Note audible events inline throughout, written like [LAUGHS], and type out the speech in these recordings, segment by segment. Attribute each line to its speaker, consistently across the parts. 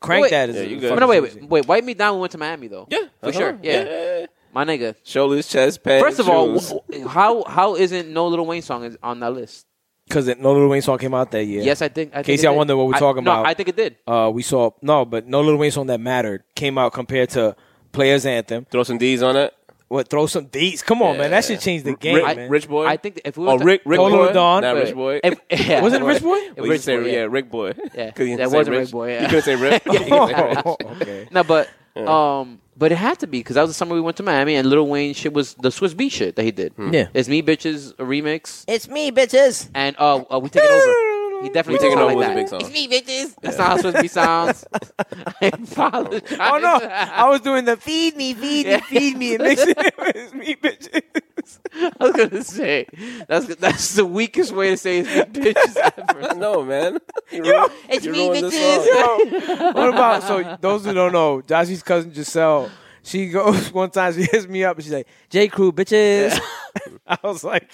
Speaker 1: Crank
Speaker 2: Wait.
Speaker 1: that is
Speaker 2: Yeah,
Speaker 1: a
Speaker 2: you
Speaker 1: fucking
Speaker 2: good. No,
Speaker 1: wait,
Speaker 2: wait, wait, wait. Wipe me down. We went to Miami though.
Speaker 3: Yeah,
Speaker 2: for sure. Yeah. my nigga.
Speaker 3: Shoulders, chest, pants.
Speaker 2: First of all,
Speaker 3: shoes.
Speaker 2: wh- how how isn't No Little Wayne song is on that list?
Speaker 1: Because no Little Wayne song came out that year.
Speaker 2: Yes, I think. I think
Speaker 1: Casey,
Speaker 2: it
Speaker 1: I
Speaker 2: did.
Speaker 1: wonder what we're
Speaker 2: I-
Speaker 1: talking
Speaker 2: no,
Speaker 1: about.
Speaker 2: I think it did.
Speaker 1: uh, we saw no, but no Little Wayne song that mattered came out compared to Players Anthem.
Speaker 3: throw some D's on that.
Speaker 1: What throw some D's? Come on, man, that should change the game,
Speaker 3: Ri-
Speaker 1: [LAUGHS]
Speaker 2: I-
Speaker 1: man.
Speaker 3: Rich boy.
Speaker 2: I think if we
Speaker 3: oh,
Speaker 2: were to-
Speaker 3: Rick, Rick
Speaker 1: Hold on,
Speaker 3: boy.
Speaker 1: Don.
Speaker 3: Not
Speaker 2: Wait,
Speaker 3: Rich boy. [LAUGHS]
Speaker 2: if- [LAUGHS] yeah.
Speaker 1: Was it Rich Boy?
Speaker 2: If
Speaker 3: Well, you
Speaker 2: Rich
Speaker 3: say,
Speaker 2: Boy,
Speaker 3: yeah. Rick boy. 'Cause you
Speaker 2: Yeah,
Speaker 3: didn't
Speaker 2: that
Speaker 3: say
Speaker 2: was a Rick boy, yeah.
Speaker 3: You couldn't say Rick.
Speaker 1: Oh, okay.
Speaker 2: No, but um, but it had to be because that was the summer we went to Miami, and Lil Wayne shit was the Swiss Beat shit that he did.
Speaker 3: Hmm.
Speaker 1: Yeah.
Speaker 2: it's me bitches a remix,
Speaker 4: It's me, bitches.
Speaker 2: and uh, uh we take it over. He definitely
Speaker 3: We Take It
Speaker 2: did
Speaker 3: Over
Speaker 2: like
Speaker 3: was a
Speaker 2: that.
Speaker 3: big song.
Speaker 4: It's me, bitches.
Speaker 2: That's not how Swiss
Speaker 3: [LAUGHS]
Speaker 2: Beat sounds. [LAUGHS] I apologize.
Speaker 1: Oh
Speaker 2: [LAUGHS]
Speaker 1: no, I was doing the feed me, feed me,
Speaker 2: Yeah.
Speaker 1: feed me, and mixing it [LAUGHS] with me, bitches.
Speaker 2: [LAUGHS] I was gonna say that's that's the weakest way to say it's me [LAUGHS] bitches ever.
Speaker 3: No, man. You ruined-
Speaker 4: It's
Speaker 3: you
Speaker 4: me,
Speaker 3: ruined this song.
Speaker 2: [LAUGHS]
Speaker 4: bitches.
Speaker 1: what about so those who don't know, Joshy's cousin Giselle, she goes [LAUGHS] one time she hits me up and she's like, J. Crew, bitches. [LAUGHS] I was like,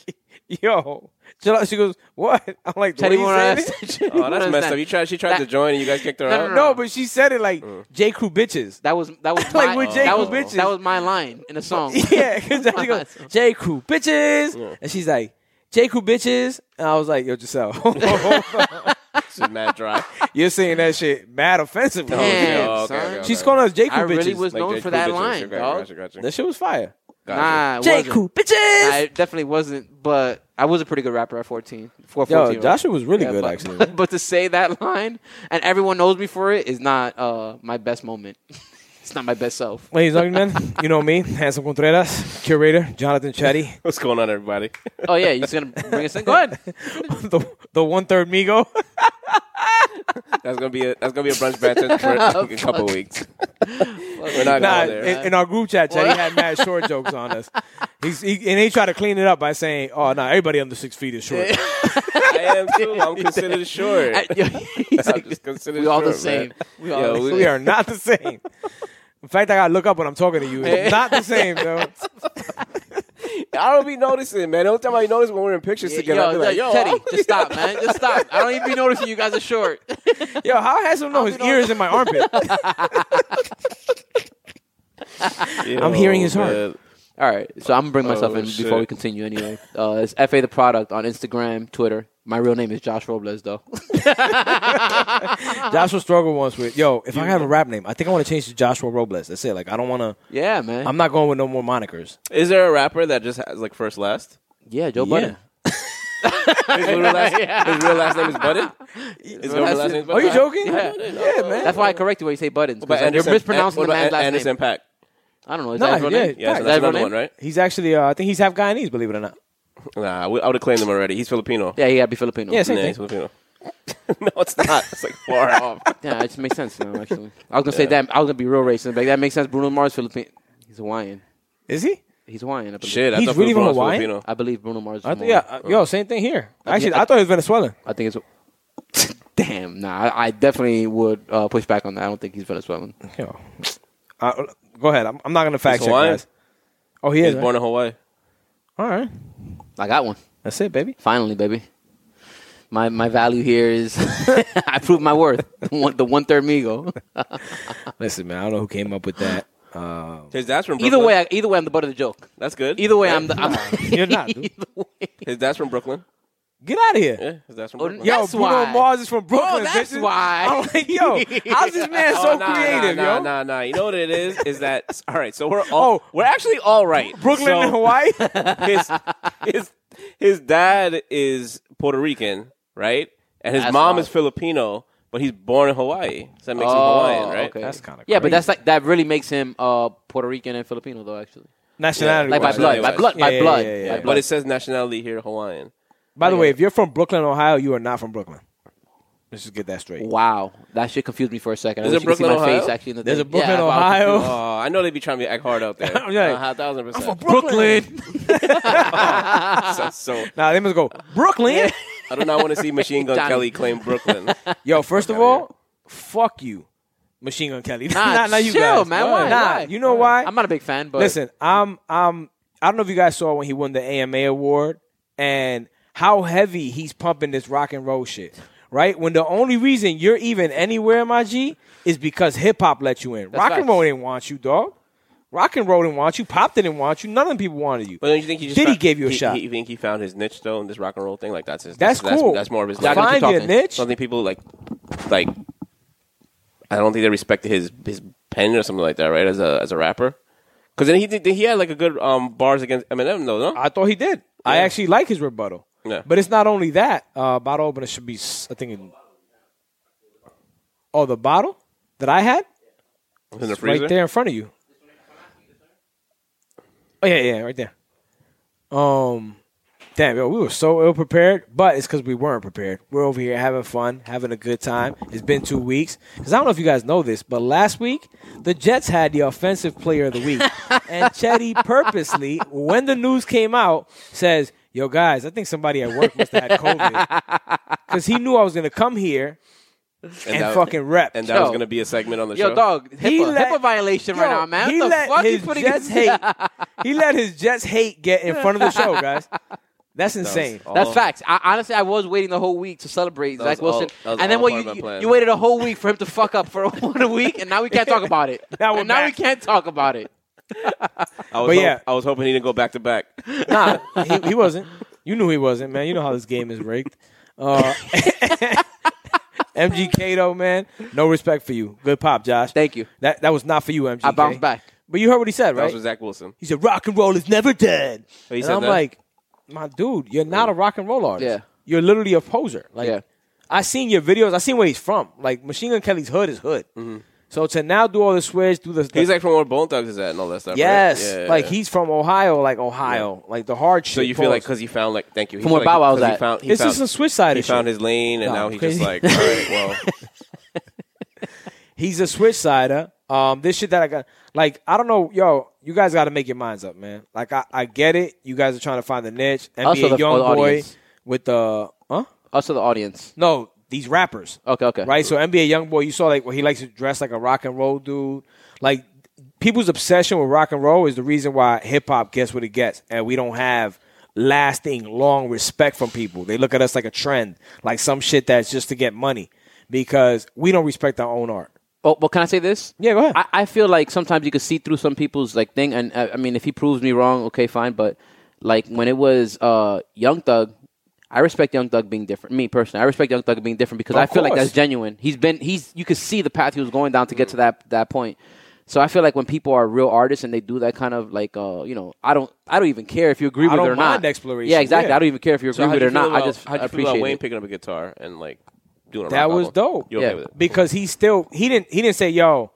Speaker 1: yo. chill out. She goes, What? I'm like, the
Speaker 2: [LAUGHS] Teddy
Speaker 1: way you
Speaker 2: Warner.
Speaker 1: said it? [LAUGHS]
Speaker 3: Oh, that's messed up. You tried. She tried
Speaker 2: That-
Speaker 3: to join, and you guys kicked her
Speaker 2: No,
Speaker 3: out.
Speaker 2: [LAUGHS] no,
Speaker 1: No, but she said it like J. Crew [LAUGHS] bitches.
Speaker 2: Mm. That was that was
Speaker 1: Like
Speaker 2: my,
Speaker 1: with
Speaker 2: that
Speaker 1: Jacob
Speaker 2: was-
Speaker 1: Bitches.
Speaker 2: That was my line in the song.
Speaker 1: [LAUGHS] yeah, because she goes,
Speaker 2: [LAUGHS]
Speaker 1: J. Crew bitches. And she's like, J. Crew bitches. And I was like, yo,
Speaker 2: [LAUGHS]
Speaker 1: Giselle, [LAUGHS]
Speaker 3: She's mad dry.
Speaker 1: you're saying that shit mad offensively.
Speaker 3: Oh, shit.
Speaker 2: Damn,
Speaker 3: Oh, okay,
Speaker 2: son.
Speaker 3: okay, okay.
Speaker 1: She's calling us J. Crew
Speaker 2: I
Speaker 1: bitches.
Speaker 2: really was
Speaker 3: Like
Speaker 2: known
Speaker 3: J.
Speaker 2: for
Speaker 3: Crew
Speaker 2: that
Speaker 3: bitches.
Speaker 2: line,
Speaker 3: Okay,
Speaker 2: dog.
Speaker 3: Gotcha, gotcha.
Speaker 1: that shit was fire.
Speaker 2: Nah, it
Speaker 1: J.
Speaker 2: wasn't.
Speaker 1: Crew bitches.
Speaker 2: I definitely wasn't, but I was a pretty good rapper at 14. Before 14
Speaker 1: Yo,
Speaker 2: right?
Speaker 1: Joshua was really
Speaker 2: Yeah,
Speaker 1: good
Speaker 2: but,
Speaker 1: actually.
Speaker 2: [LAUGHS] But, to say that line and everyone knows me for it is not uh, my best moment. [LAUGHS] it's not my best self.
Speaker 1: Ladies and gentlemen, you know me, Handsome Contreras, curator, Jonathan Chetty,
Speaker 3: What's going on, everybody?
Speaker 2: Oh yeah, you're just gonna bring us in. Go ahead.
Speaker 1: [LAUGHS] the, the one third Migo.
Speaker 3: That's gonna be a that's gonna be a brunch banter for a couple weeks. [LAUGHS] We're not
Speaker 1: Nah,
Speaker 3: going there.
Speaker 1: in, in our group chat, Chetty had mad short jokes on us. He's, he, and they try to clean it up by saying, oh, no, everybody under six feet is short.
Speaker 3: I am too. I'm considered short.
Speaker 2: [LAUGHS]
Speaker 3: [LAUGHS]
Speaker 2: He's
Speaker 3: I'm
Speaker 2: like,
Speaker 3: just considered
Speaker 2: we all the
Speaker 3: short, man.
Speaker 2: same. We all
Speaker 3: Yo,
Speaker 2: the
Speaker 3: we-
Speaker 1: [LAUGHS] we are not the same. In fact, I got to look up when I'm talking to you. It's not the same, though.
Speaker 3: I don't be noticing, man. The only time I notice when we're in pictures
Speaker 2: same.
Speaker 3: together, I
Speaker 2: Yo,
Speaker 3: be like, yo, [LAUGHS]
Speaker 2: Teddy, just stop, man. Just stop. I don't even be noticing you guys are short. [LAUGHS]
Speaker 1: Yo, how handsome know his
Speaker 2: be the-
Speaker 1: ears in my armpit?
Speaker 3: yo,
Speaker 1: I'm hearing his heart.
Speaker 3: man.
Speaker 2: All right, so I'm gonna bring myself
Speaker 3: Oh,
Speaker 2: in
Speaker 3: shit.
Speaker 2: before we continue. Anyway, uh, it's fa the product on Instagram, Twitter. My real name is Josh Robles, though.
Speaker 1: Joshua struggled once with, yo, if I have a rap name, I think I want to change to Joshua Robles. That's it. Like, I don't want to,
Speaker 2: yeah, man.
Speaker 1: I'm not going with no more monikers.
Speaker 3: Is there a rapper that just has like first last?
Speaker 2: yeah, Joe
Speaker 1: Yeah.
Speaker 2: Budden.
Speaker 3: His real last, his real last name is Budden. His real last name is Budden.
Speaker 1: Are you joking?
Speaker 2: Yeah.
Speaker 1: yeah man.
Speaker 2: That's why I corrected when you say Buttons.
Speaker 3: But
Speaker 2: But you're mispronouncing
Speaker 3: what
Speaker 2: the
Speaker 3: about
Speaker 2: man's
Speaker 3: An-
Speaker 2: last
Speaker 3: Anderson
Speaker 2: name.
Speaker 3: Pack.
Speaker 2: I don't know. Is
Speaker 1: No,
Speaker 2: that his real
Speaker 1: yeah,
Speaker 2: name?
Speaker 3: Yeah,
Speaker 1: Pack.
Speaker 3: so that's
Speaker 2: Is that his real
Speaker 3: another
Speaker 2: name?
Speaker 3: one, right?
Speaker 1: He's actually, uh, I think he's half Guyanese, believe it or not.
Speaker 3: Nah, I would I would have claimed him already. He's Filipino.
Speaker 2: Yeah, he got to be Filipino.
Speaker 1: Yeah, same
Speaker 3: Yeah,
Speaker 1: thing.
Speaker 3: he's Filipino. no, it's not. It's like [LAUGHS] far off.
Speaker 2: Oh, Yeah, it just makes sense now. Actually, I was gonna say that. I was gonna be real racist. Like that makes sense. Bruno Mars Filipino. He's Hawaiian.
Speaker 1: Is he?
Speaker 2: He's Hawaiian. I believe.
Speaker 3: Shit, I
Speaker 1: He's
Speaker 3: thought
Speaker 1: really from
Speaker 3: Filipino was
Speaker 1: Hawaii?
Speaker 3: Filipino.
Speaker 2: I believe Bruno Mars. Is
Speaker 1: I th-
Speaker 2: Hawaiian.
Speaker 1: yeah, uh, yo, same thing here. Actually,
Speaker 2: I-
Speaker 1: I thought he was Venezuelan.
Speaker 2: I think it's. [LAUGHS] Damn, nah. I, I definitely would uh, push back on that. I don't think he's Venezuelan.
Speaker 1: Yo. Uh, go ahead. I'm, I'm not going to fact
Speaker 3: He's
Speaker 1: check,
Speaker 3: Hawaiian?
Speaker 1: guys. Oh, he
Speaker 3: He
Speaker 1: is.
Speaker 3: was
Speaker 1: right?
Speaker 3: born in Hawaii.
Speaker 1: All right.
Speaker 2: I got one.
Speaker 1: That's it, baby.
Speaker 2: Finally, baby. My my value here [LAUGHS] is I proved my worth. The one, the one third Migo.
Speaker 1: Listen, man, I don't know who came up with that. Uh,
Speaker 3: His dad's from Brooklyn.
Speaker 2: Either way, I, either way, I'm the butt of the joke.
Speaker 3: that's good.
Speaker 2: Either way, I'm the.
Speaker 1: [LAUGHS]
Speaker 2: I'm,
Speaker 1: [LAUGHS] You're not, dude.
Speaker 2: Either way.
Speaker 3: His dad's from Brooklyn.
Speaker 1: get out of here.
Speaker 3: Yeah, his dad's from
Speaker 2: Oh,
Speaker 3: Brooklyn.
Speaker 1: Yo,
Speaker 2: That's
Speaker 1: Bruno
Speaker 2: why.
Speaker 1: Mars is from Brooklyn.
Speaker 2: Oh, that's
Speaker 1: bitches.
Speaker 2: why.
Speaker 1: I'm like, yo, how's this man
Speaker 3: [LAUGHS]
Speaker 1: so
Speaker 3: Oh, nah,
Speaker 1: creative,
Speaker 3: nah, nah,
Speaker 1: yo?
Speaker 3: Nah, nah, You know what it is? Is that all right? So we're all
Speaker 1: Oh.
Speaker 3: we're actually all right.
Speaker 1: Brooklyn
Speaker 3: so
Speaker 1: and Hawaii? [LAUGHS]
Speaker 3: [LAUGHS] His, his his dad is Puerto Rican, right? And his
Speaker 2: That's
Speaker 3: mom
Speaker 2: wild.
Speaker 3: is Filipino, but he's born in Hawaii, so that makes him
Speaker 2: Oh,
Speaker 3: Hawaiian, right?
Speaker 2: okay.
Speaker 1: That's kinda
Speaker 2: yeah, but
Speaker 1: crazy.
Speaker 2: that's like that really makes him uh, Puerto Rican and Filipino though. Actually,
Speaker 1: Nationality.
Speaker 2: like by
Speaker 3: Right.
Speaker 2: blood, by blood,
Speaker 1: Yeah,
Speaker 2: by
Speaker 1: yeah,
Speaker 2: blood.
Speaker 1: yeah, yeah,
Speaker 2: by
Speaker 1: yeah.
Speaker 2: blood.
Speaker 3: But it says nationality here, Hawaiian.
Speaker 1: By the way, if you're from Brooklyn, Ohio, you are not from Brooklyn. Let's just get that straight.
Speaker 2: wow, that shit confused me for a second. I
Speaker 3: Is it
Speaker 2: wish you could see
Speaker 3: Brooklyn,
Speaker 2: my
Speaker 3: Ohio?
Speaker 2: face actually in the
Speaker 1: There's a
Speaker 2: thing.
Speaker 1: Brooklyn,
Speaker 2: Yeah, I was
Speaker 1: Ohio. [LAUGHS]
Speaker 2: confused.
Speaker 3: Oh, I know they be trying to act hard out there.
Speaker 1: [LAUGHS] Yeah.
Speaker 2: Uh-huh.
Speaker 3: Uh, a thousand percent.
Speaker 1: Brooklyn.
Speaker 3: [LAUGHS] so, so
Speaker 1: Nah, they must go Brooklyn.
Speaker 3: I do not want to see Machine Gun
Speaker 2: Donnie.
Speaker 3: Kelly claim Brooklyn.
Speaker 1: [LAUGHS] Yo, first of
Speaker 3: outta
Speaker 1: all, fuck you, Machine Gun Kelly. [LAUGHS]
Speaker 2: Nah,
Speaker 1: not, not you
Speaker 2: chill,
Speaker 1: guys.
Speaker 2: man. Why?
Speaker 1: Nah,
Speaker 2: Why?
Speaker 1: you know why?
Speaker 2: I'm not a big fan, but
Speaker 1: Listen, I'm, I'm. I don't know if you guys saw when he won the AMA award and how heavy he's pumping this rock and roll shit. right? When the only reason you're even anywhere, my G, is because hip hop let you in.
Speaker 2: That's
Speaker 1: Rock and
Speaker 2: facts.
Speaker 1: roll didn't want you, dog. Rock and roll didn't want you. Pop didn't want you. None of them people wanted you.
Speaker 3: But don't you think he just
Speaker 1: Diddy
Speaker 3: found-
Speaker 1: gave you a
Speaker 3: he-
Speaker 1: shot.
Speaker 3: He, you think he found his niche though in this rock and roll thing? Like that's his.
Speaker 1: that's, cool.
Speaker 3: That's, more of his.
Speaker 2: Y'all
Speaker 3: lane.
Speaker 2: gonna
Speaker 1: Find
Speaker 2: keep
Speaker 1: your
Speaker 2: talking.
Speaker 1: niche.
Speaker 3: Something people like, like, I don't think they respected his his pen or something like that, right? As a as a rapper, because then he did, he had like a good um bars against Eminem though, no?
Speaker 1: I thought he did. I
Speaker 3: Yeah.
Speaker 1: actually like his rebuttal.
Speaker 3: Yeah.
Speaker 1: But it's not only that. Uh, bottle opener should be, s- I think. In, oh, the bottle that I had
Speaker 3: in the
Speaker 1: It's right
Speaker 3: freezer.
Speaker 1: there in front of you. Oh yeah, yeah, right there. Um, damn, yo, we were so ill prepared, but it's because we weren't prepared. We're over here having fun, having a good time. It's been two weeks. Because I don't know if you guys know this, but last week the Jets had the offensive player of the
Speaker 3: [LAUGHS]
Speaker 1: week, and Chetty purposely, when the news came out, says, "Yo, guys, I think somebody at work must have had COVID," because he knew I was gonna come here and,
Speaker 3: that-
Speaker 1: fucking rep.
Speaker 3: And that was
Speaker 2: Yo.
Speaker 3: gonna be a segment on the
Speaker 2: Yo,
Speaker 3: show.
Speaker 2: dog, HIPAA,
Speaker 1: He let-
Speaker 2: HIPAA violation right
Speaker 1: Yo,
Speaker 2: now, man.
Speaker 1: He
Speaker 2: What the
Speaker 1: let
Speaker 2: fuck?
Speaker 1: his
Speaker 2: you putting
Speaker 1: Jets [LAUGHS]
Speaker 2: his-
Speaker 1: hate. he let his Jets hate get in front of the show,
Speaker 2: [LAUGHS]
Speaker 1: guys. That's insane.
Speaker 3: all-
Speaker 2: That's facts. I, honestly, I was waiting the whole week to celebrate
Speaker 3: That was
Speaker 2: Zach
Speaker 3: all-
Speaker 2: Wilson,
Speaker 3: that was
Speaker 2: and then
Speaker 3: all
Speaker 2: what?
Speaker 3: part of my
Speaker 2: You,
Speaker 3: plan.
Speaker 2: you waited a whole week for him to fuck up for [LAUGHS] one week, and now we can't talk about it.
Speaker 1: Now we're
Speaker 2: And now we
Speaker 1: back.
Speaker 2: can't talk about it.
Speaker 3: I was
Speaker 1: But
Speaker 3: hop-
Speaker 1: yeah.
Speaker 3: I was hoping he didn't go back to back.
Speaker 1: Nah, he, he wasn't. You knew he wasn't, man. You know how this game is rigged. Uh, [LAUGHS] MGK though, man, no respect for you. Good pop, Josh.
Speaker 2: Thank you.
Speaker 1: That that was not for you, MGK.
Speaker 2: I bounced back.
Speaker 1: But you heard what he said,
Speaker 3: That
Speaker 1: right?
Speaker 3: was Zach Wilson.
Speaker 1: he said rock and roll is never dead.
Speaker 3: He
Speaker 1: and
Speaker 3: said
Speaker 1: I'm
Speaker 3: that? Mm.
Speaker 1: like, my dude, you're not a rock and roll artist.
Speaker 2: Yeah.
Speaker 1: You're literally a poser. Like
Speaker 2: Yeah.
Speaker 1: I seen your videos, I seen where he's from. Like Machine Gun Kelly's hood is hood. So to now do all the switch, do the
Speaker 3: Mm-hmm. He's like from where Bone Thugs is at and all that stuff. right?
Speaker 1: Yes.
Speaker 3: Yeah.
Speaker 1: Like he's from Ohio, like Ohio. Like the hard shit.
Speaker 3: So you feel like
Speaker 1: pause.
Speaker 3: because he found like thank you he
Speaker 2: From
Speaker 3: feel
Speaker 2: where Bow
Speaker 3: like, 'cause
Speaker 2: Wow was
Speaker 3: he
Speaker 2: at.
Speaker 3: found- he
Speaker 1: it's
Speaker 3: found-
Speaker 1: just some switch side
Speaker 3: he
Speaker 1: shit.
Speaker 3: found his lane and now
Speaker 1: Nah,
Speaker 3: he's just
Speaker 1: crazy.
Speaker 3: like all right
Speaker 1: [LAUGHS]
Speaker 3: well
Speaker 1: He's a switch sider. Um, this shit that I got, like, I don't know, yo, you guys got to make your minds up, man. Like, I, I get it. You guys are trying to find the niche. NBA
Speaker 2: Also the-
Speaker 1: young
Speaker 2: for the
Speaker 1: boy
Speaker 2: audience.
Speaker 1: with the, huh?
Speaker 2: Also, the audience.
Speaker 1: No, these rappers.
Speaker 2: Okay, okay.
Speaker 1: [LAUGHS] Right? So NBA Youngboy, you saw like where he likes to dress like a rock and roll dude. Like people's obsession with rock and roll is the reason why hip hop gets what it gets. And we don't have lasting, long respect from people. They look at us like a trend, like some shit that's just to get money. Because we don't respect our own art.
Speaker 2: Oh, but can I say this?
Speaker 1: Yeah, go ahead.
Speaker 2: I, I feel like sometimes you can see through some people's like thing, and uh, I mean, if he proves me wrong, okay, fine. But like when it was uh, Young Thug, I respect Young Thug being different. Me personally, I respect Young Thug being different because
Speaker 1: Of
Speaker 2: I feel like
Speaker 1: course. Mm.
Speaker 2: that's genuine. He's been he's you could see the path he was going down to get to that that point. So I feel like when people are real artists and they do that kind of like uh you know I don't I don't even care if you agree
Speaker 1: I
Speaker 2: with
Speaker 1: don't
Speaker 2: it or not
Speaker 1: mind exploration,
Speaker 2: Yeah, exactly.
Speaker 1: yeah.
Speaker 2: I don't even care if you agree
Speaker 3: so
Speaker 2: with it or not.
Speaker 3: About,
Speaker 2: I just
Speaker 3: how'd you
Speaker 2: I
Speaker 3: feel
Speaker 2: appreciate
Speaker 3: about Wayne
Speaker 2: it.
Speaker 3: picking up a guitar and like doing a
Speaker 1: That
Speaker 3: rock
Speaker 1: was
Speaker 3: album?
Speaker 1: dope.
Speaker 3: You okay
Speaker 2: Yeah.
Speaker 3: with it?
Speaker 1: because he still he didn't he didn't say yo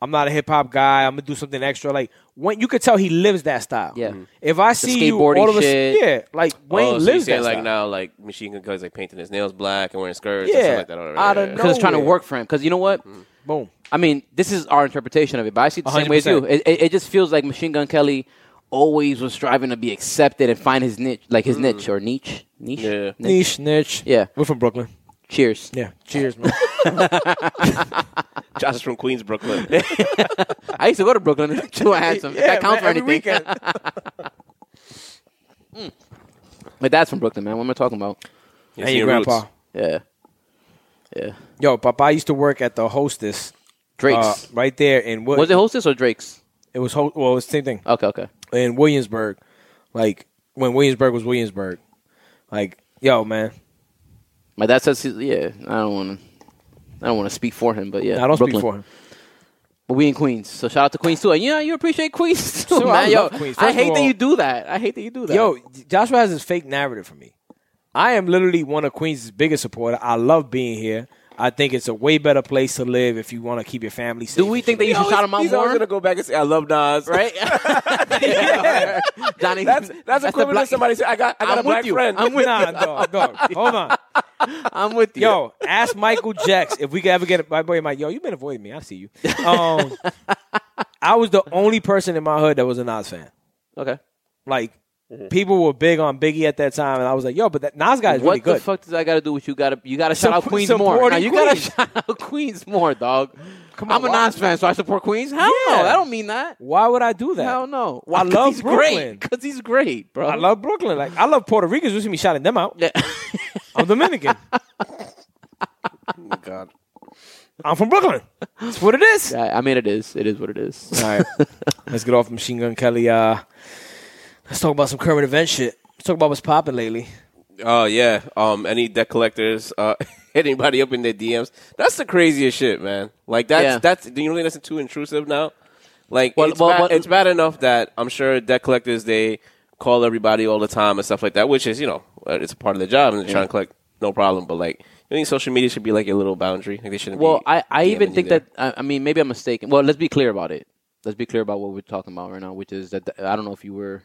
Speaker 1: i'm not a hip-hop guy i'm gonna do something extra like when you could tell he lives that style
Speaker 2: Yeah. Mhm.
Speaker 1: if i see you
Speaker 2: skateboarding
Speaker 1: all of a
Speaker 2: shit.
Speaker 1: yeah like wayne
Speaker 3: oh, so you
Speaker 1: lives
Speaker 3: say
Speaker 1: that
Speaker 3: like
Speaker 1: style.
Speaker 3: now like Machine Gun Kelly's like painting his nails black and wearing skirts and
Speaker 1: Yeah.
Speaker 3: stuff like that. already.
Speaker 1: I don't know. Mm.
Speaker 2: because it's trying to
Speaker 1: nowhere.
Speaker 2: work for him. Because you know what.
Speaker 1: boom
Speaker 2: I mean, this is our interpretation of it, but I see it the same way as you.
Speaker 1: 100%.
Speaker 2: It, it, it just feels like Machine Gun Kelly always was striving to be accepted and find his niche, like his niche or niche, niche,
Speaker 3: Yeah.
Speaker 2: niche.
Speaker 1: niche niche
Speaker 2: Yeah.
Speaker 1: we're from brooklyn
Speaker 2: Cheers.
Speaker 1: yeah cheers
Speaker 2: [LAUGHS]
Speaker 1: man
Speaker 3: [LAUGHS] Josh is from Queens,
Speaker 1: [LAUGHS]
Speaker 3: Brooklyn. [LAUGHS] yeah,
Speaker 2: I used to go to Brooklyn and too handsome. If that counts for
Speaker 1: every
Speaker 2: anything.
Speaker 1: weekend
Speaker 2: My dad's from Brooklyn, man. What am I talking about?
Speaker 1: and your grandpa
Speaker 2: Yeah, yeah.
Speaker 1: yo papa used to work at the hostess
Speaker 2: Drake's
Speaker 1: uh, right there in Wood-
Speaker 2: was it Hostess or Drake's?
Speaker 1: it was ho- well it was the same thing
Speaker 2: Okay, okay.
Speaker 1: in Williamsburg, like when Williamsburg was Williamsburg, like yo man,
Speaker 2: My dad says, he's, yeah. I don't want to. I don't want to speak for him, but yeah,
Speaker 1: I don't
Speaker 2: Brooklyn.
Speaker 1: speak for him.
Speaker 2: But we in Queens, so shout out to Queens too. And yeah, you appreciate Queens too,
Speaker 1: Sure, I
Speaker 2: man. yo,
Speaker 1: love Queens.
Speaker 2: I
Speaker 1: First of
Speaker 2: hate that
Speaker 1: all-
Speaker 2: you do that. I hate that you do that.
Speaker 1: Yo, Joshua has this fake narrative for me. I am literally one of Queens' biggest supporter. I love being here. I think it's a way better place to live if you want to keep your family safe.
Speaker 2: do we think that you should shout him out
Speaker 3: He's always
Speaker 2: more?
Speaker 3: gonna go back and say, "I love Nas."
Speaker 2: right? yeah. [LAUGHS]
Speaker 3: [LAUGHS]
Speaker 2: Johnny,
Speaker 3: That's that's
Speaker 2: the
Speaker 3: equivalent
Speaker 2: black-
Speaker 3: to somebody saying, "I got I got
Speaker 2: I'm
Speaker 3: a black
Speaker 2: with you.
Speaker 3: friend."
Speaker 2: I'm with
Speaker 1: [LAUGHS] Nah, dog, dog. Hold on,
Speaker 2: I'm with you.
Speaker 1: yo. Ask Michael Jax if we could ever get my boy Mike. Yo, you've been avoiding me. I see you. Um, I was the only person in my hood that was a Nas fan.
Speaker 2: okay.
Speaker 1: Like people were big on Biggie at that time, and I was like, yo, but that Nas guy is
Speaker 2: what
Speaker 1: really good.
Speaker 2: the fuck does I got to do with you? Got to you got to shout out
Speaker 1: Supp-
Speaker 2: Queens more. Now,
Speaker 1: supporting
Speaker 2: you got to
Speaker 1: Queens.
Speaker 2: shout out Queens more, dog.
Speaker 1: Come on,
Speaker 2: I'm a
Speaker 1: why-
Speaker 2: Nas fan, so I support Queens. Hell
Speaker 1: Yeah.
Speaker 2: no, I don't mean that.
Speaker 1: Why would I do that?
Speaker 2: Hell no.
Speaker 1: I
Speaker 2: [LAUGHS]
Speaker 1: love
Speaker 2: he's
Speaker 1: Brooklyn.
Speaker 2: great because he's great, bro.
Speaker 1: I
Speaker 2: [LAUGHS]
Speaker 1: love Brooklyn. Like I love Puerto Ricans. You see me shouting them out.
Speaker 2: [LAUGHS] Yeah.
Speaker 1: I'm Dominican.
Speaker 3: my [LAUGHS] God.
Speaker 1: I'm from Brooklyn. That's what it is.
Speaker 2: I, I mean, it is. It is what
Speaker 1: [LAUGHS]
Speaker 2: it is.
Speaker 1: All right. Let's get off Machine Gun Kelly. Uh, let's talk about some current event shit. Let's talk about what's popping lately.
Speaker 3: Oh yeah. Um, any debt collectors uh, [LAUGHS] hit anybody up in their DMs? That's the craziest shit, man. Like that's
Speaker 2: Yeah.
Speaker 3: that's. Do you really that's too intrusive now? Like
Speaker 2: Well,
Speaker 3: it's,
Speaker 2: well,
Speaker 3: bad,
Speaker 2: well-
Speaker 3: it's bad enough that I'm sure debt collectors they call everybody all the time and stuff like that, which is you know uh, it's a part of their job and they're trying to collect no problem. But like, I think social media should be like a little boundary. Like they shouldn't.
Speaker 2: [LAUGHS] Well,
Speaker 3: be
Speaker 2: I, I
Speaker 3: DMing
Speaker 2: even
Speaker 3: you
Speaker 2: think
Speaker 3: there.
Speaker 2: that I, I mean maybe I'm mistaken. Well, let's be clear about it. Let's be clear about what we're talking about right now, which is that the, I don't know if you were.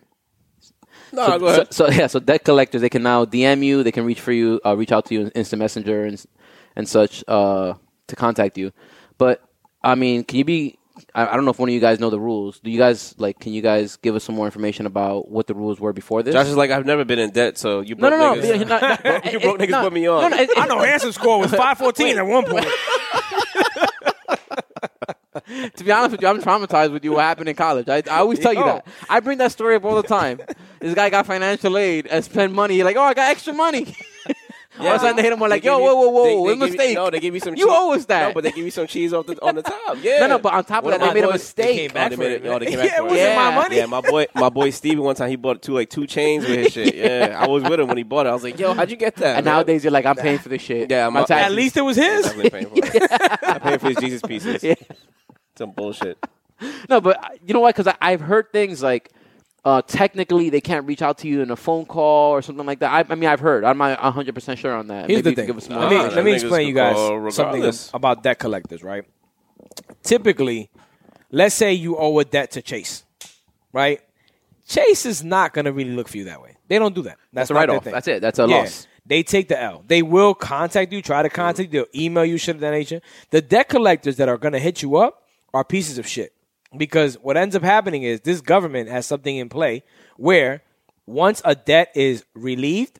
Speaker 3: No,
Speaker 2: So,
Speaker 3: Ah, go ahead.
Speaker 2: so, so, yeah, so debt collectors they can now DM you, they can reach for you, uh, reach out to you in instant messenger and s- and such uh, to contact you. But I mean, can you be? I, I don't know if one of you guys know the rules. Do you guys like? Can you guys give us some more information about what the rules were before this?
Speaker 3: Josh is like, I've never been in debt, so you
Speaker 2: no,
Speaker 3: broke
Speaker 2: no, no.
Speaker 3: niggas.
Speaker 2: yeah,
Speaker 3: [LAUGHS]
Speaker 2: not- not-
Speaker 3: You broke
Speaker 2: it-
Speaker 3: niggas put me on.
Speaker 2: No,
Speaker 3: [LAUGHS]
Speaker 2: no, it-
Speaker 1: I know Hanson's score was 514 at one point.
Speaker 2: To be honest with you, I'm traumatized with you. What happened in college? I, I
Speaker 3: [LAUGHS]
Speaker 2: always tell you
Speaker 1: Yo.
Speaker 2: that. I bring that story up all the time. This guy got financial aid and spent money. Like, oh, I got extra money. all of a sudden, they hit him like,
Speaker 3: They
Speaker 2: yo,
Speaker 3: give
Speaker 2: whoa,
Speaker 3: you-
Speaker 2: whoa, whoa,
Speaker 3: they-
Speaker 2: a
Speaker 3: they give you-
Speaker 2: mistake.
Speaker 3: no, they give you some.
Speaker 2: You
Speaker 3: cheese.
Speaker 2: owe us that.
Speaker 3: No, but they give you some cheese off the on
Speaker 2: [LAUGHS]
Speaker 3: the top. Yeah.
Speaker 2: No, no, but on top of
Speaker 3: One
Speaker 2: that, they
Speaker 3: my
Speaker 2: made a
Speaker 3: boys-
Speaker 2: mistake.
Speaker 1: came
Speaker 3: Oh,
Speaker 1: back
Speaker 3: they
Speaker 1: for
Speaker 3: made
Speaker 1: it,
Speaker 3: it. Oh, they
Speaker 1: man.
Speaker 3: came back
Speaker 1: Yeah,
Speaker 3: for
Speaker 1: it
Speaker 3: it.
Speaker 1: wasn't
Speaker 2: my
Speaker 3: Yeah.
Speaker 1: money.
Speaker 3: Yeah, my boy, my boy Stevie. One time he bought two like two chains with his shit. Yeah, I was with him when he bought it. I was like, yo, how'd you get that?
Speaker 2: And
Speaker 3: man?
Speaker 2: nowadays, you're like, I'm paying for this shit.
Speaker 3: Yeah, my-
Speaker 2: my
Speaker 1: At
Speaker 2: taxes.
Speaker 1: least it was his.
Speaker 3: definitely paying for
Speaker 2: [LAUGHS]
Speaker 3: it. I paid for his Jesus pieces.
Speaker 2: Yeah.
Speaker 3: Some bullshit.
Speaker 2: No, but I- you know what? Because I've heard things like uh, technically they can't reach out to you in a phone call or something like that. I, I mean, I've heard. I'm not 100 percent sure on that.
Speaker 1: Here's
Speaker 2: Maybe you
Speaker 1: the
Speaker 2: can
Speaker 1: thing.
Speaker 2: Give us some
Speaker 1: let
Speaker 2: more
Speaker 1: me,
Speaker 3: Nah,
Speaker 2: information.
Speaker 1: let me
Speaker 3: niggas
Speaker 1: explain
Speaker 3: could
Speaker 1: you guys
Speaker 3: call
Speaker 1: something
Speaker 3: regardless.
Speaker 1: about debt collectors, right? Typically, let's say you owe a debt to Chase, right? Chase is not going to really look for you that way. They don't do that. That's,
Speaker 2: a
Speaker 1: not their
Speaker 2: write-off.
Speaker 1: thing.
Speaker 2: That's it. That's a
Speaker 1: Yeah.
Speaker 2: loss.
Speaker 1: They take the L. They will contact you, try to contact you, they'll email you, shit of that nature. The debt collectors that are going to hit you up are pieces of shit. Because what ends up happening is this government has something in play where once a debt is relieved,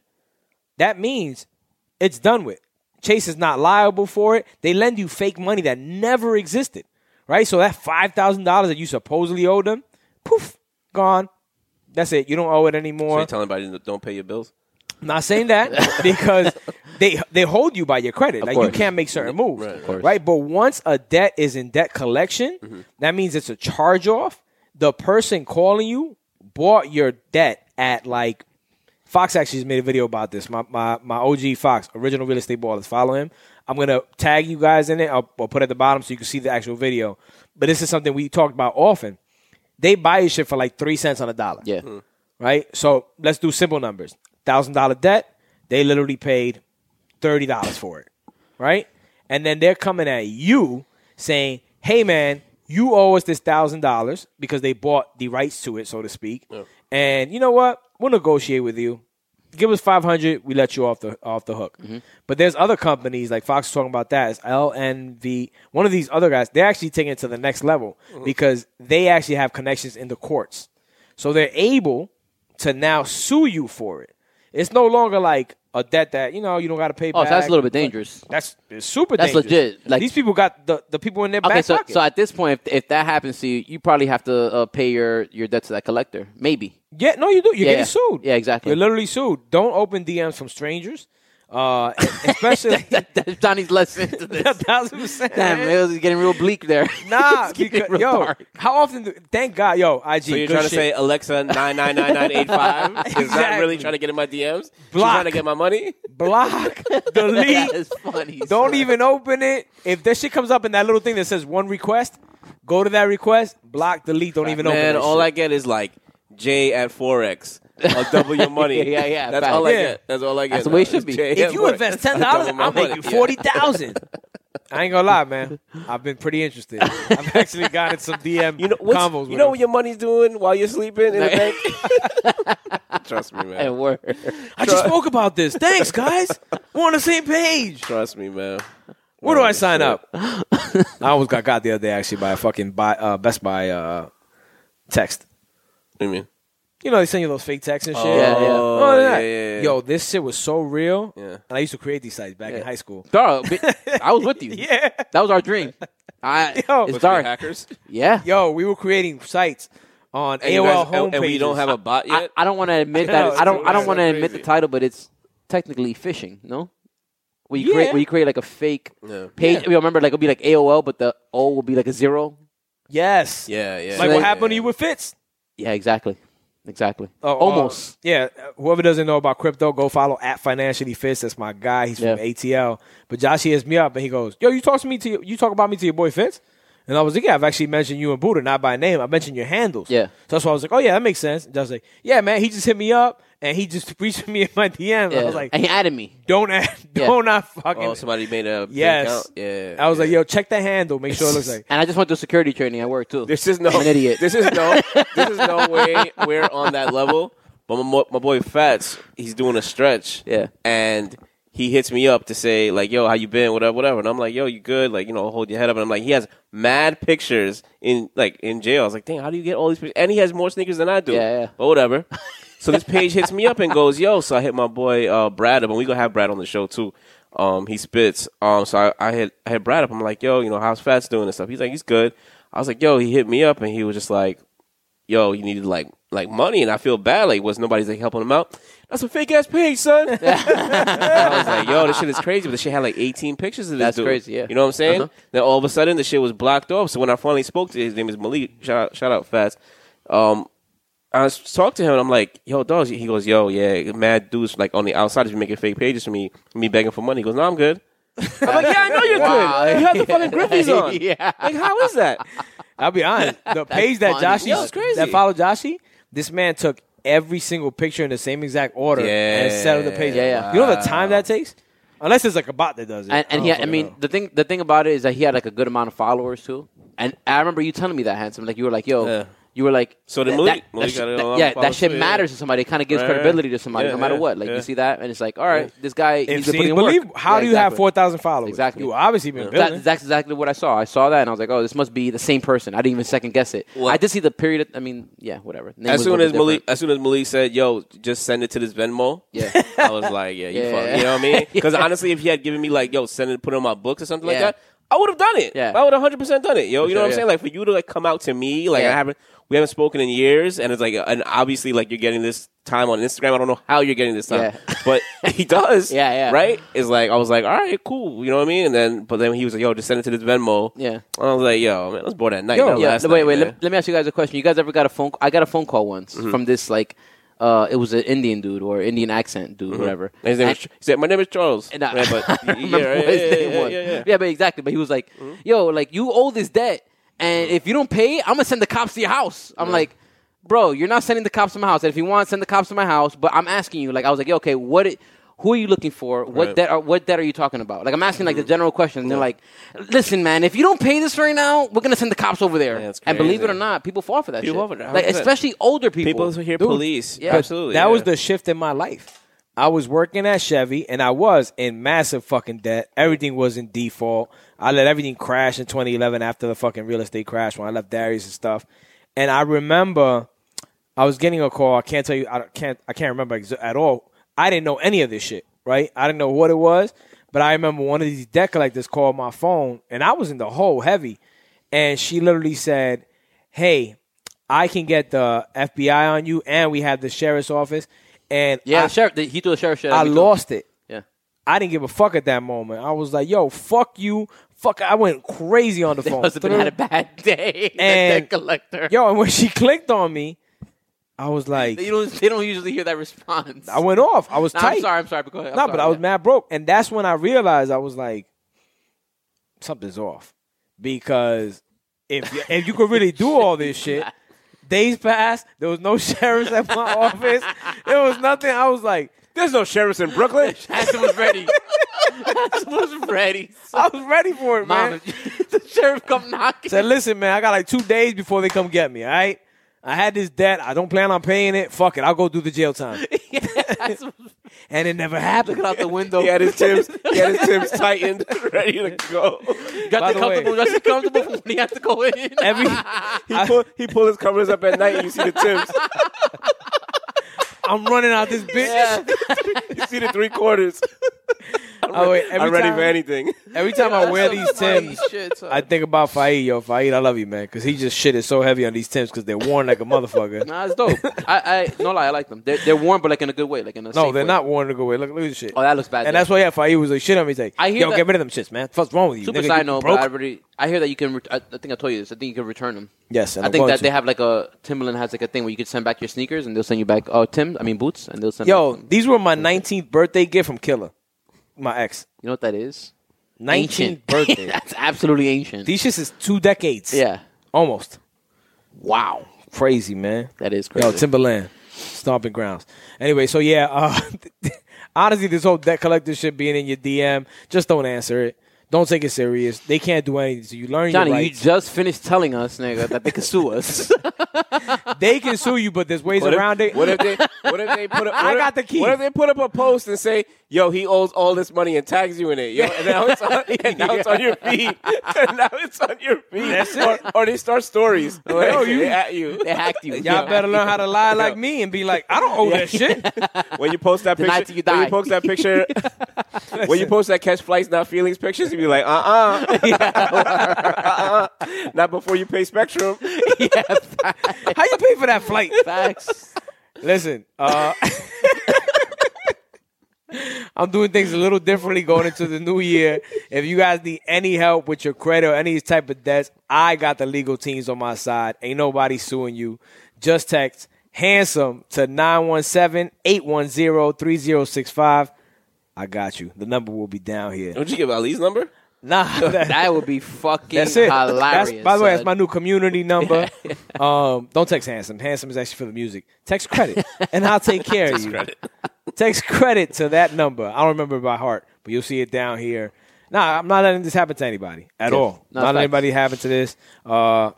Speaker 1: that means it's done with. Chase is not liable for it. They lend you fake money that never existed, right? So that five thousand dollars that you supposedly owed them, poof, gone. That's it. You don't owe it
Speaker 3: So
Speaker 1: anymore.
Speaker 3: you telling everybody don't pay your bills?
Speaker 1: I'm not saying that because they they hold you by your credit. like you
Speaker 2: course.
Speaker 1: can't make certain moves,
Speaker 3: Right, of
Speaker 2: course.
Speaker 1: right? But once a debt is in debt collection, that means it's a charge off. The person calling you bought your debt at like Fox actually just made a video about this. My my my OG Fox, original real estate ballers, follow him. I'm gonna tag you guys in it. I'll, I'll put it at the bottom so you can see the actual video. But this is something we talked about often. They buy your shit for like three cents on a dollar
Speaker 2: Yeah.
Speaker 1: right? So let's do simple numbers. Thousand dollar debt, they literally paid thirty dollars for it, right? And then they're coming at you saying, "Hey, man, you owe us this thousand dollars because they bought the rights to it, so to speak. And you know what? We'll negotiate with you. Give us five hundred, we let you off the off the hook. But there's other companies like Fox is talking about that. It's LNV. One of these other guys, they're actually taking it to the next level because they actually have connections in the courts. So they're able to now sue you for it. It's no longer like a debt that you know you don't got to pay.
Speaker 2: Oh,
Speaker 1: back.
Speaker 2: so that's a little bit dangerous.
Speaker 1: That's it's super.
Speaker 2: That's
Speaker 1: dangerous.
Speaker 2: legit, like-
Speaker 1: these people got the, the people in their
Speaker 2: Okay,
Speaker 1: back
Speaker 2: so,
Speaker 1: pocket.
Speaker 2: so at this point, if, if that happens to you, you probably have to uh, pay your, your debt to that collector. Maybe.
Speaker 1: yeah, no, you do. You're
Speaker 2: Yeah, yeah.
Speaker 1: getting sued.
Speaker 2: Yeah, exactly. [LAUGHS]
Speaker 1: You're literally sued. Don't open DMs from strangers, uh,
Speaker 2: [LAUGHS]
Speaker 1: especially.
Speaker 2: That-
Speaker 1: [LAUGHS]
Speaker 2: that's Johnny's lesson to
Speaker 1: A [LAUGHS]
Speaker 2: this.
Speaker 1: thousand percent.
Speaker 2: Damn,
Speaker 1: man.
Speaker 2: it was getting real bleak there.
Speaker 1: Nah,
Speaker 2: [LAUGHS] It's getting
Speaker 1: because,
Speaker 2: real
Speaker 1: yo,
Speaker 2: dark.
Speaker 1: how often? Do, thank God, yo, IG.
Speaker 3: So you're
Speaker 1: good
Speaker 3: trying to
Speaker 1: shit.
Speaker 3: say Alexa nine nine nine nine eight five is not
Speaker 1: Exactly.
Speaker 3: really trying to get in my DMs? She's
Speaker 1: Block.
Speaker 3: trying to get my money? [LAUGHS]
Speaker 1: block, delete,
Speaker 2: that is funny.
Speaker 1: Don't
Speaker 2: son.
Speaker 1: even open it. If that shit comes up in that little thing that says one request, go to that request, block, delete, don't even open
Speaker 3: Man,
Speaker 1: it.
Speaker 3: all I get is like J at Forex. I'll double your money.
Speaker 2: Yeah, yeah, yeah,
Speaker 3: That's
Speaker 2: facts.
Speaker 3: all I
Speaker 1: Yeah.
Speaker 3: get. That's all I get. Uh,
Speaker 2: That's the way it should be.
Speaker 3: J
Speaker 1: if
Speaker 3: at
Speaker 1: you
Speaker 3: Forex. [LAUGHS]
Speaker 1: invest ten dollars,
Speaker 3: Double my
Speaker 1: I'll make
Speaker 3: money.
Speaker 1: you
Speaker 3: Yeah.
Speaker 1: forty thousand. I ain't gonna lie, man. I've been pretty interested.
Speaker 3: [LAUGHS]
Speaker 1: I've actually gotten some DM
Speaker 3: You know what's,
Speaker 1: combos. with
Speaker 3: You know
Speaker 1: them.
Speaker 3: what your money's doing while you're sleeping in the bank. [LAUGHS] Trust me,
Speaker 2: It
Speaker 3: man.
Speaker 2: worked.
Speaker 1: I just spoke about this.
Speaker 3: [LAUGHS]
Speaker 1: Thanks, guys. We're on the same page.
Speaker 3: Trust me, man.
Speaker 1: Where do I sign
Speaker 3: shit.
Speaker 1: up? I almost got got the other day actually by a fucking buy, uh, Best Buy uh, text.
Speaker 3: I mean,
Speaker 1: You know, they send you those fake texts and shit.
Speaker 2: Yeah, yeah.
Speaker 1: Oh, yeah.
Speaker 3: yeah, yeah, yeah.
Speaker 1: Yo, this shit was so real.
Speaker 3: Yeah.
Speaker 1: And I used to create these sites back in high school.
Speaker 2: Dog, bi- I was with you.
Speaker 1: [LAUGHS] Yeah.
Speaker 2: That was our dream. I,
Speaker 1: [LAUGHS] Yo.
Speaker 2: it's
Speaker 1: Let's
Speaker 3: sorry,
Speaker 2: dark.
Speaker 3: hackers.
Speaker 2: Yeah.
Speaker 1: Yo, we were creating sites on
Speaker 3: And you
Speaker 1: AOL
Speaker 3: guys- and-
Speaker 1: homepages.
Speaker 3: and we don't have a bot
Speaker 2: I,
Speaker 3: yet.
Speaker 1: [LAUGHS]
Speaker 2: I don't want to admit
Speaker 1: I know,
Speaker 2: that. I don't. I don't
Speaker 1: it's
Speaker 2: want to
Speaker 3: crazy.
Speaker 2: admit the title, but it's technically phishing. No. where you create
Speaker 1: Yeah.
Speaker 2: where you create like a fake
Speaker 3: Yeah.
Speaker 2: page. You remember like it'll be like AOL, but the O will be like a zero.
Speaker 1: Yes.
Speaker 3: Yeah, yeah.
Speaker 1: Like
Speaker 2: So
Speaker 1: what
Speaker 2: they-
Speaker 1: happened to you with Fitz?
Speaker 2: Yeah, exactly, exactly.
Speaker 1: Oh, uh,
Speaker 2: Almost.
Speaker 1: yeah. Whoever doesn't know about crypto, go follow at financially Fitz. That's my guy. He's
Speaker 2: Yeah.
Speaker 1: from ATL. But Josh he hits me up and he goes, "Yo, you talk to me to your, you talk about me to your boy Fitz." And I was like, "Yeah, I've actually mentioned you and Buddha, not by name. I mentioned your handles."
Speaker 2: Yeah.
Speaker 1: So that's why I was like, "Oh yeah, that makes sense." And Josh was like, "Yeah, man, he just hit me up and he just [LAUGHS] reached me in my DM."
Speaker 2: yeah.
Speaker 1: I was like,
Speaker 2: and he added me.
Speaker 1: "Don't add, [LAUGHS]
Speaker 2: Yeah.
Speaker 1: don't not fucking."
Speaker 3: oh, somebody made a big
Speaker 1: yes.
Speaker 3: account? Yeah.
Speaker 1: I was
Speaker 3: yeah.
Speaker 1: like, "Yo, check the handle. Make sure it
Speaker 2: [LAUGHS]
Speaker 1: looks like."
Speaker 2: And I just went through security training at work too.
Speaker 3: This is no
Speaker 2: I'm an idiot.
Speaker 3: This is
Speaker 2: [LAUGHS]
Speaker 3: no. This is no way we're on that level. But my, mo- my boy Fats, he's doing a stretch.
Speaker 2: Yeah.
Speaker 3: and he hits me up to say like, "Yo, how you been? Whatever, whatever." And I'm like, "Yo, you good? Like, you know, hold your head up." And I'm like, he has mad pictures in like in jail. I was like, "Dang, how do you get all these pictures?" And he has more sneakers than I do.
Speaker 2: Yeah, yeah.
Speaker 3: But whatever. so this page hits me up and goes, "Yo," so I hit my boy uh, Brad up, and we gonna have Brad on the show too. Um, he spits. Um, so I, I hit I hit Brad up. I'm like, "Yo, you know, how's Fats doing and stuff?" He's like, "He's good." I was like, "Yo," he hit me up, and he was just like, yo, you needed like like money, and I feel bad. Like, was nobody's like helping him out? That's a fake ass page, son.
Speaker 2: [LAUGHS]
Speaker 3: I was like, yo, this shit is crazy. But the shit had like 18 pictures of this
Speaker 2: That's
Speaker 3: dude.
Speaker 2: crazy, yeah.
Speaker 3: You know what I'm saying?
Speaker 2: Uh-huh.
Speaker 3: Then all of a sudden, the shit was blocked off. So when I finally spoke to his name is Malik. Shout out, shout out, Fats. Um, I was talking to him, and I'm like, yo, dog. He goes, yo, yeah, mad dudes like on the outside is making fake pages for me, me begging for money. He goes, no, I'm good. I'm like, yeah, I know you're
Speaker 2: Wow.
Speaker 3: good. You have the [LAUGHS] fucking Griffies on.
Speaker 2: Yeah.
Speaker 3: Like, how is that?
Speaker 1: I'll be
Speaker 2: [LAUGHS]
Speaker 1: honest. The page that
Speaker 2: funny.
Speaker 1: Joshi
Speaker 2: Yo,
Speaker 3: it's crazy.
Speaker 1: that followed Joshi, this man took every single picture in the same exact order and set up the page.
Speaker 2: Yeah, yeah.
Speaker 1: You know the time that takes? Unless it's like a bot that does it.
Speaker 2: And, and he,
Speaker 3: Oh,
Speaker 1: don't
Speaker 2: I mean,
Speaker 1: fucking know.
Speaker 2: the thing, the thing about it is that he had like a good amount of followers too. And I remember you telling me that handsome, like you were like, "Yo,
Speaker 3: Yeah.
Speaker 2: you were like."
Speaker 3: So did
Speaker 2: that-
Speaker 3: Malik.
Speaker 2: that-
Speaker 3: Malik
Speaker 2: that
Speaker 3: got
Speaker 2: shit-
Speaker 3: a lot of
Speaker 2: yeah, that
Speaker 3: followers
Speaker 2: shit
Speaker 3: too, yeah.
Speaker 2: matters to somebody. It kind of gives
Speaker 3: Right, right.
Speaker 2: credibility to somebody,
Speaker 3: Yeah,
Speaker 2: no matter
Speaker 3: yeah,
Speaker 2: what. Like
Speaker 3: yeah.
Speaker 2: you see that, and it's like, all right, this guy,
Speaker 1: it
Speaker 2: he's been
Speaker 1: seems
Speaker 2: putting in work.
Speaker 1: believable. How
Speaker 2: Yeah,
Speaker 1: do you have
Speaker 2: exactly.
Speaker 1: 4,000 followers?
Speaker 2: Exactly.
Speaker 1: You obviously been
Speaker 2: That,
Speaker 1: building.
Speaker 2: that's exactly what I saw. I saw that, and I was like, "Oh, this must be the same person." I didn't even second guess it. I did see the period. I mean, yeah, whatever. Name
Speaker 3: as
Speaker 2: was a
Speaker 3: soon
Speaker 2: little
Speaker 3: as
Speaker 2: bit
Speaker 3: Malik,
Speaker 2: different.
Speaker 3: as soon as Malik said, "Yo, just send it to this Venmo,"
Speaker 2: Yeah.
Speaker 3: I was like, "Yeah, you,
Speaker 2: [LAUGHS] Yeah.
Speaker 3: fuck, you know what I mean?" Because honestly, if he had given me like, "Yo, send it, put it on my books or something like
Speaker 2: Yeah.
Speaker 3: that," I would have done it.
Speaker 2: Yeah.
Speaker 3: I would have hundred percent done it. Yo, you
Speaker 2: sure,
Speaker 3: know what I'm
Speaker 2: yeah.
Speaker 3: saying? Like for you to like come out to me, like
Speaker 2: Yeah.
Speaker 3: I haven't, we haven't spoken in years, and it's like, and obviously, like you're getting this time on Instagram. I don't know how you're getting this time,
Speaker 2: Yeah.
Speaker 3: [LAUGHS] but he does.
Speaker 2: Yeah, yeah.
Speaker 3: Right? It's like I was like, "All right, cool," you know what I mean? And then, but then he was like, "Yo, just send it to this Venmo." [LAUGHS]
Speaker 2: Yeah.
Speaker 3: And I was like, "Yo, man, let's board that night."
Speaker 2: Yo,
Speaker 3: not
Speaker 2: yeah,
Speaker 3: last
Speaker 2: wait,
Speaker 3: night,
Speaker 2: wait.
Speaker 3: man.
Speaker 2: Let, let me ask you guys a question. You guys ever got a phone? I got a phone call once
Speaker 3: Mm-hmm.
Speaker 2: from this like, uh, it was an Indian dude or Indian accent dude, whatever.
Speaker 3: Mm-hmm. His name
Speaker 2: And-
Speaker 3: is, he said, "My name is Charles."
Speaker 2: And I,
Speaker 3: Right,
Speaker 2: [LAUGHS]
Speaker 3: but-
Speaker 2: I remember what his name was.
Speaker 3: yeah, Mm-hmm. yeah.
Speaker 2: but exactly. But he was like, "Yo, like you owe this debt, and
Speaker 3: Mm-hmm.
Speaker 2: if you don't pay, I'm gonna send the cops to your house." I'm like, "Bro, you're not sending the cops to my house. And if you want, send the cops to my house." But I'm asking you, like, I was like, "Yo, okay, what?" It, who are you looking for? What
Speaker 3: Right. Mm-hmm.
Speaker 2: debt? Are, what debt are you talking about? Like I'm asking like the general question. And they're like, "Listen, man, if you don't pay this right now, we're gonna send the cops over there."
Speaker 3: Yeah, that's
Speaker 2: and believe it
Speaker 3: crazy.
Speaker 2: or not, people fall for that.
Speaker 3: People
Speaker 2: shit.
Speaker 3: fall for that,
Speaker 2: Like
Speaker 3: 100%.
Speaker 2: especially older people.
Speaker 3: People who hear
Speaker 2: Dude,
Speaker 3: police,
Speaker 2: yeah.
Speaker 3: absolutely.
Speaker 1: that
Speaker 3: yeah.
Speaker 1: was the shift in my life. I was working at Chevy and I was in massive fucking debt. Everything was in default. I let everything crash in 2011 after the fucking real estate crash when I left Darius and stuff. And I remember I was getting a call. I can't tell you. I can't. I can't remember ex- at all. I didn't know any of this shit. Right. I didn't know what it was. But I remember one of these debt collectors called my phone, and I was in the hole heavy. And she literally said, "Hey, I can get the FBI on you, and we have the sheriff's office." And
Speaker 2: Yeah,
Speaker 1: I,
Speaker 2: sheriff. He threw a sheriff shit. at
Speaker 1: I
Speaker 2: me, too.
Speaker 1: lost it.
Speaker 2: Yeah.
Speaker 1: I didn't give a fuck at that moment. I was like, "Yo, fuck you, fuck!" I went crazy
Speaker 2: [LAUGHS]
Speaker 1: on the phone.
Speaker 2: Must have been had a bad [LAUGHS] day. the
Speaker 1: And-
Speaker 2: debt collector.
Speaker 1: Yo, and when she clicked on me, I was like,
Speaker 2: They don't, they don't usually hear that response.
Speaker 1: I went off. I was
Speaker 2: Nah,
Speaker 1: tight.
Speaker 2: I'm sorry. I'm sorry. But go ahead. I'm
Speaker 1: No,
Speaker 2: sorry,
Speaker 1: but I was
Speaker 2: yeah.
Speaker 1: mad broke, and that's when I realized I was like, something's off, because if you, if you could really do
Speaker 3: [LAUGHS]
Speaker 1: all this shit, days passed. There was no [LAUGHS] sheriffs at my office. There was nothing. I was like,
Speaker 3: There's no sheriffs in Brooklyn.
Speaker 2: [LAUGHS] Hanson was ready. Hanson was ready.
Speaker 1: [LAUGHS] I was ready for it,
Speaker 2: Mom,
Speaker 1: man. [LAUGHS]
Speaker 2: if- the sheriff come knocking.
Speaker 1: Said, listen, man, I got like two days before they come get me. All right, I had this debt. I don't plan on paying it. Fuck it, I'll go do the jail time.
Speaker 2: Hanson
Speaker 1: [LAUGHS]
Speaker 2: was
Speaker 1: And it never happened.
Speaker 2: looking out
Speaker 1: [LAUGHS]
Speaker 2: the window.
Speaker 3: he had his tips. He had his tips tightened, [LAUGHS] ready to go.
Speaker 1: By
Speaker 2: got
Speaker 1: the
Speaker 2: the
Speaker 1: way-
Speaker 2: comfortable. Got the comfortable for when he had to go [LAUGHS] in.
Speaker 1: Every
Speaker 3: He pull, he pull his covers up at night. and You see the tips.
Speaker 1: I'm running out this bitch.
Speaker 2: yeah.
Speaker 3: You see the three quarters. I I'm,
Speaker 1: Oh, wait,
Speaker 3: re-
Speaker 1: [LAUGHS] every
Speaker 3: I'm ready
Speaker 1: time-
Speaker 3: for anything.
Speaker 1: Every time I wear these Tims,
Speaker 4: Shit,
Speaker 1: I think about Faid, yo. Faid, I love you, man, because he just shit is so heavy on these Tims because they're worn like a motherfucker.
Speaker 2: Nah, it's dope. I, I no lie, I like them. They're, they're warm, but like in a good way, like in a
Speaker 1: [LAUGHS] no,
Speaker 2: safe
Speaker 1: they're
Speaker 2: way.
Speaker 1: not worn to go away. Look, look at this shit.
Speaker 2: Oh, that looks bad.
Speaker 1: and
Speaker 2: though.
Speaker 1: that's why, yeah, Faid was like shit on me. He's like,
Speaker 2: I hear
Speaker 1: yo,
Speaker 2: that-
Speaker 1: get rid of them shits, man. What's wrong with you?
Speaker 2: Super
Speaker 1: nigga,
Speaker 2: side
Speaker 1: you
Speaker 2: note,
Speaker 1: broke?
Speaker 2: but I already I hear that you can. Ret- I, I think I told you this. I think you can return them.
Speaker 1: yes, and
Speaker 2: I
Speaker 1: I'm
Speaker 2: think
Speaker 1: going
Speaker 2: that
Speaker 1: to.
Speaker 2: they have like a Timberland has like a thing where you could send back your sneakers and they'll send you back. Oh, Tim, I mean boots, and they'll send.
Speaker 1: Yo,
Speaker 2: back-
Speaker 1: these were my 19th birthday gift from Killer, my ex.
Speaker 2: you know what that is?
Speaker 1: 19th [LAUGHS]
Speaker 2: Ancient.
Speaker 1: birthday.
Speaker 2: [LAUGHS] That's absolutely ancient.
Speaker 1: These shits is two decades.
Speaker 2: yeah.
Speaker 1: Almost.
Speaker 2: Wow.
Speaker 1: Crazy, man.
Speaker 2: That is crazy.
Speaker 1: Yo, Timberland. Stomping grounds. Anyway, so yeah, uh, [LAUGHS] honestly, this whole debt collector shit being in your DM, just don't answer it. Don't take it serious. They can't do anything. So you learn
Speaker 2: Johnny,
Speaker 1: your
Speaker 2: you
Speaker 1: rights.
Speaker 2: just finished telling us, nigga, that they could
Speaker 1: [LAUGHS]
Speaker 2: sue us.
Speaker 1: they can sue you, but there's ways
Speaker 3: What if-
Speaker 1: around it.
Speaker 3: What if they? What if they put? Up,
Speaker 1: [LAUGHS] I
Speaker 3: what if-
Speaker 1: got the key.
Speaker 3: What if they put up a post and say, "Yo, he owes all this money," and tags you in it.
Speaker 1: [LAUGHS]
Speaker 3: Yo, and now it's on, [LAUGHS] and now it's on your feed. [LAUGHS] and now it's on your feed. Or, or they start stories. Like,
Speaker 1: Yo, you-
Speaker 3: they at you.
Speaker 2: they hacked you.
Speaker 1: Y'all better learn how to lie like me and be like, I don't owe that shit.
Speaker 3: When you post that
Speaker 2: The night
Speaker 3: picture,
Speaker 2: till you
Speaker 3: when
Speaker 2: die.
Speaker 3: you post that picture,
Speaker 2: [LAUGHS]
Speaker 3: when you post that catch flights, not feelings pictures, you be like, uh, uh [LAUGHS] not before you pay Spectrum.
Speaker 1: How you pay for that flight?
Speaker 2: Facts.
Speaker 1: Listen, uh, [LAUGHS] I'm doing things a little differently going into the new year. If you guys need any help with your credit or any type of debts, I got the legal teams on my side. Ain't nobody suing you. Just text handsome to 917-810-3065. I got you. The number will be down here.
Speaker 3: Don't you give Ali's number?
Speaker 1: Nah, [LAUGHS] that-
Speaker 2: That would be fucking
Speaker 1: that's it.
Speaker 2: hilarious.
Speaker 1: That's- by the way, that's
Speaker 2: son.
Speaker 1: my new community
Speaker 2: [LAUGHS]
Speaker 1: number. um, don't text handsome. Handsome is actually for the music. Text credit, and I'll take care of you. Text credit to that number. I don't remember it by heart, but you'll see it down here. Nah, I'm not letting this happen to anybody at all.
Speaker 2: No,
Speaker 1: not letting
Speaker 2: facts.
Speaker 1: anybody happen to this. Uh,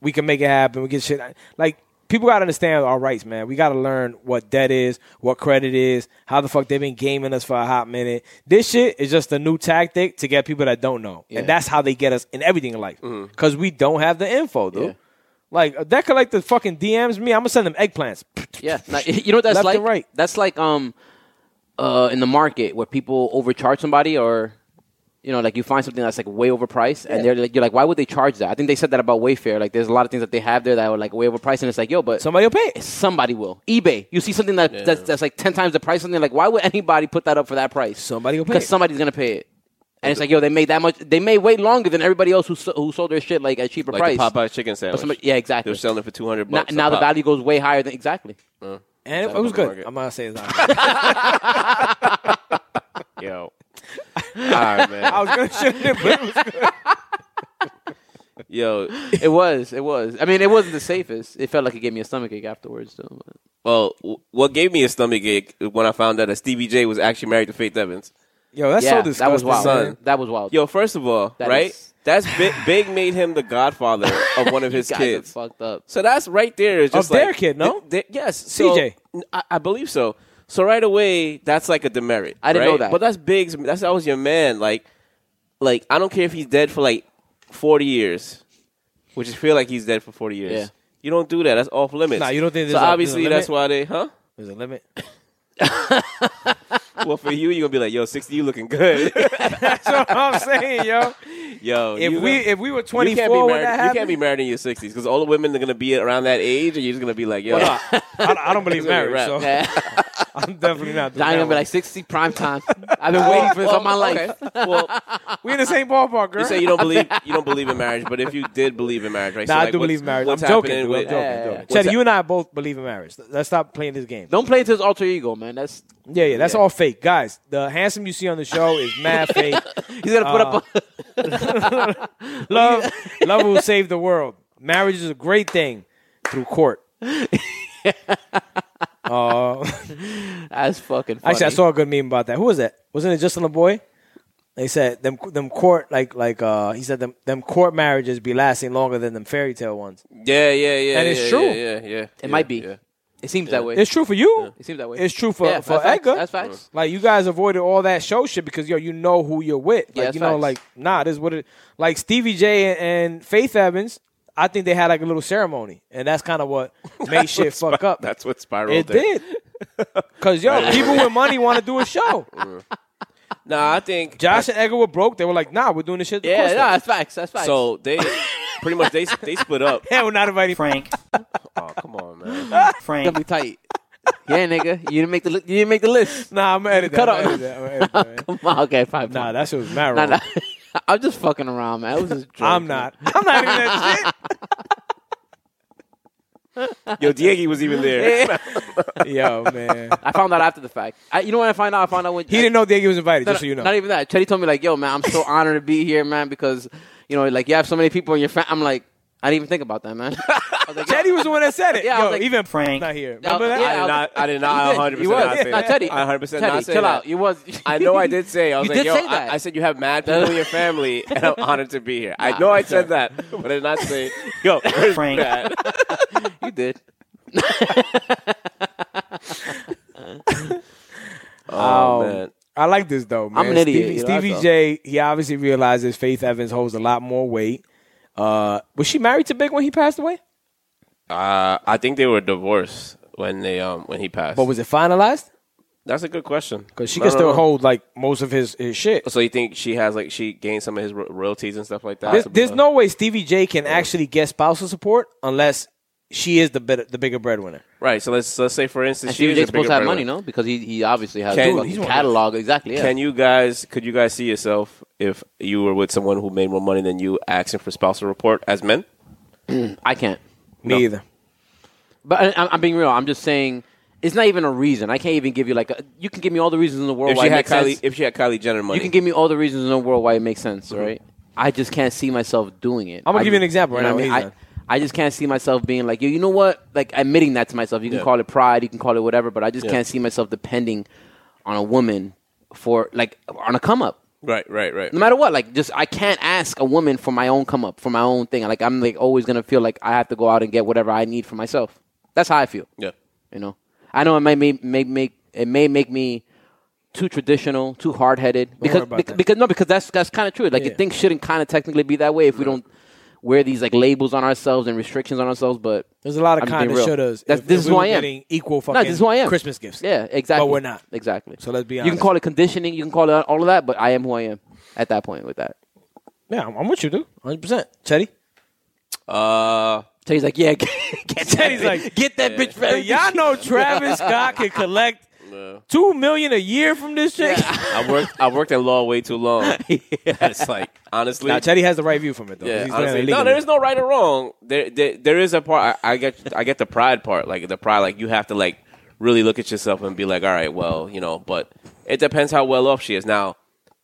Speaker 1: we can make it happen. We get shit. Like people gotta understand our rights, man. We gotta learn what debt is, what credit is, how the fuck they've been gaming us for a hot minute. This shit is just a new tactic to get people that don't know, and that's how they get us in everything in life because we don't have the info, dude.
Speaker 2: Mm-hmm. Yeah.
Speaker 1: Like a debt collector fucking DMs me, I'm gonna send them eggplants.
Speaker 2: Yeah, now, [LAUGHS] you know what that's
Speaker 1: Left
Speaker 2: like.
Speaker 1: and right.
Speaker 2: That's like um, uh, in the market where people overcharge somebody, or you know, like you find something that's like way overpriced, and they're like, you're like, why would they charge that? I think they said that about Wayfair. Like, there's a lot of things that they have there that are like way overpriced, and it's like, yo, but
Speaker 1: Somebody will pay. it.
Speaker 2: somebody will. eBay, you see something that that's, that's like ten times the price, something like, why would anybody put that up for that price?
Speaker 1: Somebody will pay.
Speaker 2: because
Speaker 1: it.
Speaker 2: somebody's gonna pay it. And it's like, yo, they made that much. They made way longer than everybody else who so- who sold their shit like at cheaper
Speaker 3: Like
Speaker 2: price.
Speaker 3: the Popeye chicken sandwich.
Speaker 2: somebody- yeah, exactly.
Speaker 3: They're selling it for 200
Speaker 2: now
Speaker 3: bucks.
Speaker 2: now
Speaker 3: a
Speaker 2: the
Speaker 3: pop.
Speaker 2: value goes way higher than exactly.
Speaker 1: And it, it was
Speaker 3: Open
Speaker 1: good.
Speaker 3: market.
Speaker 1: I'm not saying it's not. good.
Speaker 3: Yo. All right,
Speaker 1: I
Speaker 3: man.
Speaker 1: was gonna [LAUGHS] shit it, but it was
Speaker 3: Yo.
Speaker 2: It was. It was. I mean, it wasn't the safest. It felt like it gave me a stomachache afterwards, though. but-
Speaker 3: Well, w- what gave me a stomach ache when I found out that Stevie J was actually married to Faith Evans.
Speaker 1: Yo, that's
Speaker 2: [LAUGHS] yeah,
Speaker 1: so disgusting.
Speaker 2: that was wild.
Speaker 1: son.
Speaker 2: That was wild.
Speaker 3: Yo, first of all,
Speaker 2: That
Speaker 3: right?
Speaker 2: is-
Speaker 3: That's big, big made him the godfather of one of
Speaker 2: [LAUGHS] You
Speaker 3: his
Speaker 2: guys
Speaker 3: kids.
Speaker 2: are fucked up.
Speaker 3: So that's right there. Is just
Speaker 1: Of their
Speaker 3: like-
Speaker 1: kid, no?
Speaker 3: Th- th- yes, so-
Speaker 1: CJ.
Speaker 3: N- I, I believe so. So right away, that's like a demerit.
Speaker 2: I didn't know
Speaker 3: right?
Speaker 2: that.
Speaker 3: but that's Biggs. That's always your man. Like, like I don't care if he's dead for like forty years, which is feel like he's dead for forty years.
Speaker 2: Yeah.
Speaker 3: You don't do that. That's off limits.
Speaker 1: Nah, you don't think
Speaker 3: So
Speaker 1: there's a- there's a
Speaker 3: obviously that's why they, huh?
Speaker 1: There's a limit. [LAUGHS]
Speaker 3: Well, for you, you're gonna be like, yo, sixty, you looking good, [LAUGHS]
Speaker 1: That's what I'm saying, yo.
Speaker 3: yo.
Speaker 1: If
Speaker 3: you
Speaker 1: we
Speaker 3: gonna-
Speaker 1: if we were
Speaker 3: you
Speaker 1: 24
Speaker 3: can't be
Speaker 1: when that
Speaker 3: married. You
Speaker 1: happened,
Speaker 3: can't be married in your sixties because all the women are gonna be around that age, and you're just gonna be like, yo, [LAUGHS]
Speaker 1: Well, no, I, I don't believe
Speaker 3: It's gonna be
Speaker 1: marriage, so
Speaker 3: a
Speaker 2: Yeah.
Speaker 1: [LAUGHS] I'm definitely not. doing that
Speaker 2: Johnny gonna be
Speaker 1: one.
Speaker 2: like sixty prime time. I've
Speaker 1: [LAUGHS] Oh,
Speaker 2: been waiting for this all my life.
Speaker 3: well,
Speaker 1: we in the same ballpark, girl.
Speaker 3: You
Speaker 1: [LAUGHS]
Speaker 3: say you don't believe you don't believe in marriage, but if you did believe in marriage, right?
Speaker 1: nah,
Speaker 3: so,
Speaker 1: I
Speaker 3: like,
Speaker 1: do
Speaker 3: what's-
Speaker 1: believe in marriage. I'm
Speaker 3: what's
Speaker 1: joking,
Speaker 3: happening
Speaker 1: dude.
Speaker 3: with-
Speaker 1: I'm joking.
Speaker 2: Yeah,
Speaker 1: I'm
Speaker 2: yeah,
Speaker 1: joking.
Speaker 2: yeah.
Speaker 1: Chetty,
Speaker 3: What's
Speaker 1: you and I both believe in marriage. Let's stop playing this game.
Speaker 2: Don't play to his alter ego, man. That's
Speaker 1: Yeah, yeah, that's all fake, guys. The handsome you see on the show is
Speaker 3: [LAUGHS]
Speaker 1: mad fake.
Speaker 2: he's gonna put up. A,
Speaker 1: Love, love will save the world. Marriage is a great thing
Speaker 3: [LAUGHS]
Speaker 1: through court. Uh,
Speaker 2: [LAUGHS] that's fucking. Funny.
Speaker 1: Actually, I saw a good meme about that. Who was that? Wasn't it Justin LeBoy? They said them them court like like uh he said them them court marriages be lasting longer than them fairy tale ones.
Speaker 3: Yeah, yeah, yeah.
Speaker 1: And it's
Speaker 3: yeah,
Speaker 1: true.
Speaker 3: Yeah, yeah, yeah.
Speaker 2: It might be. It seems that way.
Speaker 1: It's true for you.
Speaker 2: it seems that way.
Speaker 1: It's true for
Speaker 2: Yeah,
Speaker 1: for
Speaker 2: that's facts.
Speaker 1: Edgar.
Speaker 2: That's facts.
Speaker 1: Like you guys avoided all that show shit because yo you know who you're with. Like
Speaker 2: Yeah, that's
Speaker 1: you know
Speaker 2: facts.
Speaker 1: like nah this is what it like Stevie J and, and Faith Evans. I think they had like a little ceremony, and that's kind of [LAUGHS] what made shit fuck up.
Speaker 3: That's
Speaker 1: [LAUGHS]
Speaker 3: what spiraled.
Speaker 1: it
Speaker 3: there.
Speaker 1: [LAUGHS] did. Cause yo, people with money want to do a show.
Speaker 3: Nah, I think
Speaker 1: Josh and Edgar were broke. They were like, nah, we're doing this shit. Of
Speaker 2: Yeah,
Speaker 1: course
Speaker 2: no,
Speaker 1: not.
Speaker 2: that's facts. That's facts.
Speaker 3: so. They pretty much they they split up. [LAUGHS]
Speaker 1: yeah, we're not inviting.
Speaker 4: Frank,
Speaker 3: Oh come on, man.
Speaker 4: Frank,
Speaker 2: definitely tight. yeah, nigga, you didn't make the li- you didn't make the
Speaker 1: [LAUGHS]
Speaker 2: list.
Speaker 1: [LAUGHS] Nah, I'm gonna edit that.
Speaker 2: Cut
Speaker 1: I'm
Speaker 2: off.
Speaker 1: gonna edit that. I'm gonna edit that, man.
Speaker 2: Come on, okay, fine.
Speaker 1: Nah,
Speaker 2: fine.
Speaker 1: that shit was mad
Speaker 2: Nah,
Speaker 1: wrong.
Speaker 2: nah. [LAUGHS] I'm just fucking around, man. It was just joking.
Speaker 1: I'm not. I'm not even that [LAUGHS] shit.
Speaker 3: Yo, Diego was even there.
Speaker 1: [LAUGHS] Yo, man.
Speaker 2: I found out after the fact. I, you know what I found out? I found out when
Speaker 1: He didn't know Diego was invited,
Speaker 2: No,
Speaker 1: just so you know.
Speaker 2: Not even that. Chetty told me like, "Yo, man, I'm so honored to be here, man, because you know, like, you have so many people in your family." I'm like, I didn't even think about that, man. [LAUGHS] I was like,
Speaker 1: Teddy was the one that said it.
Speaker 2: Yeah, I
Speaker 1: Yo,
Speaker 2: was like-
Speaker 1: even [LAUGHS]
Speaker 4: Frank.
Speaker 1: not here.
Speaker 2: Yeah, I was-
Speaker 1: Remember that?
Speaker 2: yeah,
Speaker 3: I did
Speaker 2: was-
Speaker 3: not- I did not
Speaker 2: you
Speaker 3: 100%
Speaker 2: You was.
Speaker 3: not say
Speaker 2: Nah,
Speaker 3: that.
Speaker 2: Teddy.
Speaker 3: I 100%
Speaker 2: Teddy,
Speaker 3: not say
Speaker 2: chill
Speaker 3: that.
Speaker 2: out. You was.
Speaker 3: I know I did say I was
Speaker 2: You
Speaker 3: like,
Speaker 2: did
Speaker 3: yo,
Speaker 2: say
Speaker 3: I,
Speaker 2: that.
Speaker 3: I said you have mad people in your [LAUGHS] family, and I'm honored to be here. I know I said that, but I did not say, [LAUGHS] yo, where's
Speaker 4: Frank.
Speaker 3: Brad?
Speaker 2: [LAUGHS] You did.
Speaker 3: Oh,
Speaker 1: Um,
Speaker 3: man.
Speaker 1: I like this though, man.
Speaker 2: I'm an idiot,
Speaker 1: Stevie,
Speaker 2: you know, that's
Speaker 1: Stevie
Speaker 2: all.
Speaker 1: J, he obviously realizes Faith Evans holds a lot more weight. Uh, was she married to Big when he passed away?
Speaker 3: Uh, I think they were divorced when they um when he passed.
Speaker 1: But was it finalized?
Speaker 3: That's a good question
Speaker 1: Because she
Speaker 3: No,
Speaker 1: can
Speaker 3: no,
Speaker 1: still
Speaker 3: no.
Speaker 1: hold like most of his, his shit.
Speaker 3: So you think she has like she gained some of his ro- royalties and stuff like that?
Speaker 1: There's, there's no way Stevie J can actually get spousal support unless she is the bit the bigger breadwinner.
Speaker 3: right. So let's let's say for instance,
Speaker 2: And Stevie
Speaker 3: she
Speaker 2: J's
Speaker 3: was a bigger
Speaker 2: supposed to have money,
Speaker 3: breadwinner.
Speaker 2: no? Because he he obviously has
Speaker 3: Can-
Speaker 2: a
Speaker 3: he's
Speaker 2: fucking
Speaker 3: one of-
Speaker 2: catalog. Exactly. Yeah.
Speaker 3: Can you guys could you guys see yourself if you were with someone who made more money than you asking for spousal report as men?
Speaker 2: I can't.
Speaker 1: Me either.
Speaker 2: But I, I'm- I'm being real. I'm just saying. It's not even a reason. I can't even give you like a, you can give me all the reasons in the world
Speaker 3: If
Speaker 2: Oh, why
Speaker 3: she
Speaker 2: it
Speaker 3: had
Speaker 2: makes
Speaker 3: Kylie,
Speaker 2: sense.
Speaker 3: if she had Kylie Jenner money,
Speaker 2: You can give me all the reasons in the world why it makes sense, right? I just can't see myself doing it.
Speaker 1: I'm gonna
Speaker 2: I
Speaker 1: Mm-hmm. give you an
Speaker 2: just-
Speaker 1: example right
Speaker 2: know
Speaker 1: now,
Speaker 2: what I,
Speaker 1: what
Speaker 2: mean?
Speaker 1: he's
Speaker 2: I, I just can't see myself being like, yo, you know what? Like admitting that to myself. You can
Speaker 3: Yeah.
Speaker 2: call it pride, you can call it whatever, but I just
Speaker 3: Yeah.
Speaker 2: can't see myself depending on a woman for like on a come up.
Speaker 3: right, right, right.
Speaker 2: No matter what, like just I can't ask a woman for my own come up, for my own thing. Like I'm like always gonna feel like I have to go out and get whatever I need for myself. That's how I feel.
Speaker 3: Yeah,
Speaker 2: You know, I know it may may may make it may make me too traditional, too hard headed. Because
Speaker 1: about
Speaker 2: bec-
Speaker 1: that.
Speaker 2: because no, because that's that's kind of true. Like you
Speaker 1: Yeah.
Speaker 2: think shouldn't kind of technically be that way if we don't wear these like labels on ourselves and restrictions on ourselves. But
Speaker 1: There's a lot of
Speaker 2: I'm being
Speaker 1: kind of
Speaker 2: real.
Speaker 1: shouldas.
Speaker 2: That's
Speaker 1: if-
Speaker 2: this
Speaker 1: if
Speaker 2: is
Speaker 1: we
Speaker 2: who
Speaker 1: were
Speaker 2: I am.
Speaker 1: getting Equal fucking
Speaker 2: no, this is who I am.
Speaker 1: Christmas gifts.
Speaker 2: Yeah, exactly.
Speaker 1: But we're not.
Speaker 2: exactly.
Speaker 1: So let's be
Speaker 2: You can
Speaker 1: honest.
Speaker 2: call it conditioning. You can call it all of that. But I am who I am at that point with that.
Speaker 1: Yeah, I'm, I'm with you, dude. 100. percent Teddy.
Speaker 3: uh,
Speaker 2: So he's like, yeah, get that,
Speaker 1: Teddy's
Speaker 2: bitch,
Speaker 1: like,
Speaker 2: get that bitch. For
Speaker 1: [LAUGHS]
Speaker 2: everything
Speaker 1: y'all
Speaker 2: she-
Speaker 1: know Travis Scott can collect two million a year from this chick.
Speaker 3: I worked I worked at law way too
Speaker 2: [LAUGHS]
Speaker 3: long. It's like honestly,
Speaker 1: Now Teddy has the right view from it though. 'cause
Speaker 3: Yeah,
Speaker 1: he's done it
Speaker 3: honestly, no,
Speaker 1: legally.
Speaker 3: there is no right or wrong. There, there, there is a part. I, I get, I get the pride part. Like the pride, like you have to like really look at yourself and be like, all right, well, you know. But it depends how well off she is. Now,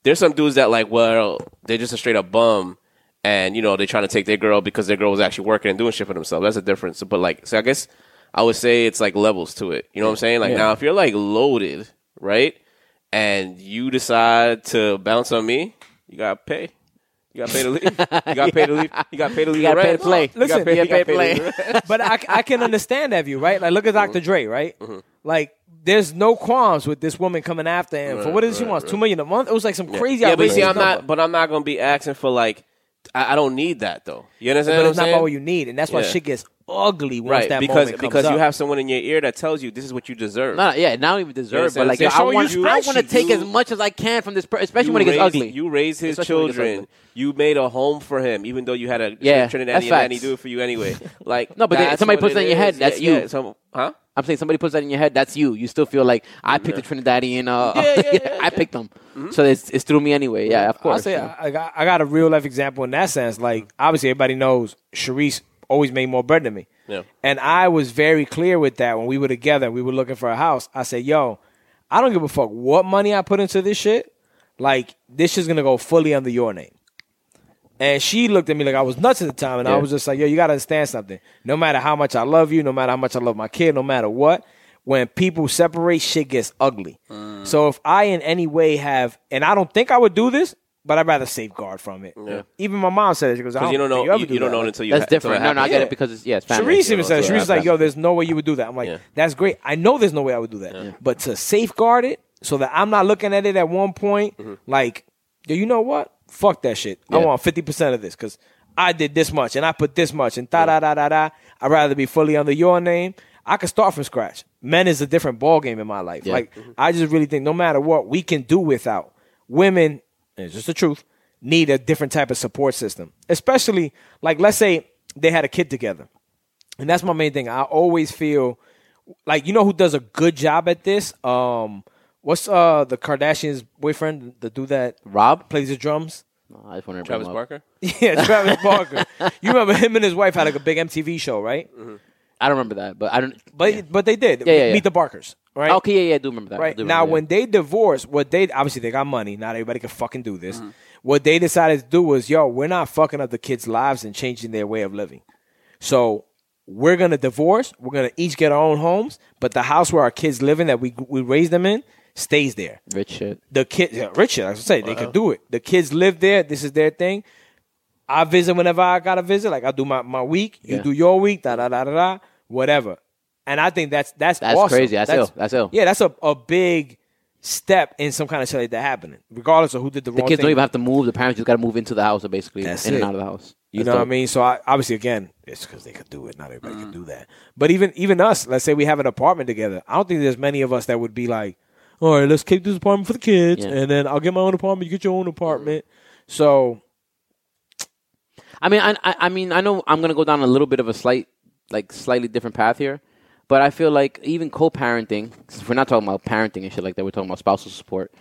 Speaker 3: there's some dudes that like, well, they're just a straight up bum, and you know they're trying to take their girl because their girl was actually working and doing shit for themselves. That's a difference. But like, so I guess I would say it's like levels to it. You know what I'm saying? Like now, if you're like loaded, right, and you decide to bounce on me, you gotta pay. You got paid to leave. You got paid to leave. You got paid to leave.
Speaker 2: [LAUGHS] You
Speaker 3: the
Speaker 2: gotta pay
Speaker 3: rent.
Speaker 2: to play.
Speaker 3: You gotta
Speaker 1: Listen,
Speaker 3: pay-
Speaker 2: you
Speaker 3: you gotta
Speaker 2: gotta pay to
Speaker 3: pay
Speaker 2: [LAUGHS]
Speaker 3: to-
Speaker 1: but I, I can understand that view, right? Like, look at doctor
Speaker 3: Mm-hmm.
Speaker 1: Dre, right? Like, there's no qualms with this woman coming after him for what is it she wants? Two million a month? It was like some crazy.
Speaker 3: Yeah, but see,
Speaker 1: outrageous
Speaker 3: I'm
Speaker 1: number.
Speaker 3: not. But I'm not gonna be asking for like. I, I don't need that though. You understand?
Speaker 1: But
Speaker 3: what
Speaker 1: it's
Speaker 3: I'm
Speaker 1: not
Speaker 3: saying?
Speaker 1: about what you need, and that's why
Speaker 3: Yeah.
Speaker 1: shit gets ugly once
Speaker 3: right
Speaker 1: that
Speaker 3: because
Speaker 1: moment comes
Speaker 3: because you
Speaker 1: up.
Speaker 3: have someone in your ear that tells you this is what you deserve.
Speaker 2: No, no, yeah, not even deserve,
Speaker 3: Yeah,
Speaker 2: but like
Speaker 3: so-
Speaker 2: yo,
Speaker 3: so
Speaker 2: I
Speaker 3: you-
Speaker 2: want,
Speaker 3: you-
Speaker 2: I want to take as
Speaker 3: you-
Speaker 2: much as I can from this, per- especially when it gets
Speaker 3: raised,
Speaker 2: ugly.
Speaker 3: You raised his
Speaker 2: Especially when it gets
Speaker 3: children.
Speaker 2: ugly.
Speaker 3: You made a home for him, even though you had a
Speaker 2: Yeah,
Speaker 3: Trinidadian
Speaker 2: that's
Speaker 3: man. He
Speaker 2: facts.
Speaker 3: do it for you
Speaker 2: [LAUGHS]
Speaker 3: anyway. Like
Speaker 2: No, but then
Speaker 3: that's
Speaker 2: somebody
Speaker 3: what
Speaker 2: puts that in
Speaker 3: it
Speaker 2: your head,
Speaker 3: is.
Speaker 2: that's
Speaker 3: Yeah,
Speaker 2: you.
Speaker 3: yeah, some- huh?
Speaker 2: I'm saying somebody puts that in your head. That's you. You still feel like I picked the Trinidadian. Uh,
Speaker 3: Yeah,
Speaker 2: [LAUGHS]
Speaker 3: yeah, yeah,
Speaker 2: I picked them, so it's, it's through me anyway. Yeah, of course.
Speaker 1: I Mm-hmm. say
Speaker 2: you know.
Speaker 1: I, I got, I got a real life example in that sense. Like obviously everybody knows Sharice always made more bread than me.
Speaker 3: Yeah.
Speaker 1: And I was very clear with that when we were together. We were looking for a house. I said, "Yo, I don't give a fuck what money I put into this shit. Like this is gonna go fully under your name." And she looked at me like I was nuts at the time, and I
Speaker 2: Yeah.
Speaker 1: was just like, "Yo, you gotta understand something. No matter how much I love you, no matter how much I love my kid, no matter what, when people separate, shit gets ugly.
Speaker 3: Mm.
Speaker 1: So if I in any way have, and I don't think I would do this, but I'd rather safeguard from it. Even my mom said it. She goes, "I
Speaker 3: Because you don't
Speaker 1: think
Speaker 3: know.
Speaker 1: ever
Speaker 3: You,
Speaker 1: do
Speaker 3: you don't
Speaker 1: that."
Speaker 3: know until you. ha-
Speaker 2: that's
Speaker 3: until it
Speaker 2: different. No, no, I
Speaker 3: happens.
Speaker 2: get it because it's yeah, it's family.
Speaker 1: Sharice even said, it.
Speaker 3: Yeah,
Speaker 1: Sharice was like,
Speaker 3: absolutely.
Speaker 1: yo, there's no way you would do that. I'm like,
Speaker 3: Yeah.
Speaker 1: that's great. I know there's no way I would do that. But to safeguard it so that I'm not looking at it at one point, like, yo, you know what? Fuck that shit. I
Speaker 2: Yeah.
Speaker 1: want 50% of this because I did this much and I put this much and da da da da da. I'd rather be fully under your name. I could start from scratch. Men is a different ballgame in my life. Like, I just really think no matter what, we can do without. women, and it's just the truth, need a different type of support system. Especially like let's say they had a kid together. And that's my main thing. I always feel like you know who does a good job at this? Um what's uh the Kardashian's boyfriend, the dude that
Speaker 2: Rob?
Speaker 1: plays the drums? [LAUGHS]
Speaker 2: No, I just wanted to
Speaker 3: Travis
Speaker 2: bring him up.
Speaker 3: Barker.
Speaker 1: Yeah, Travis
Speaker 2: [LAUGHS]
Speaker 1: Barker. You remember him and his wife had like a big MTV show, right?
Speaker 2: I don't remember that, but I don't.
Speaker 1: But but they did.
Speaker 2: Mm-hmm. Yeah, yeah, yeah.
Speaker 1: Meet the Barkers, right?
Speaker 2: Okay, yeah, yeah, I do remember that. I
Speaker 1: Right
Speaker 2: do
Speaker 1: now,
Speaker 2: remember
Speaker 1: when
Speaker 2: that.
Speaker 1: they divorced, what they obviously they got money. Not everybody can fucking do
Speaker 2: Mm-hmm.
Speaker 1: this. What they decided to do was, yo, we're not fucking up the kids' lives and changing their way of living. So we're gonna divorce. We're gonna each get our own homes, but the house where our kids living that we we raised them in stays there
Speaker 2: rich shit,
Speaker 1: the kids, yeah, Richard, I was gonna say, they could do it. The kids live there. This is their thing. I visit whenever I got to visit. Like I do my, my week, you
Speaker 2: Yeah.
Speaker 1: do your week, da da da da da, whatever. And I think that's that's
Speaker 2: That's
Speaker 1: awesome.
Speaker 2: crazy. That's ill. That's ill.
Speaker 1: Yeah, that's a, a big step in some kind of shit like that happening, regardless of who did the,
Speaker 2: the
Speaker 1: wrong
Speaker 2: kids
Speaker 1: thing.
Speaker 2: don't even have to move. The parents just got to move into the house, or basically
Speaker 1: That's
Speaker 2: in and
Speaker 1: it.
Speaker 2: out of the house.
Speaker 1: You
Speaker 2: That's
Speaker 1: know what I
Speaker 2: dope. Mm.
Speaker 1: mean? So I, obviously, again, it's because they could do it. Not everybody can do that. But even even us, let's say we have an apartment together. I don't think there's many of us that would be like, all right, let's keep this apartment for the kids,
Speaker 2: Yeah. Mm-hmm.
Speaker 1: and then I'll get my own apartment. You get your own apartment. So
Speaker 2: I mean, I, I, I mean, I know I'm gonna go down a little bit of a slight, like slightly different path here, but I feel like even co-parenting. Since we're not talking about parenting and shit like that. We're talking about spousal support.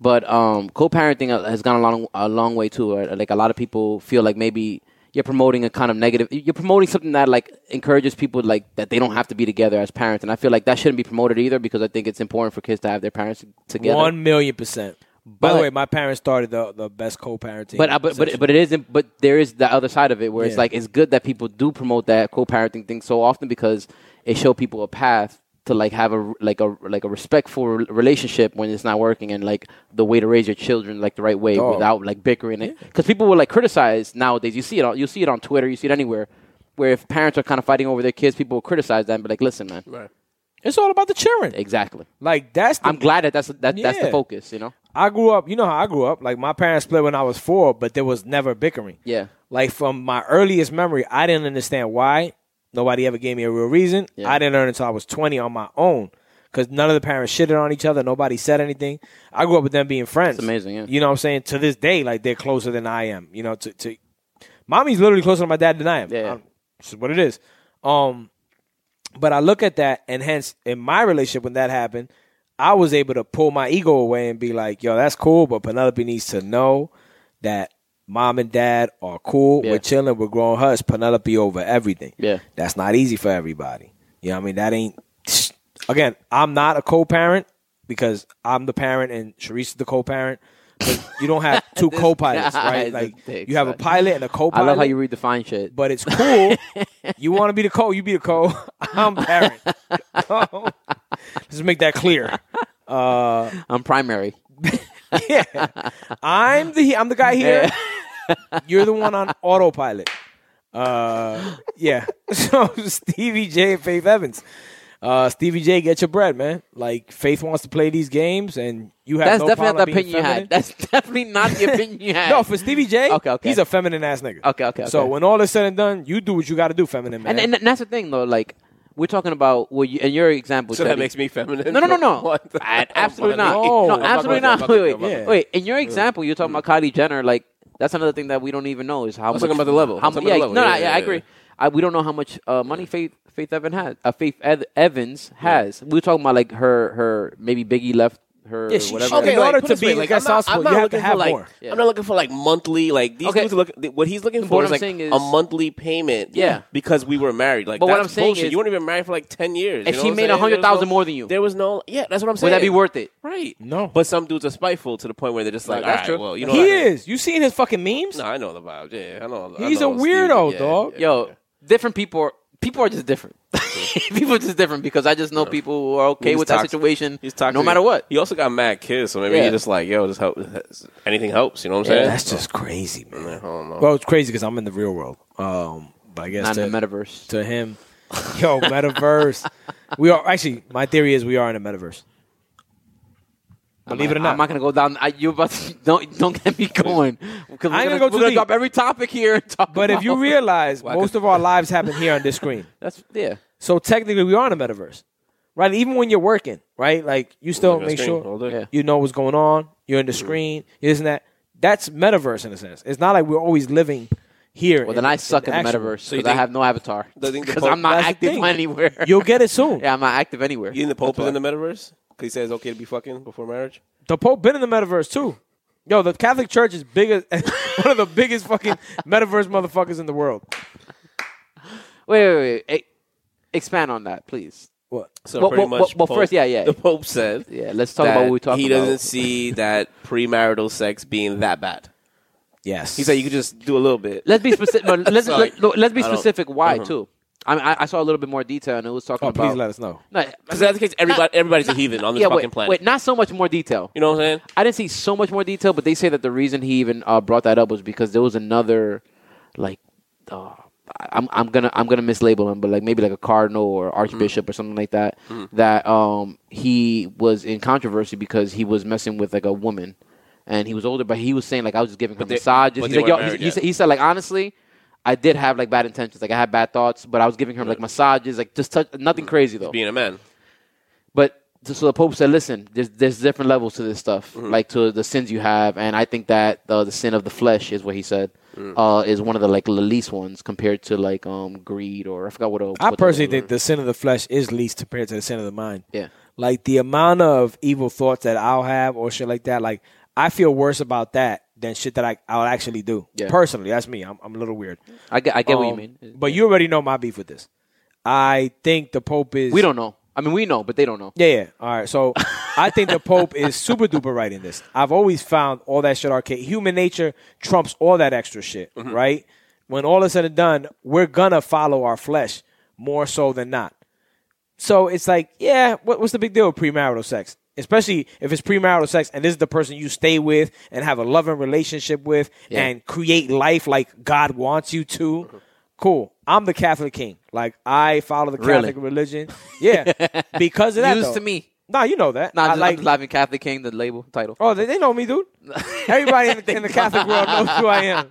Speaker 2: But um, co-parenting uh, has gone a long, a long way too. Uh, Like a lot of people feel like maybe you're promoting a kind of negative. You're promoting something that like encourages people like that they don't have to be together as parents, and I feel like that shouldn't be promoted either because I think it's important for kids to have their parents together.
Speaker 1: One million percent. By the
Speaker 2: But-
Speaker 1: way, my parents started the, the best co-parenting.
Speaker 2: But, uh, but but
Speaker 1: session.
Speaker 2: but it isn't. But there is the other side of it where it's
Speaker 1: Yeah.
Speaker 2: like it's good that people do promote that co-parenting thing so often because it show people a path to like have a like a like a respectful re- relationship when it's not working and like the way to raise your children like the right way
Speaker 1: Dog.
Speaker 2: without like bickering it because people will like criticize nowadays. You see it on you see it on Twitter. You see it anywhere where if parents are kind of fighting over their kids, people will criticize that and be like, "Listen, man,
Speaker 1: it's all about the children.
Speaker 2: exactly."
Speaker 1: Like that's the,
Speaker 2: I'm glad that that's that, that's the
Speaker 1: Yeah.
Speaker 2: focus. You know,
Speaker 1: I grew up. You know how I grew up. Like my parents split when I was four, but there was never bickering.
Speaker 2: Yeah.
Speaker 1: Like from my earliest memory, I didn't understand why. Nobody ever gave me a real reason.
Speaker 2: Yeah.
Speaker 1: I didn't learn until I was twenty on my own because none of the parents shitted on each other. Nobody said anything. I grew up with them being friends.
Speaker 2: amazing, yeah.
Speaker 1: You know what I'm saying? To this day, like they're closer than I am. You know, to to mommy's literally closer to my dad than I am.
Speaker 2: Yeah, yeah.
Speaker 1: I'm- This is what it is. Um, but I look at that, and hence in my relationship when that happened, I was able to pull my ego away and be like, "Yo, that's cool," but Penelope needs to know that mom and dad are cool.
Speaker 2: Yeah.
Speaker 1: We're chilling. We're growing. Her it's Penelope over everything.
Speaker 2: Yeah.
Speaker 1: that's not easy for everybody. You know, what I mean, that ain't. [SNIFFS] Again, I'm not a co-parent because I'm the parent and Sharice is the co-parent. But you don't
Speaker 2: [LAUGHS]
Speaker 1: have two
Speaker 2: This
Speaker 1: co-pilots,
Speaker 2: guy
Speaker 1: right?
Speaker 2: is a
Speaker 1: Like
Speaker 2: dick,
Speaker 1: you have a
Speaker 2: son.
Speaker 1: pilot and a
Speaker 2: I
Speaker 1: co-pilot
Speaker 2: love how you redefine shit.
Speaker 1: but it's
Speaker 2: [LAUGHS]
Speaker 1: cool. you want to be the co, you be the co. [LAUGHS] I'm
Speaker 2: [LAUGHS]
Speaker 1: parent. Just make that clear. Uh,
Speaker 2: I'm primary.
Speaker 1: yeah, I'm the I'm the guy here. You're the one on autopilot. Uh, yeah. [LAUGHS] So Stevie J and Faith Evans. Uh, Stevie J, get your bread, man. Like Faith wants to play these games, and you have
Speaker 2: That's
Speaker 1: no
Speaker 2: definitely not
Speaker 1: problem
Speaker 2: the
Speaker 1: being
Speaker 2: opinion you
Speaker 1: feminine.
Speaker 2: had. That's [LAUGHS] definitely not the opinion you had.
Speaker 1: no, for Stevie J,
Speaker 2: Okay, okay.
Speaker 1: he's a feminine ass nigga.
Speaker 2: Okay, okay,
Speaker 1: So
Speaker 2: okay.
Speaker 1: when all is said and done, you do what you got to do, feminine man.
Speaker 2: and, and that's the thing though. Like we're talking about well, you, and your example.
Speaker 3: So that
Speaker 2: Teddy- [LAUGHS]
Speaker 3: makes me feminine.
Speaker 2: no, no, no,
Speaker 3: [LAUGHS]
Speaker 2: no.
Speaker 3: What the-
Speaker 2: I- absolutely not.
Speaker 1: No,
Speaker 2: No,
Speaker 1: I'm not
Speaker 2: absolutely
Speaker 3: going there, I'm
Speaker 2: not.
Speaker 3: not
Speaker 2: Wait,
Speaker 3: going
Speaker 2: wait,
Speaker 3: there, I'm
Speaker 1: not
Speaker 2: wait. In your example, you're talking about Kylie Jenner. Like that's another thing that we don't even know is how
Speaker 3: was
Speaker 2: much
Speaker 3: talking about the level. I
Speaker 2: How,
Speaker 3: was talking
Speaker 2: yeah,
Speaker 3: about the
Speaker 2: no,
Speaker 3: level.
Speaker 2: I,
Speaker 3: Yeah,
Speaker 2: yeah,
Speaker 3: yeah,
Speaker 2: I
Speaker 3: yeah.
Speaker 2: agree. I, we don't know how much uh, money Faith Faith Evan has. Uh, Faith Ed, Evans has. We were talking about like her her maybe Biggie left her.
Speaker 1: Yeah, she-
Speaker 2: whatever.
Speaker 1: okay, in order
Speaker 3: put
Speaker 1: to
Speaker 3: it this way,
Speaker 1: be against
Speaker 3: I'm not-
Speaker 1: Southpaw,
Speaker 3: I'm not
Speaker 1: you have
Speaker 3: looking
Speaker 1: to
Speaker 3: for,
Speaker 1: have
Speaker 3: like,
Speaker 1: more.
Speaker 2: Yeah.
Speaker 3: I'm not looking for like monthly. Like these
Speaker 2: Okay.
Speaker 3: dudes look. th- What he's looking for
Speaker 2: what
Speaker 3: is
Speaker 2: I'm
Speaker 3: like
Speaker 2: saying
Speaker 3: a
Speaker 2: is-
Speaker 3: monthly payment.
Speaker 2: Yeah.
Speaker 3: because we were married. Like,
Speaker 2: But what
Speaker 3: that's
Speaker 2: I'm saying
Speaker 3: bullshit.
Speaker 2: is-
Speaker 3: you weren't even married for like ten years.
Speaker 2: If
Speaker 3: you know
Speaker 2: she
Speaker 3: what I'm
Speaker 2: made
Speaker 3: saying? There was
Speaker 2: 100,000
Speaker 3: no-
Speaker 2: more than you.
Speaker 3: there was no. Yeah, that's what I'm saying.
Speaker 2: Would that be worth it?
Speaker 3: Right.
Speaker 1: No.
Speaker 3: But some dudes are spiteful to the point where they're just like,
Speaker 2: That's
Speaker 3: all
Speaker 2: true.
Speaker 3: right, well, you know,
Speaker 1: He
Speaker 3: what I mean?
Speaker 1: is. You seen his fucking memes?
Speaker 3: No, I know the vibe. Yeah, I know. I
Speaker 1: He's
Speaker 3: know
Speaker 1: a
Speaker 3: Steve.
Speaker 1: weirdo,
Speaker 3: Yeah,
Speaker 1: dog.
Speaker 3: yeah,
Speaker 2: Yo,
Speaker 3: yeah.
Speaker 2: different people are people are just different. [LAUGHS] people are just different because I just know people who are okay
Speaker 3: He's
Speaker 2: with that
Speaker 3: toxic.
Speaker 2: situation.
Speaker 3: He's toxic.
Speaker 2: no matter what.
Speaker 3: He also got mad kids, so maybe
Speaker 2: Yeah.
Speaker 3: he's just like, yo, just help. Anything helps. You know what I'm
Speaker 2: Yeah,
Speaker 3: saying? Oh,
Speaker 1: That's just crazy, man.
Speaker 3: I don't know.
Speaker 1: Well, it's crazy because I'm in the real world. Um, but I guess
Speaker 2: Not
Speaker 1: to,
Speaker 2: in the metaverse.
Speaker 1: to him, [LAUGHS] yo, metaverse. we are actually. My theory is we are in a metaverse. Believe it or not,
Speaker 2: I'm not gonna go down. I, you about to, [LAUGHS] don't don't get me going. 'Cause we're
Speaker 1: gonna
Speaker 2: gonna,
Speaker 1: go
Speaker 2: we're
Speaker 1: too
Speaker 2: gonna
Speaker 1: deep.
Speaker 2: drop every topic here. And talk
Speaker 1: but if you
Speaker 2: [LAUGHS] about-
Speaker 1: realize most of our lives happen here on this screen,
Speaker 2: that's yeah.
Speaker 1: so technically we are in a metaverse. right? Even when you're working, right? Like you still
Speaker 3: Look at
Speaker 1: make
Speaker 3: screen all
Speaker 1: sure
Speaker 3: day.
Speaker 2: Yeah.
Speaker 1: you know what's going on. You're in the screen. You're this and that. That's metaverse in a sense. It's not like we're always living here.
Speaker 2: Well, then I suck in the
Speaker 1: actual-
Speaker 2: metaverse
Speaker 3: you
Speaker 2: because I
Speaker 3: think-
Speaker 2: have no avatar.
Speaker 3: Do you
Speaker 2: [LAUGHS]
Speaker 3: think the
Speaker 2: Because
Speaker 3: Pope-
Speaker 2: I'm not
Speaker 1: That's the
Speaker 2: active
Speaker 1: thing.
Speaker 2: anywhere.
Speaker 1: You'll get it soon.
Speaker 2: [LAUGHS] yeah, I'm not active anywhere.
Speaker 3: You think the Pope
Speaker 2: That's
Speaker 3: is in the metaverse? Because he says it's okay to be fucking before marriage.
Speaker 1: The Pope been in the metaverse too. Yo, the Catholic Church is bigger, [LAUGHS] one of the biggest fucking metaverse motherfuckers in the world.
Speaker 2: why. Wait, wait, wait. Eh, expand on that, please.
Speaker 1: What?
Speaker 3: So
Speaker 2: Well,
Speaker 3: pretty
Speaker 2: well,
Speaker 3: much,
Speaker 2: well, well,
Speaker 3: Pope-
Speaker 2: first, yeah, yeah.
Speaker 3: [LAUGHS] The Pope said
Speaker 2: Yeah, let's talk about what we
Speaker 3: that
Speaker 2: talked
Speaker 3: he
Speaker 2: about.
Speaker 3: doesn't see that premarital sex being that bad.
Speaker 1: Yes,
Speaker 3: He said you could just do a little bit.
Speaker 2: Let's be
Speaker 3: [LAUGHS]
Speaker 2: specific. No, let's,
Speaker 3: Sorry.
Speaker 2: let, us be
Speaker 3: I don't-
Speaker 2: specific. Why
Speaker 3: Uh-huh.
Speaker 2: too? I, mean, I I saw a little bit more detail, and it was talking
Speaker 1: Oh,
Speaker 2: about.
Speaker 1: please let us know.
Speaker 2: No, I mean,
Speaker 3: Because that's the case. Everybody, everybody's a heathen on this
Speaker 2: yeah,
Speaker 3: fucking
Speaker 2: wait,
Speaker 3: planet.
Speaker 2: wait, not so much more detail.
Speaker 3: You know what I'm saying?
Speaker 2: I didn't see so much more detail, but they say that the reason he even uh, brought that up was because there was another, like, uh, I'm I'm gonna I'm gonna mislabel him, but like maybe like a cardinal or
Speaker 3: Mm.
Speaker 2: archbishop or something like that. That um he was in controversy because he was messing with like a woman, and he was older, but he was saying like I was just giving her
Speaker 3: they-
Speaker 2: massages.
Speaker 3: but
Speaker 2: He's
Speaker 3: they
Speaker 2: like, yo,
Speaker 3: weren't
Speaker 2: he,
Speaker 3: married
Speaker 2: he
Speaker 3: yet.
Speaker 2: said, he said like honestly. I did have like bad intentions, like I had bad thoughts, but I was giving her like massages, like just touch, nothing crazy though.
Speaker 3: Mm. Being a man.
Speaker 2: But so the Pope said, listen, there's there's different levels to this stuff, like to the sins you have, and I think that uh, the sin of the flesh is what he said uh, is one of the like the least ones compared to like um greed or I forgot what. what
Speaker 1: I
Speaker 2: the-
Speaker 1: personally think the sin of the flesh is least compared to the sin of the mind.
Speaker 2: Yeah.
Speaker 1: Like the amount of evil thoughts that I'll have or shit like that, like I feel worse about that than shit that I, I'll actually do.
Speaker 2: Yeah.
Speaker 1: Personally, that's me. I'm, I'm a little weird.
Speaker 2: I get I get what you
Speaker 1: Um,
Speaker 2: mean,
Speaker 1: But you already know my beef with this. I think the Pope is.
Speaker 2: we don't know. I mean, we know, but they don't know.
Speaker 1: Yeah, yeah. All right. So I think the Pope is super duper right in this. I've always found all that shit arcade. Human nature trumps all that extra shit,
Speaker 2: Mm-hmm.
Speaker 1: right? When all is said and done, we're gonna follow our flesh more so than not. So it's like, yeah, what, what's the big deal with premarital sex? Especially if it's premarital sex and this is the person you stay with and have a loving relationship with
Speaker 2: Yeah.
Speaker 1: and create life like God wants you to. Cool. I'm the Catholic king. Like I follow the
Speaker 2: Really?
Speaker 1: Catholic religion.
Speaker 2: [LAUGHS]
Speaker 1: Yeah. because of that.
Speaker 2: News
Speaker 1: though.
Speaker 2: to me.
Speaker 1: Nah, you know that.
Speaker 2: Not
Speaker 1: I
Speaker 2: just,
Speaker 1: like.
Speaker 2: like Latin Catholic King, the label title.
Speaker 1: oh, they, they know me, dude. Everybody in the, in the Catholic world knows who I am.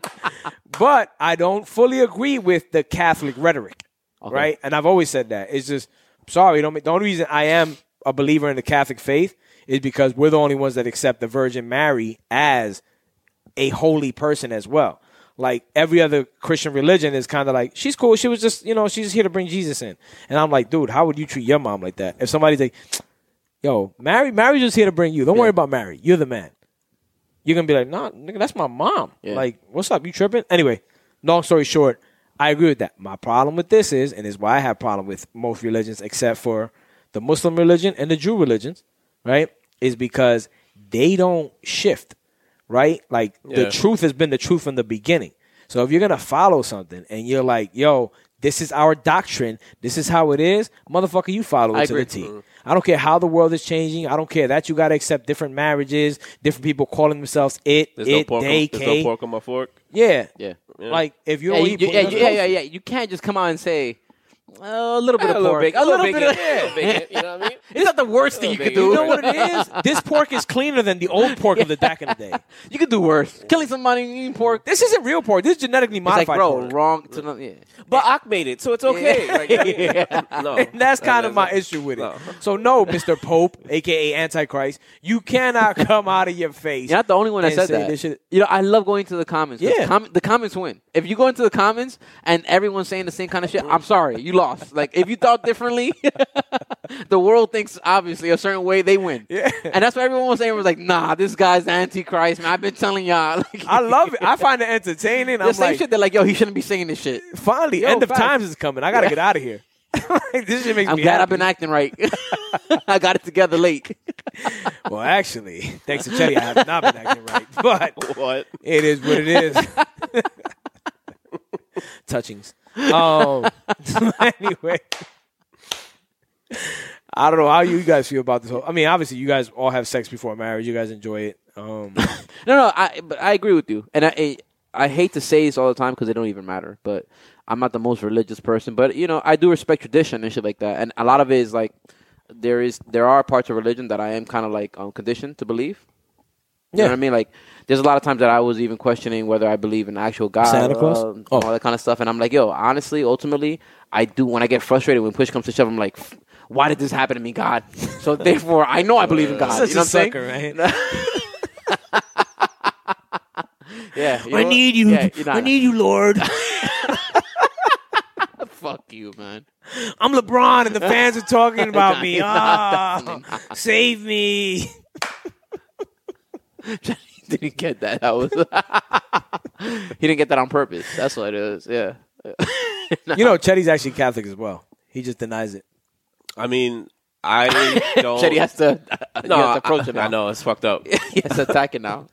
Speaker 1: But I don't fully agree with the Catholic rhetoric, right? And I've always said that. It's just sorry. Don't make- the only reason I am a believer in the Catholic faith is because we're the only ones that accept the Virgin Mary as a holy person as well. Like every other Christian religion is kind of like she's cool. She was just you know she's here to bring Jesus in, and I'm like, dude, how would you treat your mom like that? If somebody's like, yo, Mary, Mary's just here to bring you. Don't worry about Mary. You're the man. You're gonna be like, nah, nigga, that's my mom.
Speaker 2: Yeah.
Speaker 1: Like, what's up? You tripping? Anyway, long story short, I agree with that. My problem with this is, and is why I have problem with most religions except for the Muslim religion and the Jew religions, right? Is because they don't shift, right? Like the
Speaker 3: Yeah.
Speaker 1: truth has been the truth from the beginning. So if you're gonna follow something and you're like, yo, this is our doctrine, this is how it is, motherfucker, you follow it
Speaker 2: I
Speaker 1: to
Speaker 2: agree.
Speaker 1: the T. Mm-hmm. I don't care how the world is changing. I don't care that you got to accept different marriages, different people calling themselves it,
Speaker 3: There's no
Speaker 1: it,
Speaker 3: pork.
Speaker 1: they,
Speaker 3: on, there's
Speaker 1: K.
Speaker 3: no pork on my
Speaker 2: [LAUGHS]
Speaker 3: fork.
Speaker 1: Yeah.
Speaker 2: Yeah.
Speaker 1: Like if you
Speaker 2: Yeah,
Speaker 1: don't
Speaker 2: you,
Speaker 1: eat
Speaker 2: yeah,
Speaker 1: pork-
Speaker 2: yeah, yeah, yeah. You can't just come out and say "Oh, a little bit
Speaker 3: A
Speaker 2: of
Speaker 3: little
Speaker 2: pork,
Speaker 3: bit.
Speaker 2: a little bit. of-
Speaker 3: bit. You know what I mean?
Speaker 2: [LAUGHS] It's not the worst thing you could
Speaker 3: bit.
Speaker 2: do.
Speaker 1: You know what it is?
Speaker 2: [LAUGHS]
Speaker 1: This pork is cleaner than the old pork of the back in the day.
Speaker 2: You could do worse. Killing somebody, eating pork.
Speaker 1: This isn't real pork. This is genetically
Speaker 2: It's like,
Speaker 1: modified
Speaker 2: bro,
Speaker 1: pork.
Speaker 2: wrong. To not, yeah.
Speaker 3: But Ak made it, so it's okay. Like, [LAUGHS] no,
Speaker 1: And that's kind of
Speaker 3: that's
Speaker 1: my
Speaker 3: not-
Speaker 1: issue with it.
Speaker 3: No.
Speaker 1: [LAUGHS] So no, Mr. Pope, aka Antichrist, you cannot [LAUGHS] come out of your face.
Speaker 2: You're not the only one that
Speaker 1: and
Speaker 2: said
Speaker 1: say
Speaker 2: that.
Speaker 1: this shit-
Speaker 2: You know, I love going to the comments. 'cause
Speaker 1: Yeah.
Speaker 2: com- the comments win. If you go into the comments and everyone's saying the same kind of shit, I'm sorry, you lost. Like if you thought differently, [LAUGHS] the world thinks obviously a certain way, they win.
Speaker 1: Yeah.
Speaker 2: And that's what everyone was saying. was like, nah, this guy's the antichrist, man. I've been telling y'all. [LAUGHS] Like,
Speaker 1: I love it. I find it entertaining.
Speaker 2: [LAUGHS] the
Speaker 1: I'm
Speaker 2: same
Speaker 1: like,
Speaker 2: shit. They're like, yo, he shouldn't be singing this shit.
Speaker 1: finally,
Speaker 2: Yo,
Speaker 1: end of
Speaker 2: facts.
Speaker 1: times is coming. I gotta get out of here. [LAUGHS] Like, this shit makes
Speaker 2: I'm
Speaker 1: me.
Speaker 2: glad
Speaker 1: happy.
Speaker 2: I've been acting right. [LAUGHS] I got it
Speaker 1: [LAUGHS]
Speaker 2: together late.
Speaker 1: Well, actually, thanks to Chetty, I have not been acting
Speaker 2: [LAUGHS]
Speaker 1: right, but
Speaker 3: What?
Speaker 1: it is what it is.
Speaker 2: [LAUGHS]
Speaker 1: Touchings. Um, [LAUGHS] anyway, I don't know how you guys feel about this. Whole, I mean, obviously, you guys all have sex before marriage. You guys enjoy it.
Speaker 2: [LAUGHS]
Speaker 1: Um, [LAUGHS]
Speaker 2: No, no, I but I agree with you, and I I, I hate to say this all the time because it don't even matter. But I'm not the most religious person, but you know I do respect tradition and shit like that, and a lot of it is like there is there are parts of religion that I am kind of like um, conditioned to believe. You know
Speaker 1: Yeah.
Speaker 2: what I mean? Like, there's a lot of times that I was even questioning whether I believe in actual God,
Speaker 1: Santa Claus?
Speaker 2: uh,
Speaker 1: Oh.
Speaker 2: all that kind of stuff. And I'm like, yo, honestly, ultimately, I do. When I get frustrated, when push comes to shove, I'm like, f- why did this happen to me, God? [LAUGHS] So therefore, I know I believe in God.
Speaker 1: Uh, Such
Speaker 2: you
Speaker 1: a
Speaker 2: know what I'm saying?
Speaker 1: sucker, right?
Speaker 2: Yeah, I need you. I need you, [LAUGHS] Lord. Fuck you, man. [LAUGHS]
Speaker 1: I'm LeBron, and the fans are talking about me.
Speaker 2: You're not,
Speaker 1: Ah, save me!
Speaker 2: didn't get that. That was [LAUGHS] he didn't get that on purpose. That's what it is. Yeah.
Speaker 1: You know, Chetty's actually Catholic as well. He just denies it.
Speaker 3: I mean, [LAUGHS] I don't.
Speaker 2: Chetty has to. Oh. [LAUGHS] No,
Speaker 3: no,
Speaker 2: he has to approach
Speaker 3: I,
Speaker 2: it now.
Speaker 3: I know it's fucked [LAUGHS] up.
Speaker 2: [LAUGHS] he has to attack it now.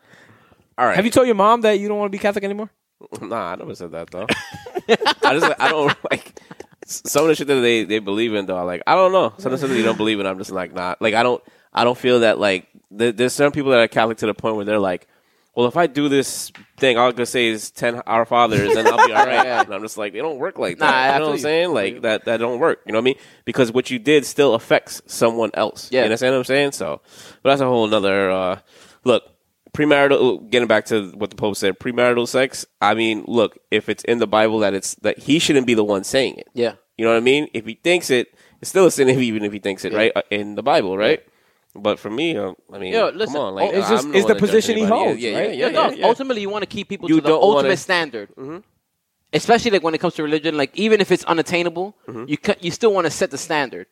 Speaker 3: All right.
Speaker 1: Have you told your mom that you don't want to be Catholic anymore?
Speaker 3: [LAUGHS] Nah, I never said that though. I just I don't [LAUGHS] like s- some of the shit that they, they believe in though. Like I don't know. Some of the shit that they don't believe in. I'm just like not like I don't I don't feel that like there, there's certain people that are Catholic to the point where they're like, well, if I do this thing, all I can say is ten Our Fathers, and I'll be all right.
Speaker 2: [LAUGHS] Yeah.
Speaker 3: And I'm just like, they don't work like
Speaker 2: Nah,
Speaker 3: that. you know what I'm
Speaker 2: absolutely.
Speaker 3: saying? Like that that don't work. You know what I mean? Because what you did still affects someone else.
Speaker 2: Yeah.
Speaker 3: You understand what I'm saying? So, but that's a whole nother, uh, look, premarital, getting back to what the Pope said, premarital sex. I mean, look, if it's in the Bible that it's, that he shouldn't be the one saying it.
Speaker 2: [LAUGHS] Yeah.
Speaker 3: You know what I mean? If he thinks it, it's still a sin if- even if he thinks it, right? Uh, In the Bible, right? But for me, uh, I mean,
Speaker 2: Yo, listen,
Speaker 3: come on. Like,
Speaker 2: oh, it's
Speaker 3: I'm
Speaker 1: just-
Speaker 3: no
Speaker 1: it's
Speaker 3: one
Speaker 1: the
Speaker 3: to judge
Speaker 1: position he
Speaker 3: anybody.
Speaker 1: holds,
Speaker 3: Yeah,
Speaker 1: right?
Speaker 3: yeah, yeah,
Speaker 2: no, no,
Speaker 3: yeah, yeah.
Speaker 2: Ultimately, you Mm-hmm. want to keep people
Speaker 3: You
Speaker 2: to the
Speaker 3: don't wanna-
Speaker 2: ultimate standard. Especially like when it comes to religion, like even if it's unattainable, you ca- you still want to set the standard.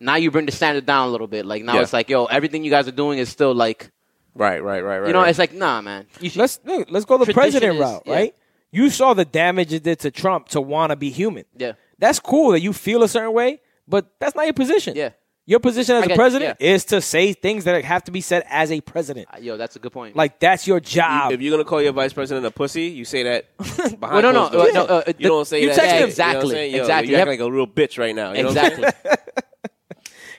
Speaker 2: Now you bring the standard down a little bit. Like now
Speaker 3: Yeah.
Speaker 2: it's like, yo, everything you guys are doing is still like,
Speaker 3: Right, right, right, right.
Speaker 2: you know,
Speaker 3: right.
Speaker 2: it's like, nah, man. You should,
Speaker 1: Let's look, let's go the
Speaker 2: Tradition
Speaker 1: president
Speaker 2: is-
Speaker 1: route,
Speaker 2: yeah.
Speaker 1: right? You saw the damage it did to Trump to want to be human.
Speaker 2: Yeah.
Speaker 1: that's cool that you feel a certain way, but that's not your position.
Speaker 2: Yeah.
Speaker 1: your position as
Speaker 2: I
Speaker 1: a
Speaker 2: get-
Speaker 1: president
Speaker 2: yeah.
Speaker 1: is to say things that have to be said as a president.
Speaker 2: yo, that's a good point.
Speaker 1: Like that's your job.
Speaker 3: if you're gonna call your vice president a pussy, you say that behind
Speaker 2: [LAUGHS] Well, no, no,
Speaker 3: closed doors.
Speaker 2: uh, no, uh,
Speaker 3: you
Speaker 2: the-
Speaker 3: don't say
Speaker 1: you
Speaker 3: that.
Speaker 1: text
Speaker 3: shit, you know what
Speaker 1: him.
Speaker 3: I'm
Speaker 2: Exactly,
Speaker 3: saying? Yo,
Speaker 2: exactly.
Speaker 3: You
Speaker 2: Yep.
Speaker 3: act like a real bitch right now. You know what I'm saying?
Speaker 2: exactly.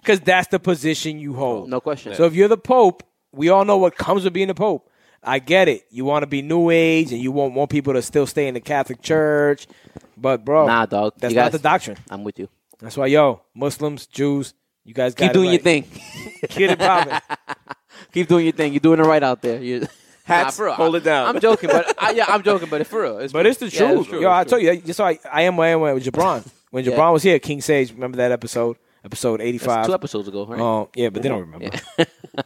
Speaker 1: because that's the position you hold.
Speaker 2: No question.
Speaker 1: So if you're the Pope, we all know what comes with being the Pope. I get it. You want to be New Age, and you want want people to still stay in the Catholic Church, but bro,
Speaker 2: Nah, dog.
Speaker 1: that's
Speaker 2: You
Speaker 1: not
Speaker 2: guys-
Speaker 1: the doctrine.
Speaker 2: I'm with you.
Speaker 1: That's why, yo, Muslims, Jews, you guys got
Speaker 2: Keep
Speaker 1: it
Speaker 2: doing your
Speaker 1: right.
Speaker 2: thing.
Speaker 1: Get it
Speaker 2: [LAUGHS]
Speaker 1: poppin'.
Speaker 2: Keep doing your thing. You're doing it right out there.
Speaker 1: [LAUGHS]
Speaker 2: You
Speaker 3: Hats,
Speaker 2: for real.
Speaker 3: hold it down.
Speaker 2: I'm joking, but I, yeah, I'm joking, but it's for real. It's
Speaker 1: But it's the
Speaker 2: yeah,
Speaker 1: truth.
Speaker 2: true,
Speaker 1: yo,
Speaker 2: it's
Speaker 1: I
Speaker 2: true.
Speaker 1: told you. That's why I am where I am with Jabron. When Jabron was here, King Sage, remember that episode? Episode 85.
Speaker 2: two episodes ago, right?
Speaker 1: Um, yeah, but they don't remember. Oh.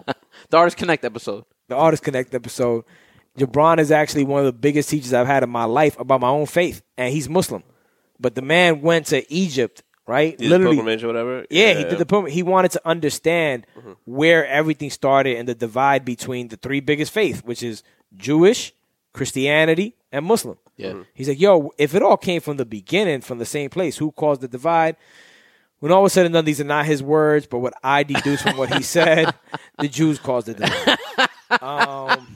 Speaker 2: [LAUGHS] the Artist Connect episode.
Speaker 1: The Artist Connect episode. Jabron is actually one of the biggest teachers I've had in my life about my own faith, and he's Muslim. But the man went to Egypt, right?
Speaker 3: Did the pilgrimage or whatever.
Speaker 1: Yeah, he did the pilgrimage. He wanted to understand where everything started and the divide between the three biggest faiths, which is Jewish, Christianity, and Muslim.
Speaker 2: Yeah. Mhm.
Speaker 1: He's like, yo, if it all came from the beginning, from the same place, who caused the divide? When all was said and done, these are not his words, but what I deduce from what he said, the Jews caused the divide. Um,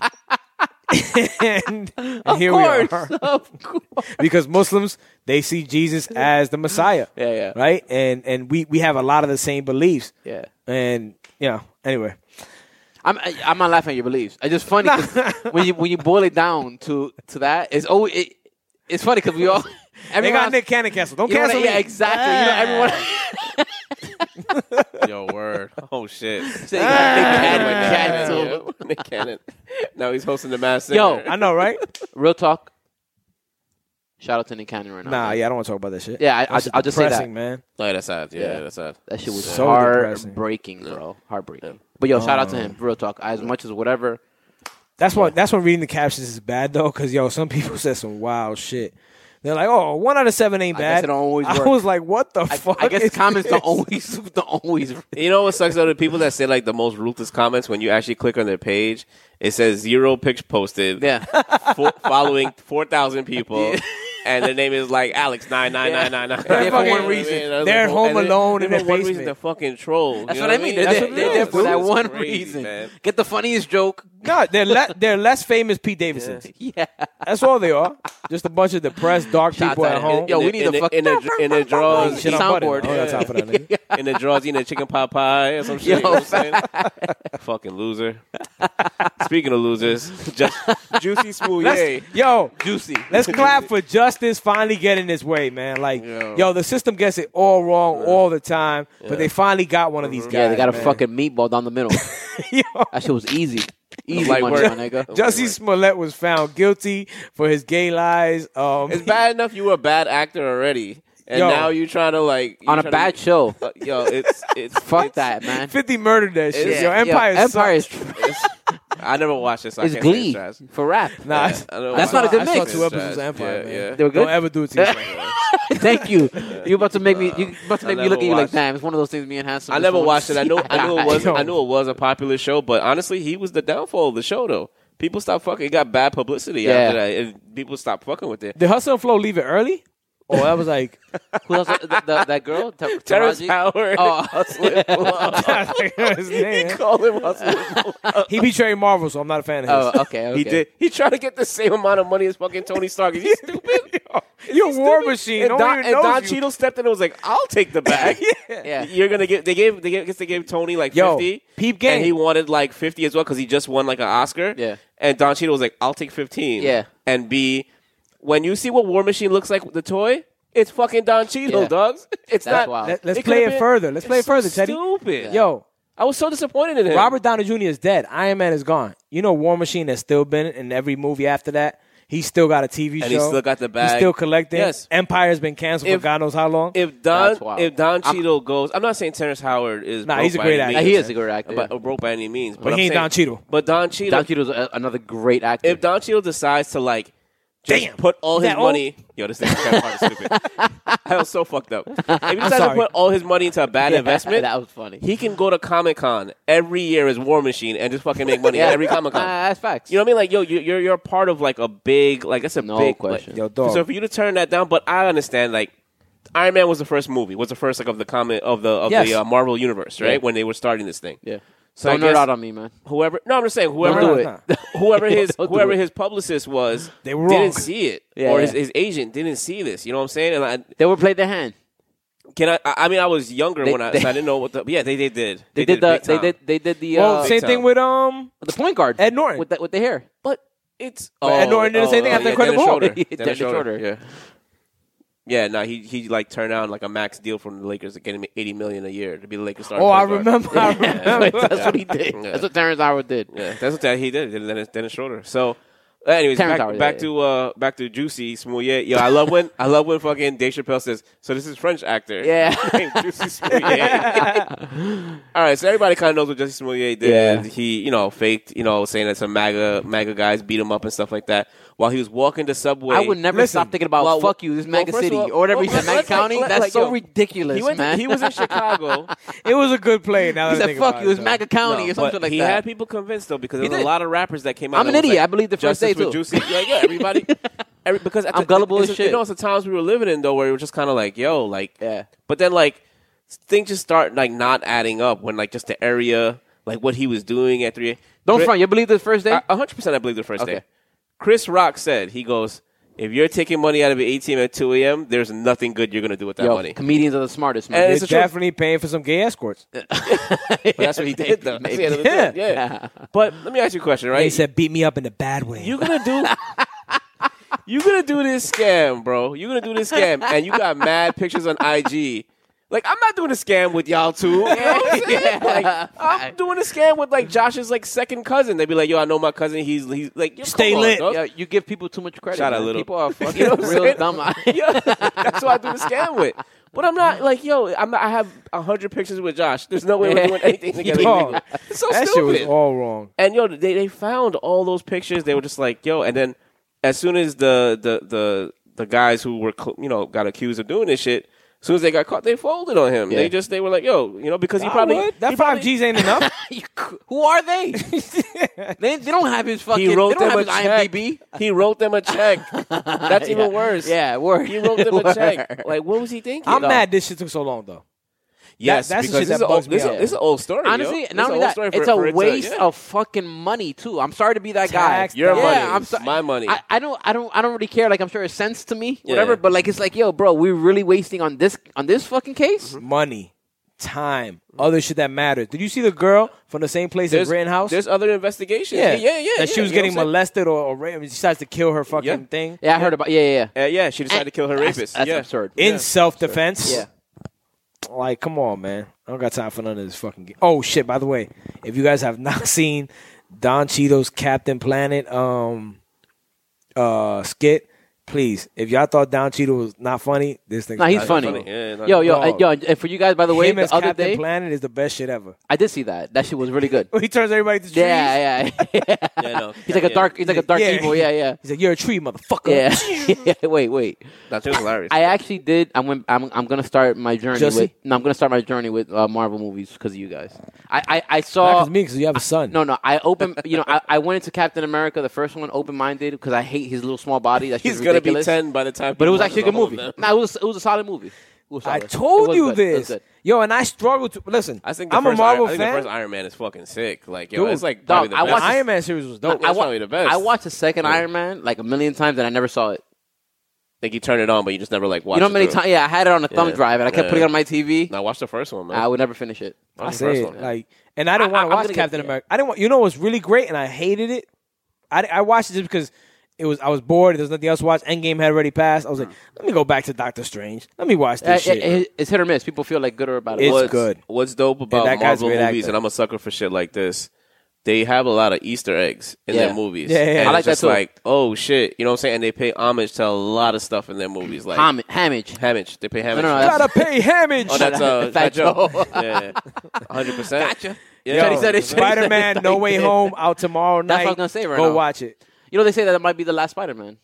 Speaker 1: [LAUGHS] and, and here
Speaker 2: Of
Speaker 1: we are
Speaker 2: course, of course.
Speaker 1: because Muslims they see Jesus as the Messiah.
Speaker 2: [LAUGHS] Yeah, yeah.
Speaker 1: Right, and and we we have a lot of the same beliefs.
Speaker 2: Yeah.
Speaker 1: and you know anyway,
Speaker 2: I'm I- I'm not laughing at your beliefs. It's just
Speaker 1: [LAUGHS]
Speaker 2: funny 'cause when you when you boil it down to to that, it's always it, it's funny because we all
Speaker 1: they
Speaker 2: everyone
Speaker 1: got
Speaker 2: else-
Speaker 1: Nick Cannon canceled. Don't
Speaker 2: you know what I-
Speaker 1: cancel
Speaker 2: yeah,
Speaker 1: me.
Speaker 2: exactly. You know, everyone
Speaker 3: Yo, word. [LAUGHS] Oh shit.
Speaker 2: saying Nick Cannon
Speaker 3: Yeah.
Speaker 2: canceled.
Speaker 3: [LAUGHS] Nick Cannon. Now he's hosting the mass.
Speaker 2: Yo,
Speaker 1: I know, right?
Speaker 2: [LAUGHS] Real talk. Shout out to Nick Cannon right now.
Speaker 1: Nah,
Speaker 2: man.
Speaker 1: yeah, I don't want to talk about that shit.
Speaker 2: Yeah, I- I'll
Speaker 1: shit's
Speaker 2: ju- I'll just say that.
Speaker 1: depressing, man.
Speaker 3: like that's sad. Oh, Yeah,
Speaker 2: Yeah.
Speaker 3: that's sad.
Speaker 2: That shit was
Speaker 1: So depressing.
Speaker 2: heartbreaking, bro. Heartbreaking. But yo, shout out to
Speaker 1: Um,
Speaker 2: him. Real talk. As much as whatever.
Speaker 1: That's why that's when reading the captions is bad though, because yo, some people [LAUGHS] said some wild shit. They're like, oh, one out of seven ain't
Speaker 2: I guess
Speaker 1: bad.
Speaker 2: it don't always
Speaker 1: I
Speaker 2: work.
Speaker 1: was like, what the
Speaker 2: I,
Speaker 1: fuck?
Speaker 2: I guess
Speaker 1: is
Speaker 2: comments don't
Speaker 1: this? [LAUGHS]
Speaker 2: always [LAUGHS] don't always.
Speaker 3: [LAUGHS] You know what sucks though? The people that say like the most ruthless comments when you actually click on their page, it says zero picture posted. [LAUGHS]
Speaker 2: Yeah.
Speaker 3: Fo- following four thousand people, and their name is like Alex nine nine nine nine nine.
Speaker 2: Yeah, for one reason.
Speaker 1: They're at home alone in
Speaker 3: the
Speaker 1: their
Speaker 3: one reason
Speaker 1: basement.
Speaker 3: they're fucking trolls.
Speaker 2: That's
Speaker 3: you
Speaker 2: what
Speaker 3: know
Speaker 2: I mean. They're,
Speaker 1: That's
Speaker 2: there-
Speaker 1: what it
Speaker 2: they're there
Speaker 1: is,
Speaker 2: for that
Speaker 1: dude.
Speaker 2: one
Speaker 3: Crazy,
Speaker 2: reason.
Speaker 3: man.
Speaker 2: Get the funniest joke.
Speaker 1: No, they're le- they're less famous Pete Davidsons.
Speaker 2: [LAUGHS] Yeah.
Speaker 1: That's all they are. Just a bunch of depressed, dark
Speaker 2: Shots
Speaker 1: people
Speaker 2: out
Speaker 1: at
Speaker 2: of-
Speaker 1: home.
Speaker 2: Yo, we
Speaker 3: In
Speaker 2: need
Speaker 3: the-
Speaker 2: to fuck.
Speaker 3: in the- in the drawers.
Speaker 1: Shit on butter.
Speaker 2: soundboard.
Speaker 1: I don't got time for that,
Speaker 3: [LAUGHS]
Speaker 1: nigga.
Speaker 3: in the drawers eating a chicken pot pie or some shit. You know what I'm saying? [LAUGHS] Fucking loser. Speaking of
Speaker 2: [LAUGHS]
Speaker 3: losers, just juicy smooth. Yay.
Speaker 1: Yo,
Speaker 2: Juicy.
Speaker 1: let's clap for justice finally getting its way, man. Like, yo, the system gets it all wrong all the time, but they finally got one of these guys.
Speaker 2: Yeah, they got a
Speaker 1: man.
Speaker 2: fucking meatball down the [LAUGHS] middle.
Speaker 1: [LAUGHS] Yo,
Speaker 2: That shit was easy. Easy
Speaker 3: Light
Speaker 2: money,
Speaker 3: work.
Speaker 2: my nigga.
Speaker 1: Jussie Smollett was found guilty for his gay lies. Um, [LAUGHS]
Speaker 3: It's bad enough you were a bad actor already. and
Speaker 1: Yo.
Speaker 3: now you trying to like you
Speaker 2: [LAUGHS] on a
Speaker 3: trying to-
Speaker 2: bad show.
Speaker 3: [LAUGHS] Uh, yo, it's it's
Speaker 2: [LAUGHS] Fuck
Speaker 3: it's- [LAUGHS]
Speaker 2: that, man.
Speaker 1: Fifty murdered that shit.
Speaker 3: It's-
Speaker 1: Yo,
Speaker 3: yeah,
Speaker 1: Empire.
Speaker 2: Yo, Empire
Speaker 1: sucked.
Speaker 2: is trash.
Speaker 3: I never watched this. So I
Speaker 2: It's
Speaker 3: can't say
Speaker 2: Glee
Speaker 3: trash.
Speaker 2: for rap.
Speaker 1: Nah,
Speaker 3: Yeah, I don't
Speaker 2: That's
Speaker 3: know.
Speaker 2: not a good
Speaker 1: I
Speaker 2: mix.
Speaker 1: saw two episodes of Empire.
Speaker 3: Yeah,
Speaker 1: man.
Speaker 3: yeah.
Speaker 2: They were good?
Speaker 1: Don't ever do it to yourself.
Speaker 2: [LAUGHS]
Speaker 3: [LAUGHS]
Speaker 2: Thank you. You about to make me. You about to
Speaker 3: I
Speaker 2: make me look
Speaker 3: never
Speaker 2: at you like,
Speaker 3: watched-
Speaker 2: damn. It's one of those things. Me and handsome.
Speaker 3: I
Speaker 2: just
Speaker 3: never
Speaker 2: don't
Speaker 3: watched it. I knew I
Speaker 2: [LAUGHS]
Speaker 3: knew it was
Speaker 1: Yo.
Speaker 3: I knew it was a popular show, but honestly, he was the downfall of the show though. People stopped fucking. It got bad publicity
Speaker 2: Yeah.
Speaker 3: after that, and people stopped fucking with it.
Speaker 1: Did Hustle and Flow leave it early? Oh, that was [LAUGHS] like
Speaker 2: Who else? The, the, that girl. Ta-
Speaker 3: Terrence
Speaker 2: Taraji?
Speaker 3: Howard,
Speaker 2: Oh.
Speaker 3: Hustler Flow.
Speaker 1: his name.
Speaker 3: [LAUGHS] he called him Hustler
Speaker 1: [LAUGHS]
Speaker 3: Flow.
Speaker 1: He betrayed Marvel, so I'm not a fan of his.
Speaker 2: [LAUGHS] Oh, okay. okay.
Speaker 3: He did. He tried to get the same amount of money as fucking Tony Stark. Is
Speaker 1: [LAUGHS]
Speaker 3: he stupid?
Speaker 1: You're a war
Speaker 3: Stupid.
Speaker 1: machine.
Speaker 3: And
Speaker 1: no
Speaker 3: Don,
Speaker 1: one even
Speaker 3: and Don
Speaker 1: knows you.
Speaker 3: Cheadle stepped in and was like, "I'll take the
Speaker 1: [LAUGHS]
Speaker 3: bag."
Speaker 2: Yeah.
Speaker 3: You're gonna get. They gave. They gave. Guess they gave Tony like
Speaker 1: Yo,
Speaker 3: fifty.
Speaker 1: peep game.
Speaker 3: And he wanted like fifty as well because he just won like an Oscar.
Speaker 2: Yeah.
Speaker 3: And Don Cheadle was like, "I'll take 15.
Speaker 2: Yeah.
Speaker 3: And B, when you see what War Machine looks like with the toy, it's fucking Don Cheadle,
Speaker 2: Yeah.
Speaker 3: dogs. It's
Speaker 2: That's
Speaker 3: not.
Speaker 2: wild.
Speaker 1: Let, us
Speaker 3: it could've
Speaker 1: play it
Speaker 3: been-
Speaker 1: further. Let's play it
Speaker 3: it's so
Speaker 1: further, Teddy.
Speaker 3: Stupid.
Speaker 1: Yo,
Speaker 3: I was so disappointed in him.
Speaker 1: Robert Downey Jr. is dead. Iron Man is gone. You know, War Machine has still been in every movie after that. He still got a TV show.
Speaker 3: And he still got the
Speaker 1: He's
Speaker 3: bag.
Speaker 1: still collecting.
Speaker 3: Yes.
Speaker 1: Empire's been canceled for
Speaker 3: If-
Speaker 1: God knows how long.
Speaker 3: If
Speaker 2: That's
Speaker 3: Don,
Speaker 2: wild.
Speaker 3: if Don
Speaker 2: I'm-
Speaker 3: Cheadle goes, I'm not saying Terrence Howard is.
Speaker 1: Nah,
Speaker 3: broke
Speaker 1: he's a
Speaker 3: by
Speaker 1: great
Speaker 3: any
Speaker 1: actor.
Speaker 3: means.
Speaker 2: He is a great actor,
Speaker 3: but
Speaker 2: yeah.
Speaker 3: broke by any means. But,
Speaker 1: he
Speaker 3: I'm
Speaker 1: ain't
Speaker 3: saying-
Speaker 1: Don Cheadle.
Speaker 3: But Don Cheadle,
Speaker 2: Don Cheadle's a, another great actor.
Speaker 3: if Don Cheadle decides to like just
Speaker 1: Damn.
Speaker 3: put all
Speaker 1: Is
Speaker 3: his
Speaker 1: that old?
Speaker 3: money, yo, this thing kind of hard is
Speaker 2: [LAUGHS]
Speaker 3: stupid. I was so fucked up. If he decides to
Speaker 1: sorry.
Speaker 3: put all his money into a bad [LAUGHS] investment,
Speaker 2: that was funny.
Speaker 3: he can go to Comic Con every year as War Machine and just fucking make money at every Comic
Speaker 2: [LAUGHS] Uh,
Speaker 3: Con.
Speaker 2: that's facts.
Speaker 3: You know what I mean? Like, yo, you- you're you're part of like a big, like that's a
Speaker 2: No
Speaker 3: big
Speaker 2: question.
Speaker 3: like-
Speaker 1: Yo, dog.
Speaker 3: So for you to turn that down, but I understand. Like, Iron Man was the first movie, was the first like of the comic of the of
Speaker 1: Yes.
Speaker 3: the uh, Marvel universe, right?
Speaker 2: Yeah.
Speaker 3: When they were starting this thing,
Speaker 2: yeah.
Speaker 3: So
Speaker 2: don't
Speaker 3: I
Speaker 2: nerd
Speaker 3: guess-
Speaker 2: out on me, man.
Speaker 3: whoever. No, I'm just saying, whoever
Speaker 2: do
Speaker 1: Nah,
Speaker 2: it.
Speaker 1: nah.
Speaker 3: [LAUGHS] whoever his
Speaker 2: [LAUGHS] Don't do
Speaker 3: whoever
Speaker 2: it.
Speaker 3: his publicist
Speaker 2: [LAUGHS]
Speaker 3: was
Speaker 1: They were wrong.
Speaker 3: didn't see it
Speaker 2: Yeah,
Speaker 3: or
Speaker 2: yeah.
Speaker 3: His, his agent didn't see this you know what i'm saying and i
Speaker 2: They were played their hand.
Speaker 3: can i i I mean i was younger
Speaker 2: They-
Speaker 3: when i
Speaker 2: they-
Speaker 3: so i didn't know what the yeah they, they did
Speaker 2: They, did, the.
Speaker 3: big
Speaker 2: They
Speaker 3: time.
Speaker 2: did. They did the.
Speaker 1: well,
Speaker 2: uh,
Speaker 1: same
Speaker 3: Big
Speaker 1: thing
Speaker 3: time.
Speaker 1: with um.
Speaker 2: the point guard.
Speaker 1: Ed Norton.
Speaker 2: with the, with the hair.
Speaker 3: but it's
Speaker 2: But Ed
Speaker 1: Norton did the same thing after
Speaker 3: Oh, yeah,
Speaker 1: Incredible
Speaker 3: Dennis
Speaker 1: Hulk.
Speaker 3: Schroeder.
Speaker 1: [LAUGHS]
Speaker 2: Yeah,
Speaker 3: Dennis
Speaker 2: Dennis
Speaker 3: Schroeder,
Speaker 2: Schroeder.
Speaker 3: yeah yeah, no, he he like turned down like a max deal from the Lakers, getting him eighty million a year to be the Lakers starting.
Speaker 1: Oh, I
Speaker 3: point guard.
Speaker 1: remember. [LAUGHS] I remember.
Speaker 2: That's what he did.
Speaker 3: Yeah.
Speaker 2: [LAUGHS] That's what Terrence Howard did.
Speaker 3: [LAUGHS] Yeah, that's what that he did. Dennis, Dennis Schroeder. So, anyways,
Speaker 2: Terrence
Speaker 3: back,
Speaker 2: Howard,
Speaker 3: back
Speaker 2: yeah,
Speaker 3: to uh, back to Juicy Smouillet. Yo, I love when I love when fucking Dave Chappelle says, "So this is French actor." [LAUGHS]
Speaker 2: Yeah.
Speaker 3: named Juicy
Speaker 2: [LAUGHS]
Speaker 3: Smouillet. All right, so everybody kind of knows what Juicy Smouillet did.
Speaker 2: Yeah.
Speaker 3: He, you know, faked, you know, saying that some MAGA MAGA guys beat him up and stuff like that while he was walking to Subway.
Speaker 2: I would never
Speaker 1: Listen.
Speaker 2: stop thinking about
Speaker 3: Well,
Speaker 2: fuck you, this
Speaker 3: well,
Speaker 2: mega
Speaker 3: first of
Speaker 2: city
Speaker 3: all-
Speaker 2: or whatever he
Speaker 3: well,
Speaker 2: said, mega
Speaker 3: let's-
Speaker 2: county.
Speaker 3: let's-
Speaker 2: That's
Speaker 3: like,
Speaker 2: so
Speaker 3: yo,
Speaker 2: ridiculous,
Speaker 3: He went.
Speaker 2: man.
Speaker 3: He was in Chicago.
Speaker 1: it was a good play. Now that
Speaker 2: he
Speaker 1: I
Speaker 2: said
Speaker 1: think
Speaker 2: fuck
Speaker 1: about
Speaker 2: you, it's
Speaker 1: though.
Speaker 2: mega [LAUGHS] county
Speaker 3: No,
Speaker 2: or something
Speaker 3: but
Speaker 2: like
Speaker 3: he
Speaker 2: that.
Speaker 3: had people convinced though because there was
Speaker 2: did.
Speaker 3: a lot of rappers that came out.
Speaker 2: I'm
Speaker 3: that
Speaker 2: an
Speaker 3: was
Speaker 2: idiot.
Speaker 3: like,
Speaker 2: I believe the first
Speaker 3: Justice
Speaker 2: day
Speaker 3: for
Speaker 2: too.
Speaker 3: Juicy. Yeah, yeah,
Speaker 2: [LAUGHS]
Speaker 3: everybody. every- because at
Speaker 2: I'm
Speaker 3: the-
Speaker 2: gullible
Speaker 3: it's
Speaker 2: as
Speaker 3: a-
Speaker 2: shit.
Speaker 3: You know, it's the times we were living in though, where it was just kind of like, yo, like,
Speaker 2: Yeah.
Speaker 3: But then like things just start like not adding up when like just the area, like what he was doing at three.
Speaker 2: Don't
Speaker 3: Chris-
Speaker 2: front. You believe the first day?
Speaker 3: I- a hundred percent, I believe the first
Speaker 2: Okay.
Speaker 3: day. Chris Rock said he goes, "If you're taking money out of an ATM at two a.m., there's nothing good you're gonna do with that
Speaker 2: Yo,
Speaker 3: money."
Speaker 2: comedians are the smartest,
Speaker 3: And [LAUGHS]
Speaker 2: man.
Speaker 1: They're
Speaker 3: it's the truth.
Speaker 1: definitely paying for some gay escorts.
Speaker 3: But that's what he did [LAUGHS] though. That's the end of the
Speaker 1: Yeah.
Speaker 3: day. yeah. But let me ask you a question, right?
Speaker 1: They said beat me up in a bad way.
Speaker 3: You gonna do? [LAUGHS] you gonna do this scam, bro? You gonna do this scam? And you got mad pictures on IG. Like I'm not doing a scam with y'all two. You know what [LAUGHS] I'm, saying? Like, I'm doing a scam with like Josh's like second cousin. They be like, "Yo, I know my cousin. He's he's like, yo,
Speaker 1: Stay
Speaker 3: come on,
Speaker 1: lit.
Speaker 3: dog.
Speaker 2: Yo, you give people too much credit.
Speaker 3: Shout out
Speaker 2: man.
Speaker 3: Little.
Speaker 2: People are fucking
Speaker 3: [LAUGHS] You know what I'm
Speaker 2: real
Speaker 3: saying? [LAUGHS]
Speaker 2: dumb. [LAUGHS]
Speaker 3: Yeah, that's what I do the scam with. But I'm not like, yo, I'm not, I have hundred pictures with Josh. There's no way we're doing anything
Speaker 1: [LAUGHS]
Speaker 3: together.
Speaker 1: Dog.
Speaker 3: It's so
Speaker 1: that shit
Speaker 3: stupid.
Speaker 1: was all wrong.
Speaker 3: And yo, they, they found all those pictures. They were just like, yo. And then as soon as the the the, the guys who were cl- you know got accused of doing this shit, as soon as they got caught, they folded on him.
Speaker 2: Yeah.
Speaker 3: They just they were like, yo, you know, because he
Speaker 1: I
Speaker 3: probably
Speaker 1: would.
Speaker 3: he
Speaker 1: that five
Speaker 3: probably-
Speaker 1: G's ain't
Speaker 3: [LAUGHS]
Speaker 1: enough. [LAUGHS]
Speaker 2: Who are they? they? They don't have his fucking.
Speaker 3: He wrote
Speaker 2: they
Speaker 3: them
Speaker 2: don't
Speaker 3: a
Speaker 2: have his
Speaker 3: check.
Speaker 2: IMDb.
Speaker 3: He wrote them a check. [LAUGHS]
Speaker 1: [LAUGHS]
Speaker 3: That's even
Speaker 2: [LAUGHS] Yeah.
Speaker 3: worse.
Speaker 2: Yeah, word.
Speaker 3: He wrote them a
Speaker 2: Word.
Speaker 3: check. Like, what was he thinking?
Speaker 1: I'm
Speaker 2: know.
Speaker 1: mad this shit took so long though.
Speaker 3: Yes,
Speaker 1: That- that's the
Speaker 3: because
Speaker 1: shit
Speaker 3: this,
Speaker 1: that
Speaker 3: is old,
Speaker 1: bugs me
Speaker 3: this, is-
Speaker 2: out.
Speaker 3: this is an old story.
Speaker 2: [LAUGHS] Honestly,
Speaker 3: yo. This
Speaker 2: not
Speaker 3: is an
Speaker 2: only
Speaker 3: old
Speaker 2: that,
Speaker 3: story for-
Speaker 2: it's a
Speaker 3: for it to-
Speaker 2: waste
Speaker 3: yeah.
Speaker 2: of fucking money too. I'm sorry to be that
Speaker 1: Tax,
Speaker 2: guy.
Speaker 1: Your
Speaker 2: yeah,
Speaker 3: money,
Speaker 2: I'm sorry.
Speaker 3: my money.
Speaker 2: I, I don't, I don't, I don't really care. Like, I'm sure it's sense to me,
Speaker 3: Yeah.
Speaker 2: whatever. But like, it's like, yo, bro, we're really wasting on this, on this fucking case.
Speaker 1: Mm-hmm. Money, time, other shit that matters. Did you see the girl from the same place as Rittenhouse?
Speaker 3: There's other investigations. Yeah, yeah, yeah.
Speaker 1: That she
Speaker 3: yeah,
Speaker 1: was
Speaker 3: you know
Speaker 1: getting
Speaker 3: what I'm saying?
Speaker 1: molested or, or raped. and She decides to kill her fucking
Speaker 3: Yeah.
Speaker 1: thing
Speaker 2: Yeah, I heard about. Yeah, yeah. yeah.
Speaker 3: Uh, yeah, she decided to kill her
Speaker 2: That's-
Speaker 3: rapist.
Speaker 2: That's
Speaker 3: yeah.
Speaker 2: absurd.
Speaker 1: in self defense.
Speaker 2: Yeah.
Speaker 1: Like, come on, man. I don't got time for none of this fucking game. Oh shit, by the way, if you guys have [LAUGHS] not seen Don Cheeto's Captain Planet um uh skit, please, if y'all thought Don Cheeto was not funny, this thing's
Speaker 2: Nah, he's
Speaker 1: not
Speaker 2: funny.
Speaker 3: funny. Yeah, nah,
Speaker 2: yo, yo,
Speaker 1: dog.
Speaker 2: and, yo, and for you guys, by the way,
Speaker 1: Him as
Speaker 2: the other
Speaker 1: Captain
Speaker 2: day
Speaker 1: Planet is the best shit ever.
Speaker 2: I did see that. That shit was really good.
Speaker 1: He turns everybody to [LAUGHS] trees.
Speaker 2: yeah, yeah,
Speaker 1: [LAUGHS]
Speaker 2: yeah.
Speaker 3: Yeah, no,
Speaker 2: [LAUGHS] he's like a
Speaker 3: yeah.
Speaker 2: dark. He's like a dark
Speaker 1: Yeah.
Speaker 2: evil. Yeah, yeah,
Speaker 1: He's like, you're a tree, motherfucker. [LAUGHS]
Speaker 2: yeah. [LAUGHS] wait, wait.
Speaker 3: That shit was hilarious.
Speaker 2: I actually did. I'm gonna, I'm, I'm gonna start my journey
Speaker 1: Jussie?
Speaker 2: with. No, I'm gonna start my journey with uh, Marvel movies because of you guys. I, I, I
Speaker 1: Not
Speaker 2: saw.
Speaker 1: 'cause me, because you have a son.
Speaker 2: No, no. I open. You know, I, I went into Captain America, the first one, open minded because I hate his little small body. That
Speaker 3: He's
Speaker 2: shit's
Speaker 3: gonna
Speaker 2: ridiculous.
Speaker 3: be ten by the time.
Speaker 2: But it was
Speaker 3: he
Speaker 2: actually a good
Speaker 3: watches all of
Speaker 2: movie.
Speaker 3: them.
Speaker 2: Nah, it was. It was a solid movie. It was
Speaker 1: I
Speaker 2: solid. It
Speaker 1: told
Speaker 2: was
Speaker 1: you
Speaker 2: good. It was
Speaker 1: this.
Speaker 2: good.
Speaker 1: Yo, and I struggle to listen.
Speaker 3: I think the
Speaker 1: I'm
Speaker 3: first
Speaker 1: a Marvel
Speaker 3: Iron, I think the
Speaker 1: fan.
Speaker 3: first Iron Man is fucking sick. Like, yo,
Speaker 1: Dude,
Speaker 3: it's like
Speaker 2: dog,
Speaker 3: probably the
Speaker 2: I
Speaker 3: best.
Speaker 1: the
Speaker 2: watched
Speaker 1: Iron Man series was dope.
Speaker 3: I-
Speaker 2: I
Speaker 3: That's
Speaker 2: wa-
Speaker 3: probably the best.
Speaker 2: I watched the second Iron Man like a million times, and I never saw it.
Speaker 3: like you turn it on, but you just never like watch.
Speaker 2: you know how
Speaker 3: it
Speaker 2: many
Speaker 3: through.
Speaker 2: times? Yeah, I had it on a thumb
Speaker 3: Yeah.
Speaker 2: drive, and I kept
Speaker 3: Yeah.
Speaker 2: putting it on my TV.
Speaker 3: Now watch the first one, man.
Speaker 2: I would never finish it.
Speaker 1: I
Speaker 3: That's the first
Speaker 1: said
Speaker 3: one.
Speaker 1: like, and I didn't
Speaker 2: I-
Speaker 1: want
Speaker 2: I'm
Speaker 1: to watch
Speaker 2: gonna get
Speaker 1: Captain
Speaker 2: there.
Speaker 1: America. I didn't want. You know what's really great, and I hated it. I, I watched it just because it was. I was bored. There was nothing else to watch. Endgame had already passed. I was like, let me go back to Doctor Strange. Let me watch
Speaker 2: Uh,
Speaker 1: this shit.
Speaker 2: Mm. it- it's hit or miss. People feel like good or bad.
Speaker 1: It's
Speaker 2: about it.
Speaker 3: what's,
Speaker 1: good.
Speaker 3: What's dope about
Speaker 1: that guy's a
Speaker 3: Marvel
Speaker 1: great
Speaker 3: movies,
Speaker 1: actor.
Speaker 3: and I'm a sucker for shit like this. They have a lot of Easter eggs in
Speaker 2: Yeah.
Speaker 3: their movies.
Speaker 1: Yeah, yeah,
Speaker 3: And
Speaker 1: yeah. I
Speaker 3: it's
Speaker 2: like that
Speaker 3: just
Speaker 2: too.
Speaker 3: Like, oh shit, you know what I'm saying? And they pay homage to a lot of stuff in their movies, like
Speaker 2: Ham- Hamage.
Speaker 3: Homage. They pay homage.
Speaker 2: no,
Speaker 3: to-
Speaker 2: that's-
Speaker 1: Gotta
Speaker 2: [LAUGHS]
Speaker 1: pay homage.
Speaker 3: oh, that's uh,
Speaker 2: Fat
Speaker 3: Fat Joe.
Speaker 2: Joe. [LAUGHS]
Speaker 3: yeah, hundred percent. Gotcha.
Speaker 1: Yo,
Speaker 3: Yeah,
Speaker 2: Shady said it, Shady said it,
Speaker 1: Spider-Man: No
Speaker 2: like
Speaker 1: Way
Speaker 2: [LAUGHS] that.
Speaker 1: Home out tomorrow night.
Speaker 2: what I was gonna say right
Speaker 1: Go
Speaker 2: now.
Speaker 1: watch it.
Speaker 2: You know they say that it might be the last Spider Man.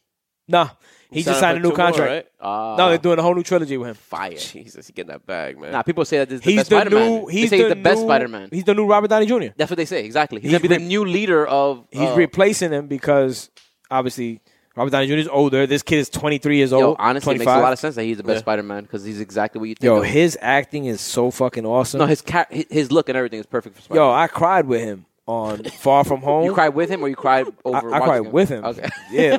Speaker 1: Nah, he just signed a
Speaker 3: for
Speaker 1: new
Speaker 3: two more,
Speaker 1: contract.
Speaker 3: right?
Speaker 2: Uh,
Speaker 1: No, they're doing a whole new trilogy with him.
Speaker 2: fire.
Speaker 3: Jesus, he getting that bag, man.
Speaker 2: Nah, people say that this is the
Speaker 1: He's
Speaker 2: best
Speaker 1: the
Speaker 2: Spider-Man.
Speaker 1: new.
Speaker 2: They
Speaker 1: He's
Speaker 2: say
Speaker 1: the,
Speaker 2: he's the best
Speaker 1: new-
Speaker 2: Spider Man.
Speaker 1: He's the new Robert Downey Jr.
Speaker 2: That's what they say exactly. He's,
Speaker 1: He's
Speaker 2: gonna be
Speaker 1: re-
Speaker 2: the new leader of.
Speaker 1: He's
Speaker 2: uh,
Speaker 1: replacing him because obviously Robert Downey Jr. is older. This kid is 23 years old.
Speaker 2: Yo, honestly, it makes a
Speaker 1: 25.
Speaker 2: lot of sense that he's the best
Speaker 3: Yeah.
Speaker 2: Spider Man because he's exactly what you think.
Speaker 1: oh, Yo,
Speaker 2: of.
Speaker 1: his acting is so fucking awesome.
Speaker 2: no, his car- hi- his look and everything is perfect for Spider.
Speaker 1: Yo,
Speaker 2: man
Speaker 1: I cried with him
Speaker 2: [LAUGHS]
Speaker 1: on Far From Home.
Speaker 2: you cried with him or you cried over?
Speaker 1: I, I
Speaker 2: watching
Speaker 1: cried with him. [LAUGHS]
Speaker 2: Okay.
Speaker 1: Yeah,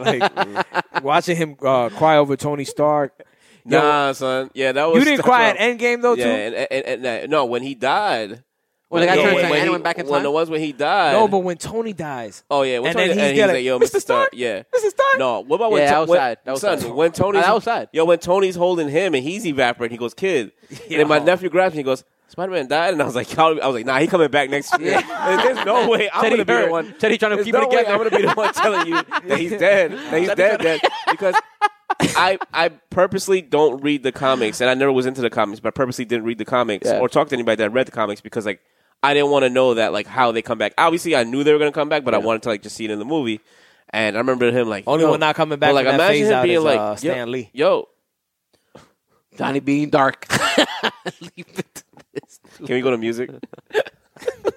Speaker 2: [LAUGHS]
Speaker 1: like watching him uh, cry over Tony Stark. Yo,
Speaker 3: nah, son. Yeah, that was.
Speaker 1: you didn't
Speaker 3: that's
Speaker 1: cry
Speaker 3: what
Speaker 1: at
Speaker 3: I'm-
Speaker 1: Endgame though,
Speaker 3: Yeah,
Speaker 1: too.
Speaker 3: and, and, and, and- no, when he died.
Speaker 2: When the guy
Speaker 1: Yo,
Speaker 2: turned
Speaker 1: when
Speaker 2: into
Speaker 1: he-
Speaker 2: and went back in
Speaker 3: When
Speaker 2: time.
Speaker 3: it was when he died.
Speaker 1: No, but when Tony dies,
Speaker 3: Oh yeah, when
Speaker 1: And
Speaker 3: Tony,
Speaker 1: then he's
Speaker 3: and he's
Speaker 1: yelling,
Speaker 3: like,
Speaker 1: [LAUGHS]
Speaker 3: "Yo,
Speaker 1: "Mr.
Speaker 3: Mr. Stark,
Speaker 1: Stark?
Speaker 3: yeah,
Speaker 1: Mr. Stark?"
Speaker 3: No, what about when
Speaker 2: Yeah,
Speaker 3: To-
Speaker 2: that was
Speaker 3: when,
Speaker 2: sad. That was
Speaker 3: son,
Speaker 2: sad.
Speaker 3: when Tony's
Speaker 2: That was sad.
Speaker 3: Yo, when Tony's holding him and he's evaporating, he goes, "Kid," and then my nephew grabs me and goes, "Spider Man died," and I was like, [LAUGHS] "Y'all-" "I was like, nah, he coming back
Speaker 1: [LAUGHS]
Speaker 3: next year. And There's no way I'm
Speaker 2: Teddy
Speaker 3: gonna be the
Speaker 2: Bird.
Speaker 3: one.
Speaker 2: Teddy trying to
Speaker 3: There's
Speaker 2: keep it
Speaker 3: no way
Speaker 2: together.
Speaker 3: I'm gonna be the one telling you that he's dead, that he's dead, dead because." I, I purposely don't read the comics, and I never was into the comics, but I purposely didn't read the comics
Speaker 2: Yeah.
Speaker 3: or talk to anybody that read the comics because like I didn't want to know that like how they come back. Obviously, I knew they were gonna come back, but I wanted to like just see it in the movie. And I remember him like
Speaker 1: Only
Speaker 3: yo-
Speaker 1: one not coming back
Speaker 3: but,
Speaker 1: from that
Speaker 3: imagine
Speaker 1: phase
Speaker 3: him
Speaker 1: out
Speaker 3: being
Speaker 1: is,
Speaker 3: like
Speaker 1: uh, Stan
Speaker 3: yo,
Speaker 1: Lee.
Speaker 3: Yo,
Speaker 2: [LAUGHS] Johnny being dark. [LAUGHS] Leave it to this.
Speaker 3: can we go to
Speaker 1: [LAUGHS]
Speaker 3: music?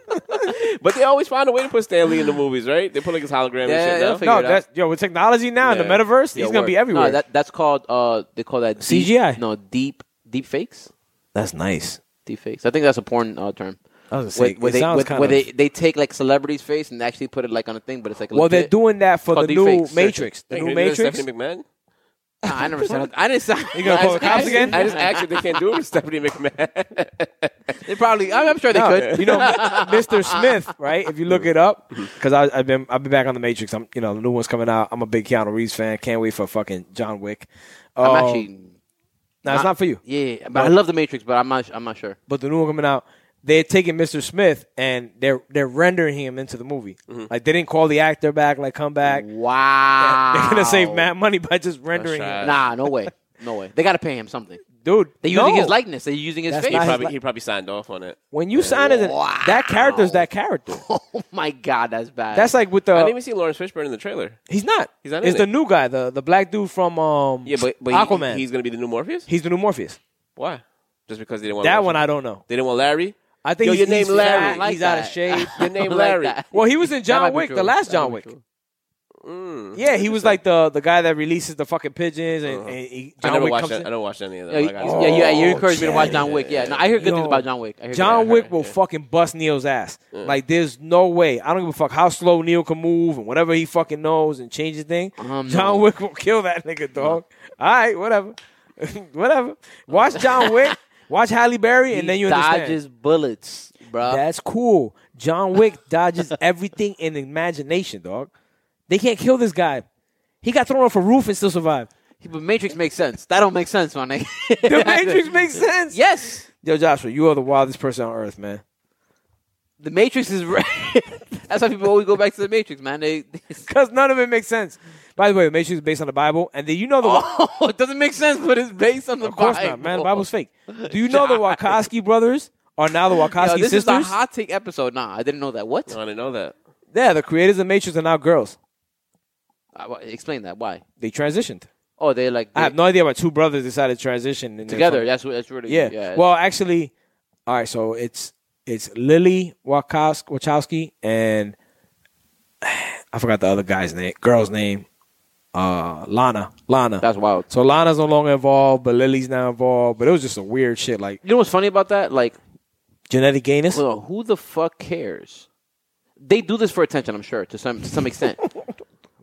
Speaker 3: [LAUGHS] but they always find a way to put Stan Lee in the movies, right? They put like his hologram
Speaker 2: Yeah,
Speaker 3: and shit.
Speaker 2: they'll
Speaker 3: now.
Speaker 2: figure
Speaker 1: No,
Speaker 2: it out.
Speaker 1: that's yo with technology now in the
Speaker 3: Yeah.
Speaker 1: metaverse,
Speaker 3: Yo,
Speaker 1: he's gonna be
Speaker 3: work.
Speaker 1: everywhere.
Speaker 2: No, that that's called uh they call that deep-
Speaker 1: CGI.
Speaker 2: No, deep deep fakes.
Speaker 1: that's nice.
Speaker 2: Deep fakes. I think that's a porn uh, term.
Speaker 1: I was
Speaker 2: Where,
Speaker 1: gonna say,
Speaker 2: where
Speaker 1: it
Speaker 2: they,
Speaker 1: sounds
Speaker 2: where,
Speaker 1: kind
Speaker 2: where
Speaker 1: of.
Speaker 2: they they take like celebrities' face and actually put it like on a thing, but it's like
Speaker 1: well, they're
Speaker 2: legit.
Speaker 1: doing that for the
Speaker 2: Called
Speaker 1: new
Speaker 2: deepfakes.
Speaker 1: Matrix. The
Speaker 3: Hey,
Speaker 1: new
Speaker 3: can you do that
Speaker 1: Matrix.
Speaker 3: Stephanie McMahon.
Speaker 2: Nah, [LAUGHS] I never said. I didn't. Say, you
Speaker 1: gonna
Speaker 2: I,
Speaker 1: call the
Speaker 2: just-
Speaker 1: cops
Speaker 2: I,
Speaker 1: again?
Speaker 3: I just asked if they can't do it with Stephanie McMahon.
Speaker 2: They probably. I'm, I'm sure they
Speaker 1: No,
Speaker 2: could.
Speaker 1: You know,
Speaker 2: [LAUGHS]
Speaker 1: Mr. Smith, right? If you look it up,
Speaker 2: Mm-hmm.
Speaker 1: because I've been I've been back on the Matrix. I'm you know the new one's coming out. I'm a big Keanu Reeves fan. Can't wait for fucking John Wick. Um,
Speaker 2: I'm actually.
Speaker 1: no, it's not for you.
Speaker 2: Yeah, yeah, but I love the Matrix, but I'm not. I'm not sure.
Speaker 1: But the new one coming out, they're taking Mr. Smith and they're they're rendering him into the movie.
Speaker 2: Mm-hmm.
Speaker 1: Like they didn't call the actor back. Like come back.
Speaker 2: Wow.
Speaker 1: They're gonna save mad money by just rendering
Speaker 3: That's
Speaker 1: him,
Speaker 2: Nah, no way. No way. They got to pay him something.
Speaker 1: dude.
Speaker 2: They're using
Speaker 1: no.
Speaker 2: his likeness. They're using his
Speaker 1: That's
Speaker 2: face.
Speaker 3: he
Speaker 1: not his
Speaker 3: probably
Speaker 1: li-
Speaker 3: he probably signed off on it.
Speaker 1: When you sign as an,
Speaker 2: Wow.
Speaker 1: that character is that character.
Speaker 2: [LAUGHS] oh my god, that's bad.
Speaker 1: That's like with the
Speaker 3: I didn't even see Lawrence Fishburne in the trailer.
Speaker 1: He's not.
Speaker 3: He's not in
Speaker 1: It's
Speaker 3: it.
Speaker 1: the new guy, the the black dude from um
Speaker 3: Yeah, but, but he-
Speaker 1: Aquaman.
Speaker 3: he's gonna be the new Morpheus.
Speaker 1: he's the new Morpheus.
Speaker 3: Why? Just because they didn't want
Speaker 1: That one I don't know.
Speaker 3: They didn't want Larry.
Speaker 1: I think
Speaker 3: Yo,
Speaker 1: he's,
Speaker 3: your name
Speaker 1: he's
Speaker 3: Larry.
Speaker 1: fat,
Speaker 2: Like
Speaker 1: he's out of
Speaker 3: [LAUGHS]
Speaker 2: that. [LAUGHS]
Speaker 1: shape.
Speaker 3: Your name
Speaker 2: Like
Speaker 3: Larry.
Speaker 2: that.
Speaker 1: Well, he was in
Speaker 2: That might
Speaker 1: John
Speaker 2: be
Speaker 1: Wick,
Speaker 2: true.
Speaker 1: the last
Speaker 2: That
Speaker 1: John
Speaker 2: might
Speaker 1: Wick.
Speaker 2: be true.
Speaker 3: Mm.
Speaker 1: Yeah, he was like the the guy that releases the fucking pigeons, and,
Speaker 3: Uh-huh.
Speaker 1: and he,
Speaker 3: I
Speaker 1: John
Speaker 3: never
Speaker 1: Wick
Speaker 3: watched.
Speaker 1: comes
Speaker 3: That. I
Speaker 1: in.
Speaker 3: don't watch any of
Speaker 2: Yeah,
Speaker 3: that.
Speaker 2: you,
Speaker 3: Like, I just-
Speaker 2: yeah, you,
Speaker 1: Oh,
Speaker 2: you encouraged me to watch
Speaker 1: yeah,
Speaker 2: John Wick. Yeah, no, I hear good
Speaker 1: Yo.
Speaker 2: things about John Wick. I hear good- I
Speaker 1: John
Speaker 2: heard-
Speaker 1: Wick will
Speaker 2: yeah.
Speaker 1: fucking bust Neo's ass. Like, there's no way. I don't give a fuck how slow Neo can move and whatever he fucking knows and change his thing.
Speaker 2: Um,
Speaker 1: John
Speaker 2: no.
Speaker 1: Wick will kill that nigga, dog. All right, whatever, [LAUGHS] whatever. Watch John Wick, watch Halle Berry, [LAUGHS] and then you
Speaker 2: He
Speaker 1: understand.
Speaker 2: dodges bullets, bro.
Speaker 1: That's cool. John Wick
Speaker 2: [LAUGHS]
Speaker 1: dodges everything in imagination, dog. They can't kill this guy. He got thrown off a roof and still
Speaker 2: [LAUGHS]
Speaker 1: survived.
Speaker 2: but Matrix makes sense. That don't make sense, my nigga.
Speaker 1: [LAUGHS] The
Speaker 2: [LAUGHS]
Speaker 1: Matrix makes sense.
Speaker 2: Yes,
Speaker 1: Yo, Joshua, you are the wildest person on earth, man.
Speaker 2: the
Speaker 1: [LAUGHS]
Speaker 2: [LAUGHS] Matrix is. Re- That's why people always go back to the Matrix, man. They,
Speaker 1: Because none of it makes sense. By the way, make sure it's based on the Bible. And then you know the
Speaker 2: Oh, [LAUGHS] it doesn't make sense, but it's based on the
Speaker 1: Of course
Speaker 2: Bible.
Speaker 1: not, man. The Bible's fake. Do
Speaker 2: [LAUGHS]
Speaker 1: you know the Wachowski brothers are now the
Speaker 2: Yo,
Speaker 1: Wachowski
Speaker 2: this is a
Speaker 1: sisters?
Speaker 2: hot take episode. Nah, I didn't know that. What?
Speaker 3: I didn't know that.
Speaker 1: yeah, the creators of Matrix are now girls.
Speaker 2: Uh, wh- explain that. Why?
Speaker 1: They transitioned.
Speaker 2: Oh, they like
Speaker 1: I have
Speaker 2: they-
Speaker 1: no idea why two brothers decided to transition in their
Speaker 2: together.
Speaker 1: phone.
Speaker 2: That's what. That's really.
Speaker 1: Yeah.
Speaker 2: yeah.
Speaker 1: Well, actually, all right. So it's it's Lily Wachowski, Wachowski and [SIGHS] I forgot the other guy's name, girl's name, uh, Lana. Lana.
Speaker 2: that's wild.
Speaker 1: so Lana's no longer involved, but Lily's now involved. But it was just some weird shit, like
Speaker 2: You know what's funny about that? Like,
Speaker 1: genetic gayness.
Speaker 2: well, who the fuck cares? They do this for attention, I'm sure, to some to
Speaker 3: [LAUGHS]
Speaker 2: some extent.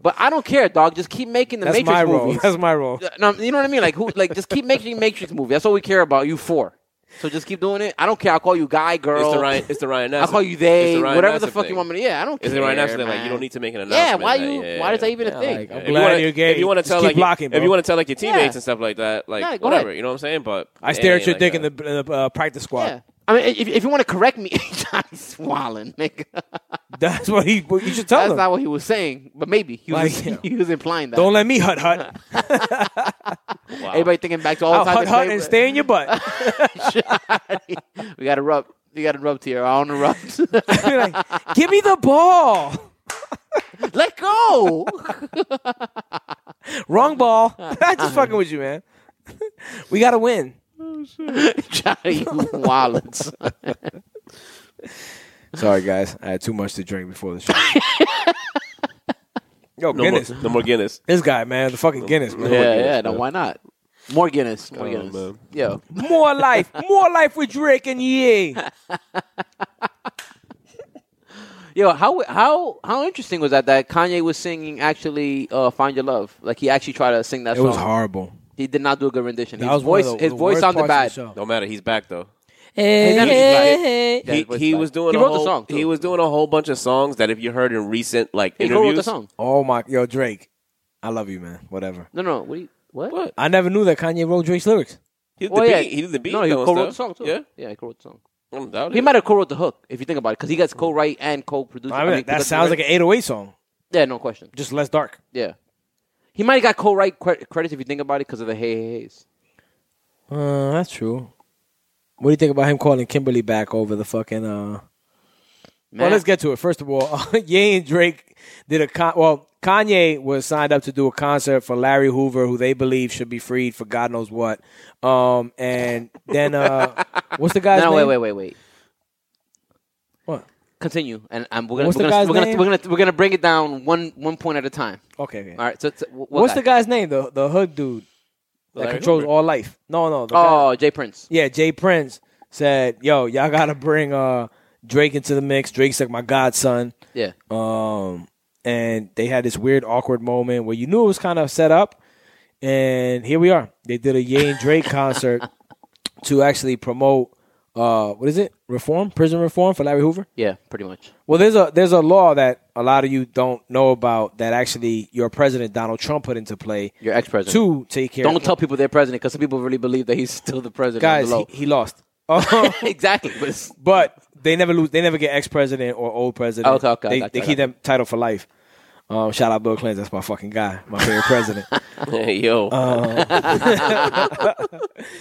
Speaker 2: but I don't care, dog. Just keep making the
Speaker 1: That's
Speaker 2: Matrix
Speaker 1: my role. [LAUGHS]
Speaker 2: movies.
Speaker 1: That's my role.
Speaker 2: Uh, [LAUGHS] No, you know what I mean? Like who? Like just keep making Matrix movie. That's all we care about. You four. So just keep doing it. I don't care. I'll call you guy, girl.
Speaker 3: It's the Ryan. It's the Ryan.
Speaker 2: I'll
Speaker 3: Nassif-
Speaker 2: call you
Speaker 3: it's
Speaker 2: they.
Speaker 3: Ryan
Speaker 2: whatever the
Speaker 3: Nassif
Speaker 2: fuck
Speaker 3: thing.
Speaker 2: you want me to. Yeah, I don't
Speaker 3: It's
Speaker 2: care.
Speaker 3: the Ryan Nassif thing. Like
Speaker 2: man.
Speaker 3: you don't need to make an announcement.
Speaker 2: Yeah, why
Speaker 3: Like,
Speaker 2: you?
Speaker 3: yeah,
Speaker 2: why is that even
Speaker 3: yeah.
Speaker 2: a thing?
Speaker 1: like, I'm
Speaker 3: If you
Speaker 1: glad
Speaker 3: wanna-
Speaker 1: you're gay.
Speaker 3: If you want to
Speaker 1: Just
Speaker 3: tell
Speaker 1: keep
Speaker 3: like,
Speaker 1: blocking,
Speaker 3: if
Speaker 1: bro.
Speaker 3: you want to tell like your teammates
Speaker 2: Yeah.
Speaker 3: and stuff like that, like
Speaker 2: Yeah, go
Speaker 3: whatever,
Speaker 2: ahead.
Speaker 3: you know what I'm saying? But
Speaker 1: I stare at your
Speaker 3: like
Speaker 1: dick
Speaker 3: that.
Speaker 1: in the, in the uh, practice squad.
Speaker 2: yeah. I mean, if, if you want to correct me, [LAUGHS] Johnny Swallin, nigga.
Speaker 1: [LAUGHS] That's what he. What you should tell
Speaker 2: That's
Speaker 1: them.
Speaker 2: not what he was saying, but maybe he was, [LAUGHS]
Speaker 1: Like,
Speaker 2: he was implying that.
Speaker 1: Don't let me hut hut.
Speaker 3: Wow.
Speaker 2: Everybody thinking back to [LAUGHS] all
Speaker 1: I'll
Speaker 2: the time.
Speaker 1: hut
Speaker 2: they
Speaker 1: hut
Speaker 2: played
Speaker 1: and
Speaker 2: with-
Speaker 1: stay in your
Speaker 2: [LAUGHS]
Speaker 1: butt.
Speaker 2: we got to rub. You got to rub to your own rubs.
Speaker 1: Like, Give me the ball.
Speaker 2: [LAUGHS] Let go.
Speaker 1: Wrong [LAUGHS] ball. I'm just fucking with you, man. [LAUGHS] We gotta win.
Speaker 2: [LAUGHS] Johnny Wallets.
Speaker 1: Sorry, guys. I had too much to drink before the show. [LAUGHS] Yo,
Speaker 3: no
Speaker 1: Guinness.
Speaker 3: more, no more Guinness.
Speaker 1: This guy, man, the fucking Guinness, man.
Speaker 2: Yeah,
Speaker 3: Guinness,
Speaker 2: yeah. No,
Speaker 3: man.
Speaker 2: why not? More Guinness. More
Speaker 3: Oh,
Speaker 2: Guinness.
Speaker 3: man.
Speaker 2: Yo,
Speaker 1: More [LAUGHS] life. More life with Drake and Ye.
Speaker 2: yo. How how how interesting was that? That Kanye was singing actually uh, "Find Your Love." Like he actually tried to sing that
Speaker 1: It
Speaker 2: song.
Speaker 1: was horrible.
Speaker 2: He did not do a good rendition.
Speaker 1: That
Speaker 2: his
Speaker 1: was one of
Speaker 2: voice,
Speaker 1: the-
Speaker 2: his
Speaker 1: the
Speaker 2: voice
Speaker 1: worst
Speaker 2: sounded bad.
Speaker 1: parts of the show.
Speaker 3: Don't matter. He's back though.
Speaker 2: Hey, that is bad. Yeah,
Speaker 3: He,
Speaker 2: his voice
Speaker 3: he
Speaker 2: back.
Speaker 3: was doing. a
Speaker 2: He wrote the
Speaker 3: whole,
Speaker 2: song,
Speaker 3: He
Speaker 2: too.
Speaker 3: was doing a whole bunch of songs that if you heard in recent like
Speaker 2: He
Speaker 3: interviews,
Speaker 2: co-wrote the song.
Speaker 1: Oh my, yo, Drake. I love you, man. Whatever.
Speaker 2: No, no. What? do you- What?
Speaker 3: What?
Speaker 1: I never knew that Kanye wrote Drake's lyrics.
Speaker 3: He did
Speaker 2: Well,
Speaker 3: the
Speaker 2: Oh, yeah.
Speaker 3: beat. He did the beat.
Speaker 2: No, he
Speaker 3: though and
Speaker 2: co-wrote the
Speaker 3: stuff.
Speaker 2: song too.
Speaker 3: Yeah,
Speaker 2: yeah, he co-wrote the song.
Speaker 3: I don't doubt
Speaker 2: He
Speaker 3: it.
Speaker 2: might have co-wrote the hook if you think about it, because he gets co-write and co-produced.
Speaker 1: I mean, that sounds like an 808 song,
Speaker 2: yeah, no question.
Speaker 1: just less dark.
Speaker 2: Yeah, he might have got co-write cre- credits if you think about it because of the hey hey hey's.
Speaker 1: Uh, that's true. What do you think about him calling Kimberly back over the fucking? uh Well,
Speaker 2: Man.
Speaker 1: let's get to it. First of all, [LAUGHS] Ye and Drake did a con- well. Kanye was signed up to do a concert for Larry Hoover, who they believe should be freed for God knows what. Um, and then
Speaker 2: [LAUGHS]
Speaker 1: uh, what's the guy's
Speaker 2: No,
Speaker 1: name?
Speaker 2: wait, wait, wait, wait.
Speaker 1: What?
Speaker 2: Continue, and um, we're gonna
Speaker 1: What's
Speaker 2: we're
Speaker 1: the
Speaker 2: gonna,
Speaker 1: guy's
Speaker 2: we're, gonna
Speaker 1: name?
Speaker 2: we're gonna we're gonna bring it down one one point at a time.
Speaker 1: Okay. okay.
Speaker 2: All right. So, so what
Speaker 1: what's the guy's name? The the hood dude that
Speaker 3: Larry
Speaker 1: controls
Speaker 3: Hoover.
Speaker 1: all life. No, no. The guy-
Speaker 2: Oh, Jay Prince.
Speaker 1: Yeah, Jay Prince said, "Yo, y'all gotta bring uh Drake into the mix." Drake's like my godson.
Speaker 2: Yeah.
Speaker 1: Um, and they had this weird, awkward moment where you knew it was kind of set up. And here we are. They did a Ye and
Speaker 2: [LAUGHS]
Speaker 1: Drake concert to actually promote uh, what is it? Reform, prison reform for Larry Hoover.
Speaker 2: Yeah. Pretty much.
Speaker 1: Well, there's a there's a law that a lot of you don't know about that actually your president Donald Trump put into play
Speaker 2: Your ex president.
Speaker 1: to take care.
Speaker 2: Don't tell people they're president because some people really believe that he's still the president. on the
Speaker 1: guys.
Speaker 2: low.
Speaker 1: He, he lost. [LAUGHS] Um,
Speaker 2: [LAUGHS] exactly. But it's,
Speaker 1: [LAUGHS] But they never lose. They never get ex president or old president.
Speaker 2: Okay, okay, I
Speaker 1: They,
Speaker 2: got
Speaker 1: they
Speaker 2: you, I
Speaker 1: keep
Speaker 2: got
Speaker 1: them title for life. Um, shout out Bill Clinton. That's my fucking guy. My favorite
Speaker 2: [LAUGHS]
Speaker 1: president.
Speaker 3: [LAUGHS] Hey, yo,
Speaker 1: Um,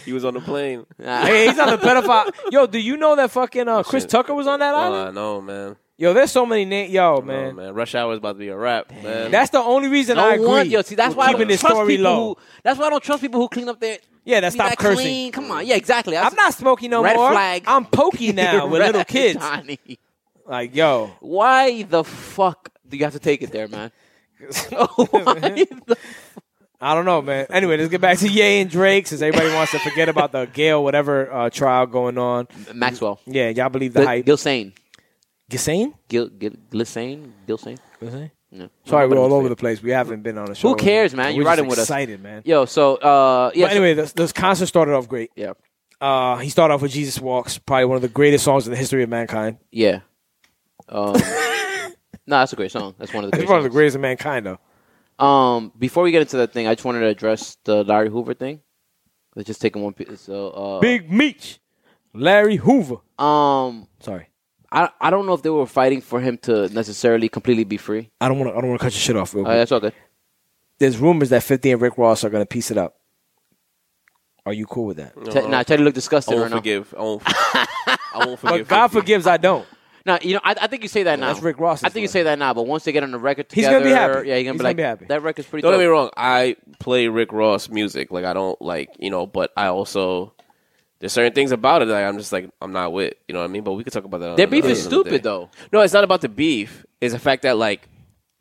Speaker 3: he was on the
Speaker 1: [LAUGHS]
Speaker 3: plane.
Speaker 1: hey, he's on the pedophile. Yo, do you know that fucking uh, Chris
Speaker 3: shit.
Speaker 1: Tucker was on that
Speaker 3: Oh,
Speaker 1: island?
Speaker 3: I know, man.
Speaker 1: Yo, there's so many names. Yo,
Speaker 3: Oh,
Speaker 1: man.
Speaker 3: man, Rush Hour is about to be a wrap, man.
Speaker 1: That's the only reason
Speaker 2: no
Speaker 1: I agree.
Speaker 2: one, yo. See, that's
Speaker 1: with
Speaker 2: why I
Speaker 1: keeping
Speaker 2: don't
Speaker 1: this
Speaker 2: trust
Speaker 1: story
Speaker 2: people.
Speaker 1: low.
Speaker 2: Who, that's why I don't trust people who clean up their.
Speaker 1: Yeah, that
Speaker 2: be
Speaker 1: stop
Speaker 2: that
Speaker 1: cursing.
Speaker 2: Clean. Come on, yeah, exactly.
Speaker 1: I'm not smoking no
Speaker 2: Red
Speaker 1: more.
Speaker 2: flag.
Speaker 1: I'm [LAUGHS]
Speaker 2: [LAUGHS]
Speaker 1: pokey now with little kids.
Speaker 2: Johnny,
Speaker 1: Like,
Speaker 2: [LAUGHS]
Speaker 1: yo,
Speaker 2: why the fuck do you have to take it there, man?
Speaker 1: [LAUGHS]
Speaker 2: [LAUGHS] why the
Speaker 1: I don't know, man. Anyway, let's get back to Ye and Drake since everybody wants to forget about the Gale whatever uh, trial going on.
Speaker 2: Maxwell?
Speaker 1: Yeah, y'all believe the
Speaker 2: Gil-
Speaker 1: hype.
Speaker 2: Gilsane.
Speaker 1: Ghislaine?
Speaker 2: Gil, Gil, Glissane? Gilsane? No.
Speaker 1: Sorry, we're
Speaker 2: Nobody
Speaker 1: all
Speaker 2: knows
Speaker 1: over
Speaker 2: it.
Speaker 1: the place. We haven't been on a show.
Speaker 2: Who cares, man?
Speaker 1: We're
Speaker 2: You're
Speaker 1: just
Speaker 2: riding with us.
Speaker 1: Excited, man.
Speaker 2: Yo, so, uh, yeah.
Speaker 1: But anyway, this, this concert started off great.
Speaker 2: so- yeah.
Speaker 1: Uh, he started off with Jesus Walks, probably one of the greatest songs in the history of mankind.
Speaker 2: Yeah.
Speaker 1: [LAUGHS]
Speaker 2: Um, no, that's a great song. That's one of the
Speaker 1: It's
Speaker 2: great
Speaker 1: one of the
Speaker 2: songs.
Speaker 1: greatest of mankind, though.
Speaker 2: Um, before we get into that thing, I just wanted to address the Larry Hoover thing. Let's just take it one piece. So, uh,
Speaker 1: Big Meech, Larry Hoover.
Speaker 2: um,
Speaker 1: Sorry,
Speaker 2: I I don't know if they were fighting for him to necessarily completely be free.
Speaker 1: I don't want to. I don't want to cut your shit off. Real
Speaker 2: Uh,
Speaker 1: quick.
Speaker 2: that's all good.
Speaker 1: there's rumors that 50 and Rick Ross are going to piece it up. Are you cool with that?
Speaker 2: Te- nah, Teddy looked disgusted
Speaker 3: Uh-huh. I
Speaker 2: right
Speaker 3: won't
Speaker 2: now.
Speaker 3: forgive. I
Speaker 2: [LAUGHS]
Speaker 3: won't. I won't
Speaker 1: But
Speaker 3: forgive.
Speaker 1: Uh, God
Speaker 3: 50.
Speaker 1: forgives, I don't.
Speaker 2: No, you know, I, I think you say that now.
Speaker 1: that's Rick Ross's
Speaker 2: I think you
Speaker 1: line.
Speaker 2: say that now, but once they get on the record
Speaker 1: He's
Speaker 2: together,
Speaker 1: gonna be happy.
Speaker 2: Yeah, you're
Speaker 1: He's
Speaker 2: gonna be
Speaker 1: gonna
Speaker 2: like,
Speaker 1: be happy.
Speaker 2: that record's pretty.
Speaker 3: Don't get me
Speaker 2: dope.
Speaker 3: wrong. I play Rick Ross music. Like I don't like you know, but I also there's certain things about it that I'm just like I'm not with. You know what I mean? But we could talk about that. on
Speaker 2: Their beef
Speaker 3: another-
Speaker 2: is
Speaker 3: another
Speaker 2: stupid,
Speaker 3: day.
Speaker 2: though.
Speaker 3: No, it's not about the beef. It's the fact that like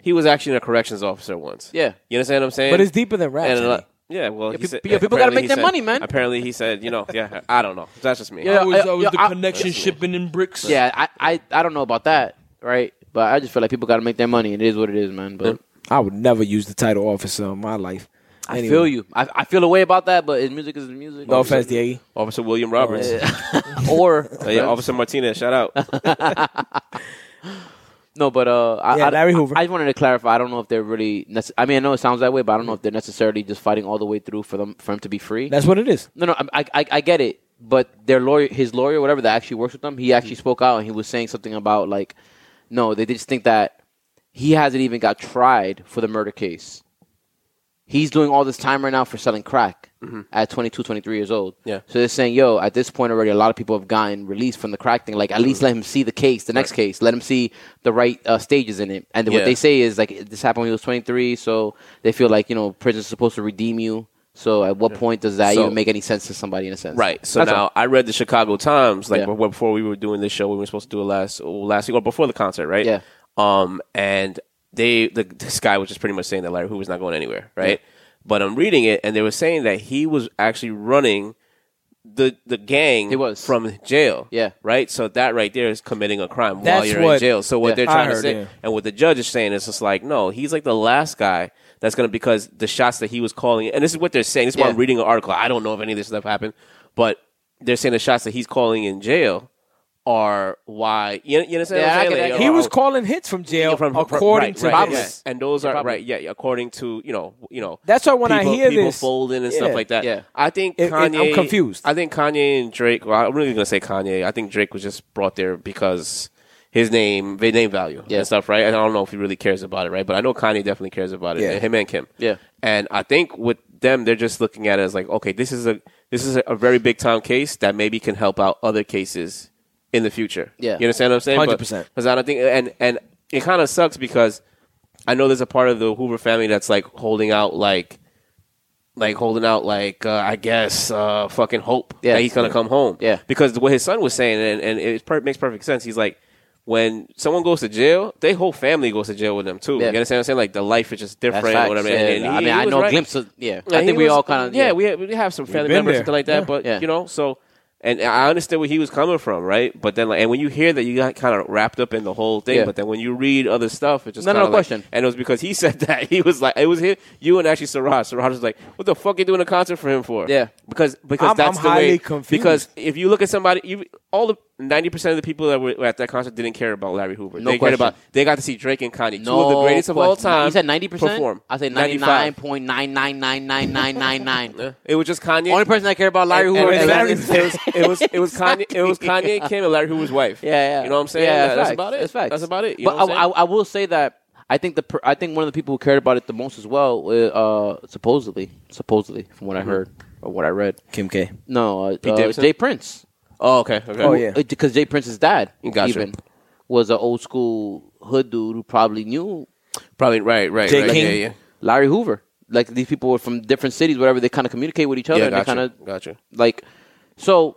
Speaker 3: he was actually a corrections officer once.
Speaker 2: Yeah.
Speaker 3: you understand what I'm saying?
Speaker 1: But it's deeper than rap.
Speaker 3: And a
Speaker 1: Teddy.
Speaker 3: lot- yeah, well, he
Speaker 2: peop-
Speaker 3: said,
Speaker 2: yeah, people gotta
Speaker 3: apparently
Speaker 2: make
Speaker 3: he
Speaker 2: their
Speaker 3: said-
Speaker 2: money, man.
Speaker 3: Apparently, he said, you know, yeah, I don't know. That's just me.
Speaker 2: Yeah,
Speaker 4: I was,
Speaker 2: I-
Speaker 4: I was
Speaker 2: yo,
Speaker 4: the
Speaker 2: I-
Speaker 4: connection shipping in bricks.
Speaker 2: Yeah, I, I, I don't know about that, right? But I just feel like people got to make their money. and It is what it is, man. But
Speaker 1: I would never use the title officer in my life.
Speaker 2: I feel you. I, I feel a way about that, but his music is his music.
Speaker 1: No offense, Diego.
Speaker 3: Officer William Roberts.
Speaker 2: or
Speaker 3: Uh, yeah, Officer Martinez, shout
Speaker 2: [LAUGHS]
Speaker 3: out.
Speaker 2: no, but uh, I,
Speaker 1: Yeah,
Speaker 2: I,
Speaker 1: Larry Hoover.
Speaker 2: I, I just wanted to clarify. I don't know if they're really. Nece- I mean, I know it sounds that way, but I don't know if they're necessarily just fighting all the way through for them for him to be free.
Speaker 1: That's what it is.
Speaker 2: No, no, I, I, I get it. But their lawyer, his lawyer, whatever that actually works with them, he actually spoke out and he was saying something about like, no, they just think that he hasn't even got tried for the murder case. He's doing all this time right now for selling crack at 22, 23 years old.
Speaker 3: Mm-hmm. Yeah.
Speaker 2: So they're saying, yo, at this point already, a lot of people have gotten released from the crack thing. Like, at least let him see the case, the next case. Let him see the right uh, stages in it. And
Speaker 3: Yeah.
Speaker 2: what they say is, like, this happened when he was 23, so they feel like, you know, prison's supposed to redeem you. So at what point does that that
Speaker 3: So-
Speaker 2: even make any sense to somebody in a sense.
Speaker 3: Right. So
Speaker 2: That's
Speaker 3: now
Speaker 2: all.
Speaker 3: I read the Chicago Times like
Speaker 2: Yeah.
Speaker 3: b- before we were doing this show. We were supposed to do it last oh, last week or before the concert, right?
Speaker 2: Yeah.
Speaker 3: Um, and they the this guy was just pretty much saying that Larry Hoover's not going anywhere, right? But I'm reading it, and they were saying that he was actually running the the gang
Speaker 2: He was.
Speaker 3: from jail.
Speaker 2: Yeah.
Speaker 3: Right. So that right there is committing a crime while
Speaker 1: That's
Speaker 3: you're in
Speaker 1: what-
Speaker 3: jail. So what
Speaker 2: Yeah.
Speaker 3: they're
Speaker 1: I
Speaker 3: trying to
Speaker 1: heard,
Speaker 3: say,
Speaker 1: yeah.
Speaker 3: and what the judge is saying is just like, no, he's like the last guy that's gonna because the shots that he was calling, and this is what they're saying. This is why
Speaker 2: Yeah.
Speaker 3: I'm reading an article. I don't know if any of this stuff happened, but they're saying the shots that he's calling in jail are why you, you understand
Speaker 2: Yeah,
Speaker 3: what
Speaker 2: I
Speaker 3: I'm
Speaker 2: get
Speaker 3: saying?
Speaker 2: that.
Speaker 3: Like,
Speaker 1: He
Speaker 3: oh,
Speaker 1: was
Speaker 3: oh,
Speaker 1: calling hits from jail
Speaker 3: from- from-
Speaker 1: according
Speaker 3: right,
Speaker 1: to
Speaker 3: right,
Speaker 1: this.
Speaker 2: Roberts.
Speaker 3: yeah. and those
Speaker 2: Yeah,
Speaker 3: are
Speaker 2: Roberts.
Speaker 3: right, yeah, yeah, according to you know, you know.
Speaker 1: That's why when I
Speaker 3: people,
Speaker 1: hear
Speaker 3: people
Speaker 1: this-
Speaker 3: folding and
Speaker 1: Yeah.
Speaker 3: stuff like that,
Speaker 2: Yeah.
Speaker 3: I think
Speaker 1: It- it- I'm
Speaker 3: Kanye.
Speaker 1: confused.
Speaker 3: I think Kanye and Drake. Well, I'm really gonna say Kanye. I think Drake was just brought there because his name, the name value,
Speaker 2: Yeah.
Speaker 3: and stuff, right? And I don't know if he really cares about it, right? But I know Kanye definitely cares about it.
Speaker 1: Yeah.
Speaker 3: and him and Kim.
Speaker 2: Yeah.
Speaker 3: And I think with them, they're just looking at it as like, okay, this is a this is a- a very big time case that maybe can help out other cases in the future.
Speaker 2: Yeah.
Speaker 3: You understand what I'm saying?
Speaker 1: 100%.
Speaker 3: Because I don't think, and and it kind of sucks because I know there's a part of the Hoover family that's like holding out, like, like holding out, like uh, I guess, uh, fucking hope
Speaker 2: Yeah.
Speaker 3: that he's gonna come home.
Speaker 2: Yeah.
Speaker 3: Because what his son was saying, and and it per- makes perfect sense. He's like. When someone goes to jail, their whole family goes to jail with them too.
Speaker 2: Yeah.
Speaker 3: You understand what I'm saying? Like the life is just
Speaker 2: That's
Speaker 3: different.
Speaker 2: facts.
Speaker 3: whatever.
Speaker 2: Yeah,
Speaker 3: And
Speaker 2: I
Speaker 3: he-
Speaker 2: mean,
Speaker 3: he
Speaker 2: I
Speaker 3: was
Speaker 2: know
Speaker 3: right.
Speaker 2: glimpses. Yeah,
Speaker 3: And
Speaker 2: I
Speaker 3: he
Speaker 2: think we
Speaker 3: was-
Speaker 2: all kind of
Speaker 3: yeah, we have, we have some family
Speaker 1: been
Speaker 3: members
Speaker 1: there.
Speaker 3: and something like that,
Speaker 1: Yeah.
Speaker 3: but
Speaker 2: Yeah.
Speaker 3: you know, so and I understand where he was coming from, right? But then, like, and when you hear that, you got kind of wrapped up in the whole thing.
Speaker 2: Yeah.
Speaker 3: But then when you read other stuff, it just
Speaker 2: No, no,
Speaker 3: kinda
Speaker 2: no
Speaker 3: like-
Speaker 2: question.
Speaker 3: And it was because he [LAUGHS] said that he was like, it was him, you and actually Siraj. Siraj was like, "What the fuck you doing a concert for him for?"
Speaker 2: Yeah.
Speaker 3: because because
Speaker 1: I'm-
Speaker 3: that's
Speaker 1: I'm
Speaker 3: the
Speaker 1: highly
Speaker 3: way.
Speaker 1: confused.
Speaker 3: Because if you look at somebody, you, all the ninety percent of the people that were at that concert didn't care about Larry Hoover.
Speaker 2: No
Speaker 3: they
Speaker 2: question.
Speaker 3: cared about they got to see Drake and Kanye,
Speaker 2: no
Speaker 3: two of the greatest of all
Speaker 2: question.
Speaker 3: time.
Speaker 2: You said ninety percent.
Speaker 3: perform.
Speaker 2: I say
Speaker 3: 95.
Speaker 2: ninety-nine point nine nine nine nine nine nine nine.
Speaker 3: It was just Kanye.
Speaker 2: Only person that cared about Larry
Speaker 3: And-
Speaker 2: Hoover.
Speaker 3: and
Speaker 2: is
Speaker 3: Larry-
Speaker 2: Larry.
Speaker 3: it
Speaker 2: [LAUGHS]
Speaker 3: was it was it was Kanye it was Kanye Kim and Larry Hoover's wife.
Speaker 2: Yeah, yeah.
Speaker 3: You know what I'm saying?
Speaker 2: Yeah,
Speaker 3: That-
Speaker 2: that's,
Speaker 3: that's
Speaker 2: facts.
Speaker 3: about it.
Speaker 2: That's facts.
Speaker 3: That's about it. You
Speaker 2: but
Speaker 3: know what
Speaker 2: I,
Speaker 3: I'm saying?
Speaker 2: I, I will say that I think the per, I think one of the people who cared about it the most as well, uh, uh, supposedly, supposedly from what I heard or what I read.
Speaker 1: Kim K.
Speaker 2: No, uh, uh,
Speaker 3: Davidson?
Speaker 2: Jay Prince.
Speaker 3: oh okay. okay.
Speaker 1: Oh, yeah.
Speaker 2: because Jay Prince's dad
Speaker 3: Gotcha.
Speaker 2: even was an old school hood dude who probably knew
Speaker 3: Probably right, right,
Speaker 1: J.
Speaker 3: right.
Speaker 1: King.
Speaker 3: Yeah, yeah.
Speaker 2: Larry Hoover. Like these people were from different cities, whatever. They kind of communicate with each other,
Speaker 3: Yeah,
Speaker 2: and
Speaker 3: gotcha.
Speaker 2: they kind of
Speaker 3: gotcha.
Speaker 2: like. So,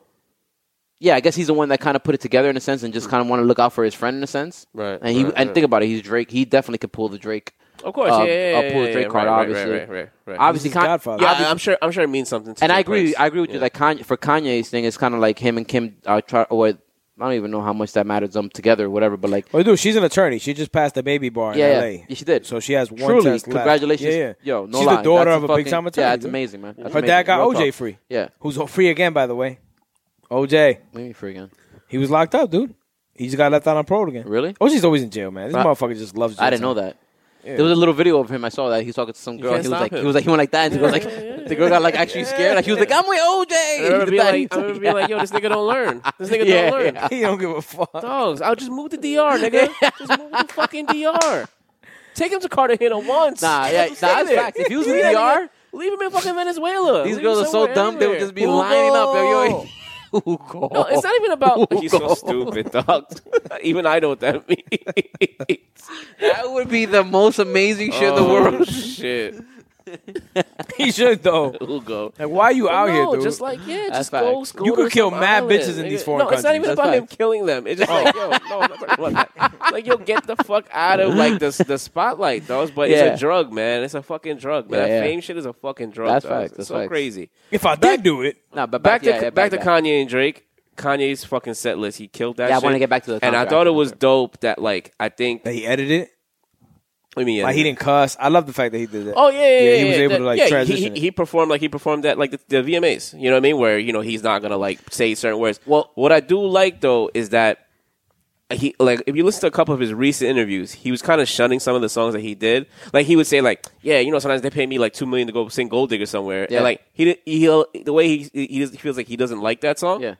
Speaker 2: yeah, I guess he's the one that kind of put it together in a sense, and just kind of want to look out for his friend in a sense.
Speaker 3: Right,
Speaker 2: And he
Speaker 3: right,
Speaker 2: and
Speaker 3: right.
Speaker 2: think about it, he's Drake. He definitely could pull the Drake.
Speaker 3: Of course,
Speaker 2: uh,
Speaker 3: yeah, yeah,
Speaker 2: uh,
Speaker 3: yeah,
Speaker 2: pull the
Speaker 3: yeah,
Speaker 2: Drake
Speaker 3: yeah,
Speaker 2: card,
Speaker 3: right, right,
Speaker 2: obviously.
Speaker 3: right, right, right.
Speaker 2: Obviously,
Speaker 1: He's his
Speaker 2: Con-
Speaker 1: godfather.
Speaker 3: Yeah,
Speaker 2: obviously-
Speaker 3: I, am sure. I'm sure it means something. to
Speaker 2: and I
Speaker 3: Jay
Speaker 2: agree.
Speaker 3: Prince.
Speaker 2: I agree with you.
Speaker 3: [LAUGHS] Yeah.
Speaker 2: Like Kanye, for Kanye's thing, it's kind of like him and Kim are try. Or I don't even know how much that matters them together, or whatever. But like,
Speaker 1: Well, Oh, dude, she's an attorney. She just passed the baby bar
Speaker 2: Yeah,
Speaker 1: in
Speaker 2: yeah.
Speaker 1: L.A.
Speaker 2: Yeah, she did.
Speaker 1: So she has one
Speaker 2: truly,
Speaker 1: test left.
Speaker 2: congratulations,
Speaker 1: Yeah, yeah.
Speaker 2: yo, no
Speaker 1: she's
Speaker 2: lie.
Speaker 1: the daughter
Speaker 2: That's
Speaker 1: of a
Speaker 2: fucking-
Speaker 1: big time attorney.
Speaker 2: Yeah, that's
Speaker 1: dude.
Speaker 2: amazing, man. That's
Speaker 1: Her
Speaker 2: amazing.
Speaker 1: dad got
Speaker 2: Real
Speaker 1: OJ
Speaker 2: talk.
Speaker 1: free.
Speaker 2: Yeah,
Speaker 1: Who's free again, by the way. OJ,
Speaker 2: let me free again.
Speaker 1: he was locked up, dude. He just got left out on parole again.
Speaker 2: Really?
Speaker 1: OJ's always in jail, man. This
Speaker 2: I-
Speaker 1: motherfucker just loves. Jail
Speaker 2: I
Speaker 1: [LAUGHS]
Speaker 2: didn't know that. There was a little video of him. I saw that he was talking to some girl.
Speaker 3: can't
Speaker 2: He was
Speaker 3: stop
Speaker 2: like,
Speaker 3: him.
Speaker 2: he was like, he went like that, and the girl was like, the girl got like actually scared. Like he was like, I'm with OJ.
Speaker 3: I remember,
Speaker 2: He [LAUGHS]
Speaker 3: being
Speaker 2: did that.
Speaker 3: like, I remember being like, "Yo, this nigga don't learn. This nigga
Speaker 2: Yeah,
Speaker 3: don't learn."
Speaker 2: yeah.
Speaker 1: He don't give a fuck. [LAUGHS]
Speaker 2: [LAUGHS]
Speaker 3: Dogs, I'll just move to DR, nigga. just move to fucking DR. Take him to Cartagena once.
Speaker 2: Nah, yeah, nah, that's facts. If you was
Speaker 3: Leave
Speaker 2: in
Speaker 3: him in-
Speaker 2: DR,
Speaker 3: leave him in fucking Venezuela.
Speaker 2: these
Speaker 3: Leave
Speaker 2: girls
Speaker 3: him
Speaker 2: are so
Speaker 3: somewhere,
Speaker 2: dumb they would
Speaker 3: anywhere.
Speaker 2: just be lining up. Yo, yo, [LAUGHS] Hugo.
Speaker 3: No, it's not even
Speaker 2: [LAUGHS]
Speaker 3: about.
Speaker 2: He's so
Speaker 3: stupid, dog. even I know what
Speaker 2: [LAUGHS]
Speaker 3: that means.
Speaker 2: that would be the most amazing shit in the
Speaker 3: Oh. [LAUGHS]
Speaker 2: world.
Speaker 3: shit.
Speaker 1: he should though.
Speaker 3: Hugo.
Speaker 1: Like, why are
Speaker 2: [LAUGHS] Oh,
Speaker 1: you out
Speaker 3: no,
Speaker 1: here, dude?
Speaker 3: Just like yeah,
Speaker 2: That's
Speaker 3: just go,
Speaker 2: facts.
Speaker 3: go
Speaker 1: You
Speaker 3: to
Speaker 1: could kill
Speaker 3: some
Speaker 1: mad
Speaker 3: island,
Speaker 1: bitches in
Speaker 3: nigga.
Speaker 1: these foreign
Speaker 3: No, it's not even
Speaker 2: countries.
Speaker 3: about
Speaker 2: That's Oh.
Speaker 3: him killing them. It's just like yo, no, I'm not talking about
Speaker 2: [LAUGHS]
Speaker 3: that. like yo, get the fuck out of like the the spotlight, dogs. But
Speaker 2: Yeah.
Speaker 3: it's a drug, man. It's a fucking drug, man.
Speaker 2: Yeah,
Speaker 3: that
Speaker 2: yeah.
Speaker 3: fame shit is a fucking drug.
Speaker 2: That's
Speaker 3: dogs.
Speaker 2: facts.
Speaker 3: It's
Speaker 2: That's
Speaker 3: so
Speaker 2: facts.
Speaker 3: crazy.
Speaker 1: if I did do it,
Speaker 2: Nah, but
Speaker 3: Back,
Speaker 2: yeah,
Speaker 3: to
Speaker 2: yeah,
Speaker 3: back, to Kanye and Drake. Kanye's fucking set list. He killed that.
Speaker 2: Yeah, I
Speaker 3: shit.
Speaker 2: wanna get back to the
Speaker 3: And I
Speaker 2: contract.
Speaker 3: thought it was dope that like I think. uh,
Speaker 1: that he edited it.
Speaker 3: I mean,
Speaker 1: Like he didn't cuss. I love the fact that he did that.
Speaker 3: Oh yeah, yeah,
Speaker 1: Yeah,
Speaker 3: yeah.
Speaker 1: he was able
Speaker 3: that-
Speaker 1: to, like,
Speaker 3: yeah, he-
Speaker 1: transition it.
Speaker 3: He, he performed like he performed that like the, the VMAs. You know what I mean? Where you know he's not gonna like say certain words.
Speaker 2: Well-
Speaker 3: what I do like though is that he like if you listen to a couple of his recent interviews, he was kind of shunning some of the songs that he did. Like he would say like, yeah, you know, sometimes they pay me like two million to go sing Gold Digger somewhere.
Speaker 2: Yeah.
Speaker 3: And like he did- he'll the way he he just feels like he doesn't like that song.
Speaker 2: Yeah.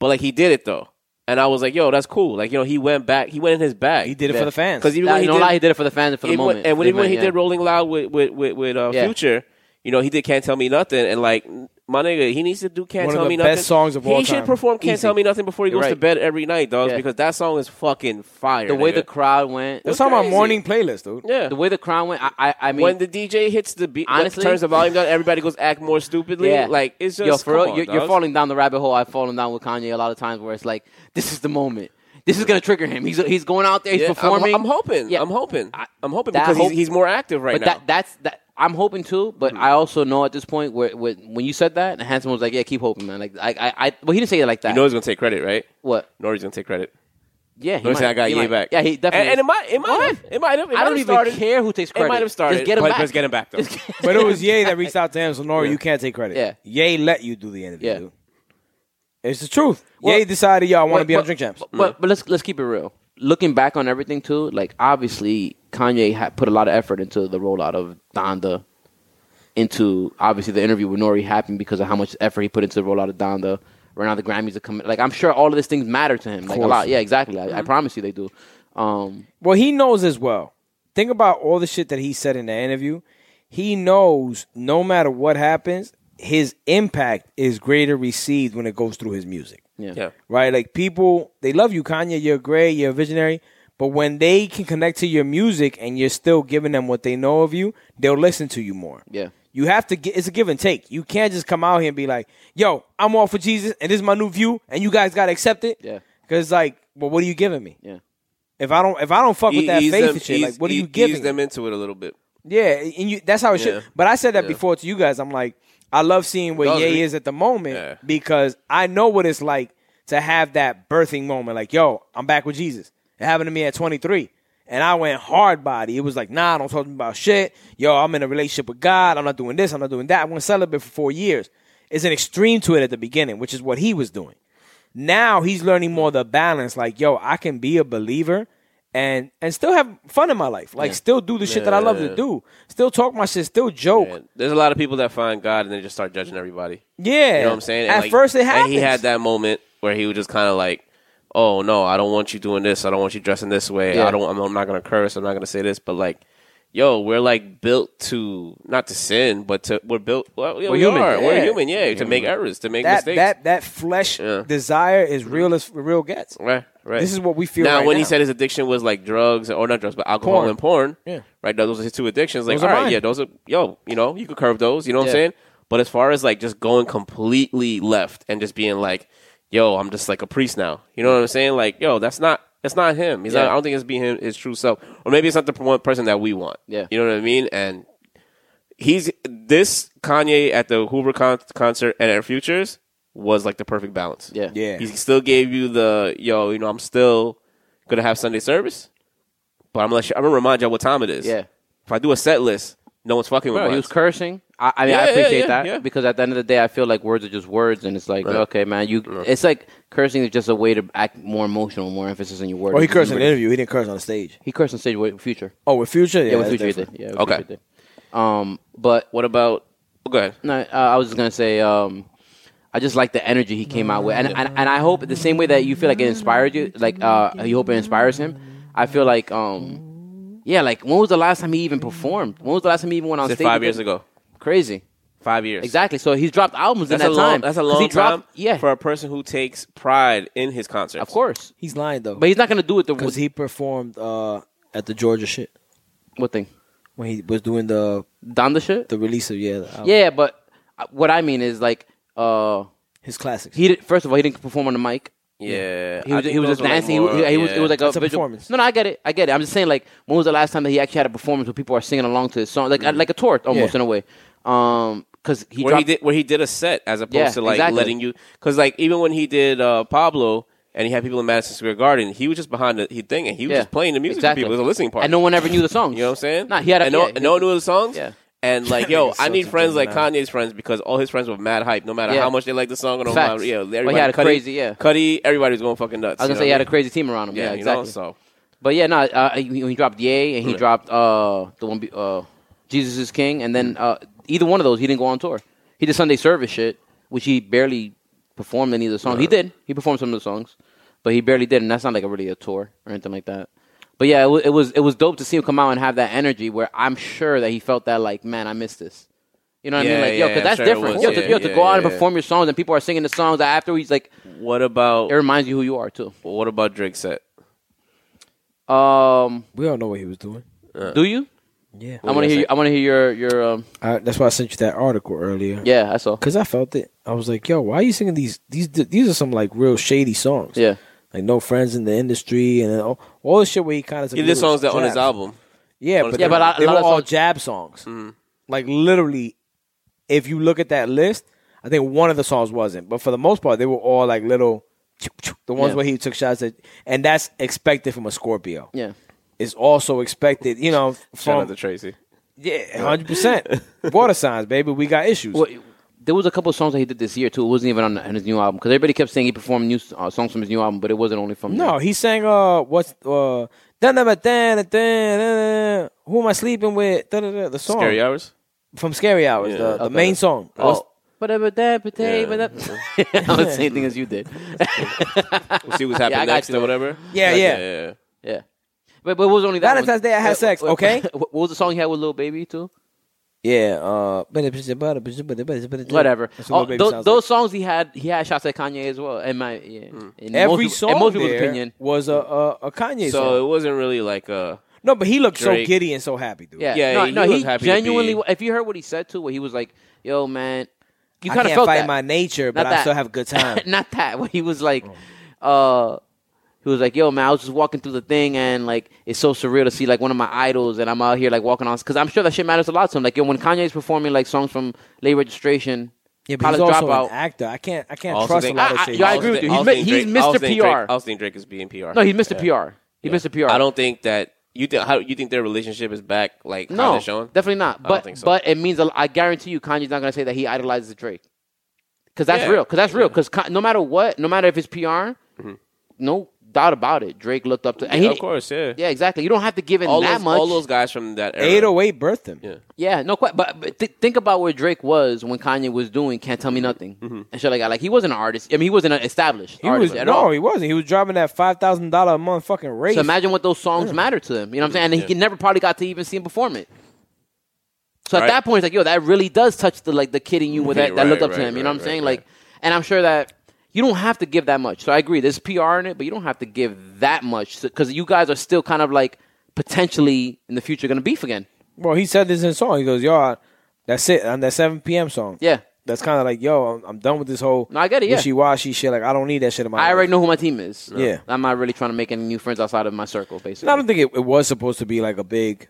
Speaker 3: but like he did it though. And I was like, "Yo, that's cool." Like, you know, he went back. He went in his bag.
Speaker 1: He did it
Speaker 2: Yeah.
Speaker 1: for the fans.
Speaker 3: because even
Speaker 2: Nah,
Speaker 3: when he
Speaker 2: no
Speaker 3: did,
Speaker 2: lie, he did it for the fans and for the
Speaker 3: even when-
Speaker 2: moment.
Speaker 3: And when,
Speaker 2: They
Speaker 3: even when he
Speaker 2: went, yeah.
Speaker 3: did Rolling Loud with with with, with uh,
Speaker 2: Yeah.
Speaker 3: Future, you know, he did Can't Tell Me Nothing, and like my nigga, he needs to do Can't
Speaker 1: One of
Speaker 3: Tell
Speaker 1: the
Speaker 3: Me
Speaker 1: best
Speaker 3: Nothing.
Speaker 1: songs of
Speaker 3: he
Speaker 1: all
Speaker 3: He should
Speaker 1: time.
Speaker 3: perform Can't
Speaker 2: Easy.
Speaker 3: Tell Me Nothing before he
Speaker 2: You're
Speaker 3: goes to
Speaker 2: right.
Speaker 3: bed every night, dogs,
Speaker 2: Yeah.
Speaker 3: because that song is fucking fire.
Speaker 2: the way
Speaker 3: nigga.
Speaker 2: the crowd
Speaker 1: That's
Speaker 2: went,
Speaker 3: It was
Speaker 1: talking about
Speaker 3: crazy.
Speaker 1: morning playlist, dude.
Speaker 3: yeah.
Speaker 2: the way the crowd went, I, I, I mean,
Speaker 3: when the DJ hits the beat, like,
Speaker 2: Honestly-
Speaker 3: turns the volume down, everybody goes act more stupidly.
Speaker 2: yeah,
Speaker 3: Like it's just
Speaker 2: yo, for
Speaker 3: come
Speaker 2: real,
Speaker 3: on,
Speaker 2: you're, you're
Speaker 3: dogs.
Speaker 2: falling down the rabbit hole. I've fallen down with Kanye a lot of times where it's like, this is the moment. This is gonna trigger him. He's he's going out there. He's
Speaker 3: Yeah, I'm-
Speaker 2: performing.
Speaker 3: I'm, hoping.
Speaker 2: Yeah.
Speaker 3: I'm hoping. I, am hoping
Speaker 2: that
Speaker 3: because
Speaker 2: hope-
Speaker 3: he's, he's more active right
Speaker 2: but
Speaker 3: now. Mm-hmm.
Speaker 2: that that's that. I'm hoping too, but I also know at this point where, where when you said that, and Hanson was like, "Yeah, keep hoping, man." Like, I, I, I well, he didn't say it like that.
Speaker 3: you know he's gonna take credit, right?
Speaker 2: what?
Speaker 3: Nori's gonna take credit.
Speaker 2: Yeah,
Speaker 3: Nori's
Speaker 2: he might.
Speaker 3: saying I got
Speaker 2: He
Speaker 3: Ye
Speaker 2: might.
Speaker 3: back.
Speaker 2: Yeah, he definitely.
Speaker 3: And, and it might. It might.
Speaker 2: What?
Speaker 3: Have, it might have. It
Speaker 2: I
Speaker 3: might
Speaker 2: don't
Speaker 3: have
Speaker 2: even
Speaker 3: started.
Speaker 2: care who takes credit.
Speaker 3: It might have started.
Speaker 2: Just get him
Speaker 3: but,
Speaker 2: back.
Speaker 3: Just get him back though.
Speaker 1: But it was Ye that reached out to him, so Nori, you can't take credit.
Speaker 2: Yeah.
Speaker 1: Ye let you do the interview.
Speaker 2: Yeah.
Speaker 1: dude. It's the truth.
Speaker 2: Well-
Speaker 1: Ye decided, y'all want to
Speaker 2: But-
Speaker 1: be on
Speaker 2: but-
Speaker 1: Drink Champs.
Speaker 2: But, but, but let's let's keep it real. Looking back on everything too, like obviously Kanye had put a lot of effort into the rollout of Donda, into obviously the interview with Nori happened because of how much effort he put into the rollout of Donda. Right now the Grammys are coming. Like I'm sure all of these things matter to him. Like a
Speaker 1: course. Mm-hmm.
Speaker 2: lot. Yeah, exactly. I, I promise you they do. Um,
Speaker 1: Well, he knows as well. Think about all the shit that he said in the interview. He knows no matter what happens, his impact is greater received when it goes through his music.
Speaker 2: yeah.
Speaker 3: Yeah.
Speaker 1: Right? Like people, they love you, Kanye. You're great. You're a visionary. But when they can connect to your music and you're still giving them what they know of you, they'll listen to you more.
Speaker 2: Yeah.
Speaker 1: You have to get. It's a give and take. You can't just come out here and be like, "Yo, I'm all for Jesus, and this is my new view, and you guys gotta accept it."
Speaker 2: Yeah.
Speaker 1: Because like, well, what are you giving me?
Speaker 2: Yeah.
Speaker 1: If I don't, if I don't fuck with that
Speaker 3: Ease
Speaker 1: faith
Speaker 3: them-
Speaker 1: and shit,
Speaker 3: ease-
Speaker 1: like, what are
Speaker 3: e-
Speaker 1: you giving?
Speaker 3: Ease them into it a little bit.
Speaker 1: Yeah, and you, that's how it
Speaker 3: Yeah.
Speaker 1: should. But I said that
Speaker 3: Yeah.
Speaker 1: before to you guys. I'm like, I love seeing where
Speaker 3: Those
Speaker 1: Ye
Speaker 3: re-
Speaker 1: is at the moment
Speaker 3: Yeah.
Speaker 1: because I know what it's like to have that birthing moment. Like, yo, I'm back with Jesus. It happened to me at 23. And I went hard body. It was like, nah, don't talk to me about shit. Yo, I'm in a relationship with God. I'm not doing this. I'm not doing that. I went celibate for four years. It's an extreme to it at the beginning, which is what he was doing now he's learning more the balance like yo i can be a believer and and still have fun in my life like still do the shit that i love to
Speaker 3: Yeah.
Speaker 1: do still talk my shit still joke
Speaker 3: Man, There's a lot of people that find God and they just start judging everybody.
Speaker 1: yeah
Speaker 3: You know what I'm saying? And,
Speaker 1: at
Speaker 3: like,
Speaker 1: first it happens
Speaker 3: And he had that moment where he was just kind of like, "Oh no, I don't want you doing this. I don't want you dressing this way.
Speaker 2: Yeah.
Speaker 3: I don't. I'm, I'm not gonna curse. I'm not gonna say this." But like, yo, we're like built to not to sin, but to we're built. Well, yeah,
Speaker 1: We're
Speaker 3: we
Speaker 1: human,
Speaker 3: are. We're
Speaker 1: yeah.
Speaker 3: human. Yeah, to make errors, to make
Speaker 1: that
Speaker 3: mistakes.
Speaker 1: that that flesh
Speaker 3: Yeah. Mm-hmm.
Speaker 1: desire is real as real gets
Speaker 3: Right, right.
Speaker 1: This is what we feel
Speaker 3: Now,
Speaker 1: right
Speaker 3: when
Speaker 1: now.
Speaker 3: he said his addiction was like drugs or not drugs, but alcohol
Speaker 1: Porn.
Speaker 3: and porn.
Speaker 1: Yeah.
Speaker 3: Right. Those are his two addictions. Like,
Speaker 1: Those
Speaker 3: all
Speaker 1: are
Speaker 3: right,
Speaker 1: mine.
Speaker 3: yeah, those are yo. You know, you could curb those. You know what
Speaker 2: Yeah.
Speaker 3: I'm saying? But as far as like just going completely left and just being like, yo, I'm just like a priest now. You know what I'm saying? Like, yo, that's not that's not him. He's not.
Speaker 2: Yeah.
Speaker 3: I don't think it's be him. His true self, or maybe it's not the one person that we want.
Speaker 2: Yeah.
Speaker 3: You know what I mean? And he's this Kanye at the Hoover con- concert and at Futures was like the perfect balance.
Speaker 2: Yeah.
Speaker 1: Yeah.
Speaker 3: He still gave you the yo, you know, I'm still gonna have Sunday service, but I'm gonna let you, I'm gonna remind y'all what time it is.
Speaker 2: Yeah.
Speaker 3: If I do a set list, no one's fucking with
Speaker 2: Bro,
Speaker 3: me.
Speaker 2: he was cursing. I, I mean,
Speaker 3: Yeah,
Speaker 2: I
Speaker 3: yeah,
Speaker 2: appreciate
Speaker 3: yeah,
Speaker 2: that
Speaker 3: yeah.
Speaker 2: because at the end of the day, I feel like words are just words, and it's like, okay, man, you. It's like cursing is just a way to act more emotional, more emphasis on your words.
Speaker 1: well Oh, he cursed in the interview he didn't curse on the stage
Speaker 2: He cursed on stage with Future.
Speaker 1: oh with future yeah,
Speaker 2: Yeah, with
Speaker 1: that's
Speaker 2: Future he
Speaker 1: different.
Speaker 2: did. Yeah, with
Speaker 3: Okay.
Speaker 2: Future he did. Um, but
Speaker 3: What about? Oh, go ahead.
Speaker 2: no, uh, I was just gonna say, um, I just like the energy he came out with, and, and and I hope the same way that you feel like it inspired you, like uh, you hope it inspires him. I feel like um, Yeah, like when was the last time he even performed? When was the last time he even went on
Speaker 3: Said
Speaker 2: stage?
Speaker 3: five
Speaker 2: with
Speaker 3: years
Speaker 2: them?
Speaker 3: ago.
Speaker 2: Crazy.
Speaker 3: Five years.
Speaker 2: Exactly. So he's dropped albums
Speaker 3: That's
Speaker 2: in
Speaker 3: a
Speaker 2: that
Speaker 3: long.
Speaker 2: time.
Speaker 3: That's a
Speaker 2: 'Cause
Speaker 3: long
Speaker 2: he dropped,
Speaker 3: time.
Speaker 2: Yeah,
Speaker 3: For a person who takes pride in his concerts.
Speaker 2: of course.
Speaker 1: He's lying though,
Speaker 2: But he's not gonna do it the
Speaker 1: because
Speaker 2: what,
Speaker 1: he performed uh, at the Georgia shit
Speaker 2: what thing?
Speaker 1: when he was doing the
Speaker 2: Donda shit.
Speaker 1: the release of yeah, the album.
Speaker 2: yeah, but uh, what I mean is like uh
Speaker 1: his classics.
Speaker 2: he did, first of all he didn't perform on the mic.
Speaker 3: Yeah.
Speaker 2: He was,
Speaker 3: I think
Speaker 2: he was
Speaker 3: those
Speaker 2: just
Speaker 3: were, like,
Speaker 2: dancing.
Speaker 3: more-
Speaker 2: he, was- he was,
Speaker 3: yeah.
Speaker 2: it was like
Speaker 1: It's a
Speaker 2: visual-
Speaker 1: performance.
Speaker 2: No, no, I get it. I get it. I'm just saying, like, when was the last time that he actually had a performance where people are singing along to his song, like, like a tour, almost
Speaker 1: Yeah.
Speaker 2: in a way, um, because he
Speaker 3: where
Speaker 2: dropped,
Speaker 3: Mm-hmm. he did where he did a set as opposed
Speaker 2: Yeah,
Speaker 3: to like
Speaker 2: exactly.
Speaker 3: letting you because like even when he did uh, Pablo and he had people in Madison Square Garden, he was just behind the he thing and he was
Speaker 2: Yeah.
Speaker 3: just playing the music
Speaker 2: Exactly.
Speaker 3: to people. It was a listening party.
Speaker 2: and no one ever knew the songs.
Speaker 3: you know what I'm saying?
Speaker 2: Nah, he had a-
Speaker 3: and no,
Speaker 2: yeah,
Speaker 3: and no one knew the songs.
Speaker 2: Yeah.
Speaker 3: And
Speaker 2: [LAUGHS]
Speaker 3: like, yo,
Speaker 1: He's
Speaker 3: I
Speaker 1: such
Speaker 3: need
Speaker 1: a
Speaker 3: friends like
Speaker 1: dumb
Speaker 3: Kanye's friends because all his friends were mad hype, no matter
Speaker 2: Yeah.
Speaker 3: how much they liked the song. Or no
Speaker 2: Facts.
Speaker 3: matter, yeah,
Speaker 2: But he
Speaker 3: everybody,
Speaker 2: had a
Speaker 3: Cudi-
Speaker 2: crazy- yeah.
Speaker 3: Cudi, everybody was going fucking nuts.
Speaker 2: I was
Speaker 3: you
Speaker 2: gonna
Speaker 3: know
Speaker 2: say he
Speaker 3: what
Speaker 2: had a
Speaker 3: I mean?
Speaker 2: crazy team around him. Yeah,
Speaker 3: yeah,
Speaker 2: exactly.
Speaker 3: You know, so
Speaker 2: But yeah, no, uh, he, he dropped Ye and he
Speaker 3: Right.
Speaker 2: dropped uh, the one, be- uh, Jesus is King, and then uh, either one of those, he didn't go on tour. He did Sunday Service shit, which he barely performed any of the songs. He did, he performed some of the songs, but he barely did, and that's not like a, really a tour or anything like that. But yeah, it, wa- it was it was dope to see him come out and have that energy where I'm sure that he felt that like, man, I missed this. You know what I
Speaker 3: Yeah,
Speaker 2: mean? Like,
Speaker 3: yeah,
Speaker 2: yo, because
Speaker 3: I'm
Speaker 2: that's
Speaker 3: sure it
Speaker 2: different.
Speaker 3: was.
Speaker 2: You have to,
Speaker 3: Yeah,
Speaker 2: you have to
Speaker 3: yeah,
Speaker 2: go out and
Speaker 3: yeah.
Speaker 2: perform your songs, and people are singing the songs that afterwards. Like,
Speaker 3: what
Speaker 2: it
Speaker 3: about
Speaker 2: reminds you who you are too.
Speaker 3: what about Drake's set?
Speaker 2: Um,
Speaker 1: we all know what he was doing.
Speaker 2: do you?
Speaker 1: Yeah,
Speaker 2: I want
Speaker 3: you
Speaker 2: to hear.
Speaker 3: guys
Speaker 2: You, I want to hear your your. Um,
Speaker 1: I, that's why I sent you that article earlier.
Speaker 2: yeah, I saw.
Speaker 1: Cause I felt it. I was like, "Yo, why are you singing these? These these are some like real shady songs.
Speaker 2: Yeah,
Speaker 1: like no friends in the industry and all, all the shit where he kind of
Speaker 3: He did songs that on his album.
Speaker 1: Yeah,
Speaker 3: On
Speaker 1: but
Speaker 3: his Mm-hmm.
Speaker 1: they,
Speaker 3: album.
Speaker 2: Yeah, but a- a
Speaker 1: they
Speaker 2: lot
Speaker 1: were
Speaker 2: of
Speaker 1: all
Speaker 2: songs-
Speaker 1: jab songs. Like literally, if you look at that list, I think one of the songs wasn't, but for the most part, they were all like little. The ones
Speaker 2: Yeah.
Speaker 1: where he took shots at, and that's expected from a Scorpio.
Speaker 2: yeah.
Speaker 1: It's also expected, you know,
Speaker 3: Shout out
Speaker 1: from
Speaker 3: to Tracy.
Speaker 1: yeah, hundred percent. Water signs, baby, we got issues.
Speaker 2: Well, there was a couple of songs that he did this year too. It wasn't even on, on his new album because everybody kept saying he performed new uh, songs from his new album, but it wasn't only from.
Speaker 1: No,
Speaker 2: there.
Speaker 1: he sang uh what's uh dun- dun- dun- dun- dun- dun- who am I sleeping with? Dun- dun- dun, The song
Speaker 3: Scary hours.
Speaker 1: from Scary Hours,
Speaker 3: Yeah.
Speaker 1: the, the
Speaker 2: Okay.
Speaker 1: main song.
Speaker 2: Oh. Whatever that potato,
Speaker 3: Yeah.
Speaker 2: [LAUGHS] but that. I was the same thing as
Speaker 1: [LAUGHS]
Speaker 2: you did.
Speaker 3: We'll see
Speaker 2: [LAUGHS]
Speaker 3: what's
Speaker 2: I
Speaker 3: happening
Speaker 2: got
Speaker 3: next
Speaker 2: you.
Speaker 3: or whatever.
Speaker 1: Yeah,
Speaker 3: Like,
Speaker 1: yeah.
Speaker 3: yeah.
Speaker 2: Yeah, but but it was only that one.
Speaker 1: Valentine's Day I had
Speaker 2: Uh,
Speaker 1: sex,
Speaker 2: what-
Speaker 1: okay?
Speaker 2: [LAUGHS] What what was the song he had with Lil Baby too?
Speaker 1: Yeah, uh, whatever.
Speaker 2: Whatever. Oh, those, those songs he had, he had shots at Kanye as well. In my yeah, in
Speaker 1: Hmm. every
Speaker 2: most, people-
Speaker 1: song
Speaker 2: in most people's
Speaker 1: there
Speaker 2: opinion,
Speaker 1: was a a, a Kanye
Speaker 3: So
Speaker 1: song.
Speaker 3: it wasn't really like uh, a.
Speaker 1: No, but he looked
Speaker 3: Drake.
Speaker 1: so giddy and so happy, dude.
Speaker 2: Yeah,
Speaker 3: Yeah,
Speaker 2: no,
Speaker 3: he
Speaker 2: no,
Speaker 3: was
Speaker 2: he,
Speaker 3: happy to
Speaker 2: genuinely.
Speaker 3: be-
Speaker 2: If you heard what he said too, where he was like, "Yo, man, you
Speaker 1: I
Speaker 2: kind
Speaker 1: can't
Speaker 2: of felt
Speaker 1: fight
Speaker 2: that. [LAUGHS]
Speaker 1: my nature, but
Speaker 2: Not
Speaker 1: I
Speaker 2: that.
Speaker 1: still have a
Speaker 2: [LAUGHS]
Speaker 1: good time.
Speaker 2: Not that. Where he was like,
Speaker 3: Oh.
Speaker 2: uh, he was like, "Yo, man, I was just walking through the thing, and like, it's so surreal to see like one of my idols, and I'm out here like walking on because I'm sure that shit matters a lot to him. Like, yo, when Kanye's performing like songs from Late Registration,
Speaker 1: yeah, but
Speaker 2: College
Speaker 1: he's also
Speaker 2: Dropout.
Speaker 1: an actor. I can't I can't
Speaker 3: Also
Speaker 1: trust
Speaker 3: think-
Speaker 1: a lot
Speaker 2: I- I-
Speaker 1: of shit.
Speaker 2: yeah, I
Speaker 1: he's
Speaker 2: agree
Speaker 1: doing.
Speaker 2: with you.
Speaker 3: I
Speaker 2: He's
Speaker 3: also
Speaker 2: mi-
Speaker 3: think
Speaker 2: he's
Speaker 3: Drake- I also think
Speaker 2: Mr. PR.
Speaker 3: Drake, I also think Drake is being PR.
Speaker 2: no, he's Mr. PR. He's Mr. PR.
Speaker 3: I don't think that you think how you think their relationship is back like how
Speaker 2: No,
Speaker 3: they're showing.
Speaker 2: definitely not.
Speaker 3: I
Speaker 2: But
Speaker 3: don't think so.
Speaker 2: but it means a l- I guarantee you, Kanye's not gonna say that he idolizes Drake, because that's
Speaker 3: Yeah.
Speaker 2: real. Because that's real. Because no matter what, no matter if it's PR, no doubt about it, Drake looked up to. And he,
Speaker 3: of course, yeah.
Speaker 2: Yeah, exactly. You don't have to give in
Speaker 3: all
Speaker 2: that
Speaker 3: those,
Speaker 2: much.
Speaker 3: all those guys from that era.
Speaker 1: 808 birthed him.
Speaker 3: Yeah.
Speaker 2: yeah, no question. But, but th- think about where Drake was when Kanye was doing "Can't Tell Me Nothing"
Speaker 3: Mm-hmm.
Speaker 2: and shit like that. Like he wasn't an artist. I mean, he wasn't an established
Speaker 1: He
Speaker 2: artist
Speaker 1: was
Speaker 2: at
Speaker 1: no,
Speaker 2: all.
Speaker 1: he wasn't. He was driving that five thousand dollar a month fucking race.
Speaker 2: So imagine what those songs matter to him. You know what I'm saying? And he never probably got to even see him perform it. So at
Speaker 3: Right.
Speaker 2: that point, it's like, yo, that really does touch the like the kid in you with
Speaker 3: Okay,
Speaker 2: that, that
Speaker 3: [LAUGHS]
Speaker 2: looked
Speaker 3: right,
Speaker 2: up to
Speaker 3: right,
Speaker 2: him. You know
Speaker 3: right,
Speaker 2: what I'm saying?
Speaker 3: right,
Speaker 2: Like, and I'm sure that you don't have to give that much. So I agree. There's PR in it, but you don't have to give that much because you guys are still kind of like potentially in the future going to beef again.
Speaker 1: Well, he said this in his song. He goes, "Yo, I- that's it." On that seven p.m. song,
Speaker 2: Yeah.
Speaker 1: that's kind of like, "Yo, I'm, I'm done with this whole
Speaker 2: No, I get it, yeah.
Speaker 1: wishy washy shit. Like, I don't need that shit in my."
Speaker 2: I
Speaker 1: life."
Speaker 2: already know who my team is.
Speaker 1: Yeah.
Speaker 2: I'm not really trying to make any new friends outside of my circle, basically.
Speaker 1: And I don't think it, it was supposed to be like a big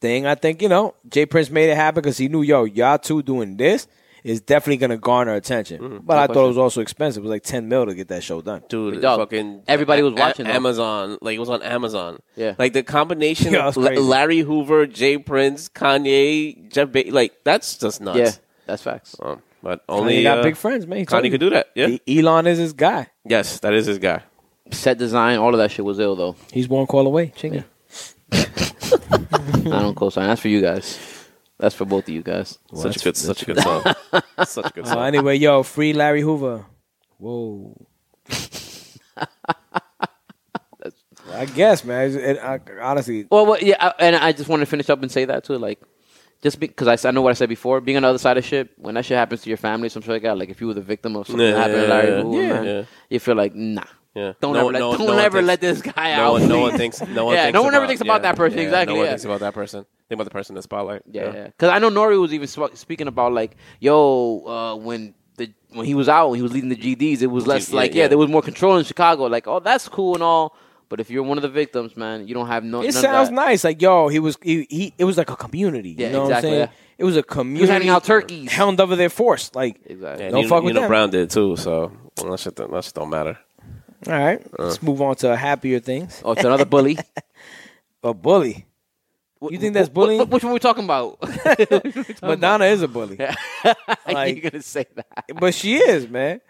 Speaker 1: thing. I think you know, Jay Prince made it happen because he knew, yo, y'all two doing this is definitely gonna garner attention.
Speaker 3: Mm-hmm.
Speaker 1: But I thought it was also expensive. It was like ten mil to get that show done.
Speaker 3: Dude,
Speaker 2: But dog,
Speaker 3: fucking
Speaker 2: everybody was
Speaker 3: A-
Speaker 2: watching, though.
Speaker 3: Amazon. Like it was on Amazon.
Speaker 2: Yeah.
Speaker 3: like the combination
Speaker 1: Yeah,
Speaker 3: of
Speaker 1: that's
Speaker 3: La-
Speaker 1: crazy.
Speaker 3: Larry Hoover, Jay Prince, Kanye, Jeff. Ba- like that's just nuts.
Speaker 2: yeah, that's facts.
Speaker 3: Um, but
Speaker 1: And
Speaker 3: only
Speaker 1: he got
Speaker 3: uh,
Speaker 1: big friends, man. He told
Speaker 3: Kanye
Speaker 1: you.
Speaker 3: could do that. Yeah.
Speaker 1: E- Elon is his guy.
Speaker 3: yes, that is his guy.
Speaker 2: Set design, all of that shit was
Speaker 3: [LAUGHS]
Speaker 2: ill, though.
Speaker 1: He's one call away. Chicken.
Speaker 2: I don't co-sign. That's for you guys. That's for both of you guys.
Speaker 3: such a good, such a good song. such a good
Speaker 1: So
Speaker 3: song.
Speaker 1: anyway, yo, free Larry Hoover. Whoa. I guess, man. It's- It, I, honestly,
Speaker 2: Well, well yeah, I, and I just want to finish up and say that too. Like, just because I, s- I know what I said before, being on the other side of shit, when that shit happens to your family, some shit like that, like if you were the victim of something
Speaker 3: Yeah,
Speaker 2: that happened to
Speaker 3: yeah,
Speaker 2: Larry
Speaker 3: yeah,
Speaker 2: Hoover,
Speaker 3: yeah.
Speaker 2: man,
Speaker 3: Yeah.
Speaker 2: you feel like, nah.
Speaker 3: Yeah.
Speaker 2: Don't
Speaker 3: No
Speaker 2: ever,
Speaker 3: one-
Speaker 2: let,
Speaker 3: no one-
Speaker 2: don't
Speaker 3: no one
Speaker 2: ever
Speaker 3: thinks-
Speaker 2: let this guy
Speaker 3: No
Speaker 2: out.
Speaker 3: one, no
Speaker 2: please.
Speaker 3: one thinks. No one
Speaker 2: Yeah,
Speaker 3: thinks
Speaker 2: no one
Speaker 3: about,
Speaker 2: ever thinks about
Speaker 3: yeah,
Speaker 2: that person,
Speaker 3: yeah,
Speaker 2: exactly,
Speaker 3: No one
Speaker 2: yeah.
Speaker 3: thinks about that person. Think about the person in the spotlight.
Speaker 2: [LAUGHS] Yeah, because I know Nori was even sp- speaking about like, yo, uh, when the when he was out, when he was leading the GDs, it was less
Speaker 3: yeah,
Speaker 2: like, yeah,
Speaker 3: yeah.
Speaker 2: there was more control in Chicago. Like, oh, that's cool and all, but if you're one of the victims, man, you don't have
Speaker 1: it
Speaker 2: no. none of
Speaker 1: sounds
Speaker 2: that.
Speaker 1: nice. Like, yo, he was he, he it was like a community.
Speaker 2: Yeah,
Speaker 1: you know
Speaker 2: exactly,
Speaker 1: what I'm saying?
Speaker 2: yeah.
Speaker 1: It was a community.
Speaker 2: handing out turkeys.
Speaker 1: Hound over their force. Like,
Speaker 2: Exactly.
Speaker 3: Yeah,
Speaker 1: Don't
Speaker 3: Nino,
Speaker 1: fuck with
Speaker 3: Nino
Speaker 1: them.
Speaker 3: Brown did too, so well, that shit, don't- that shit don't matter.
Speaker 1: all right,
Speaker 3: Uh.
Speaker 1: let's move on to happier things.
Speaker 2: Oh, it's
Speaker 3: [LAUGHS]
Speaker 2: another bully.
Speaker 1: A bully. You think that's
Speaker 2: Wh- wh-
Speaker 1: bullying?
Speaker 2: wh- which one we talking [LAUGHS] about?
Speaker 3: [LAUGHS]
Speaker 1: Madonna is a bully, Like-
Speaker 2: You're gonna say that?
Speaker 1: [LAUGHS] but she is man.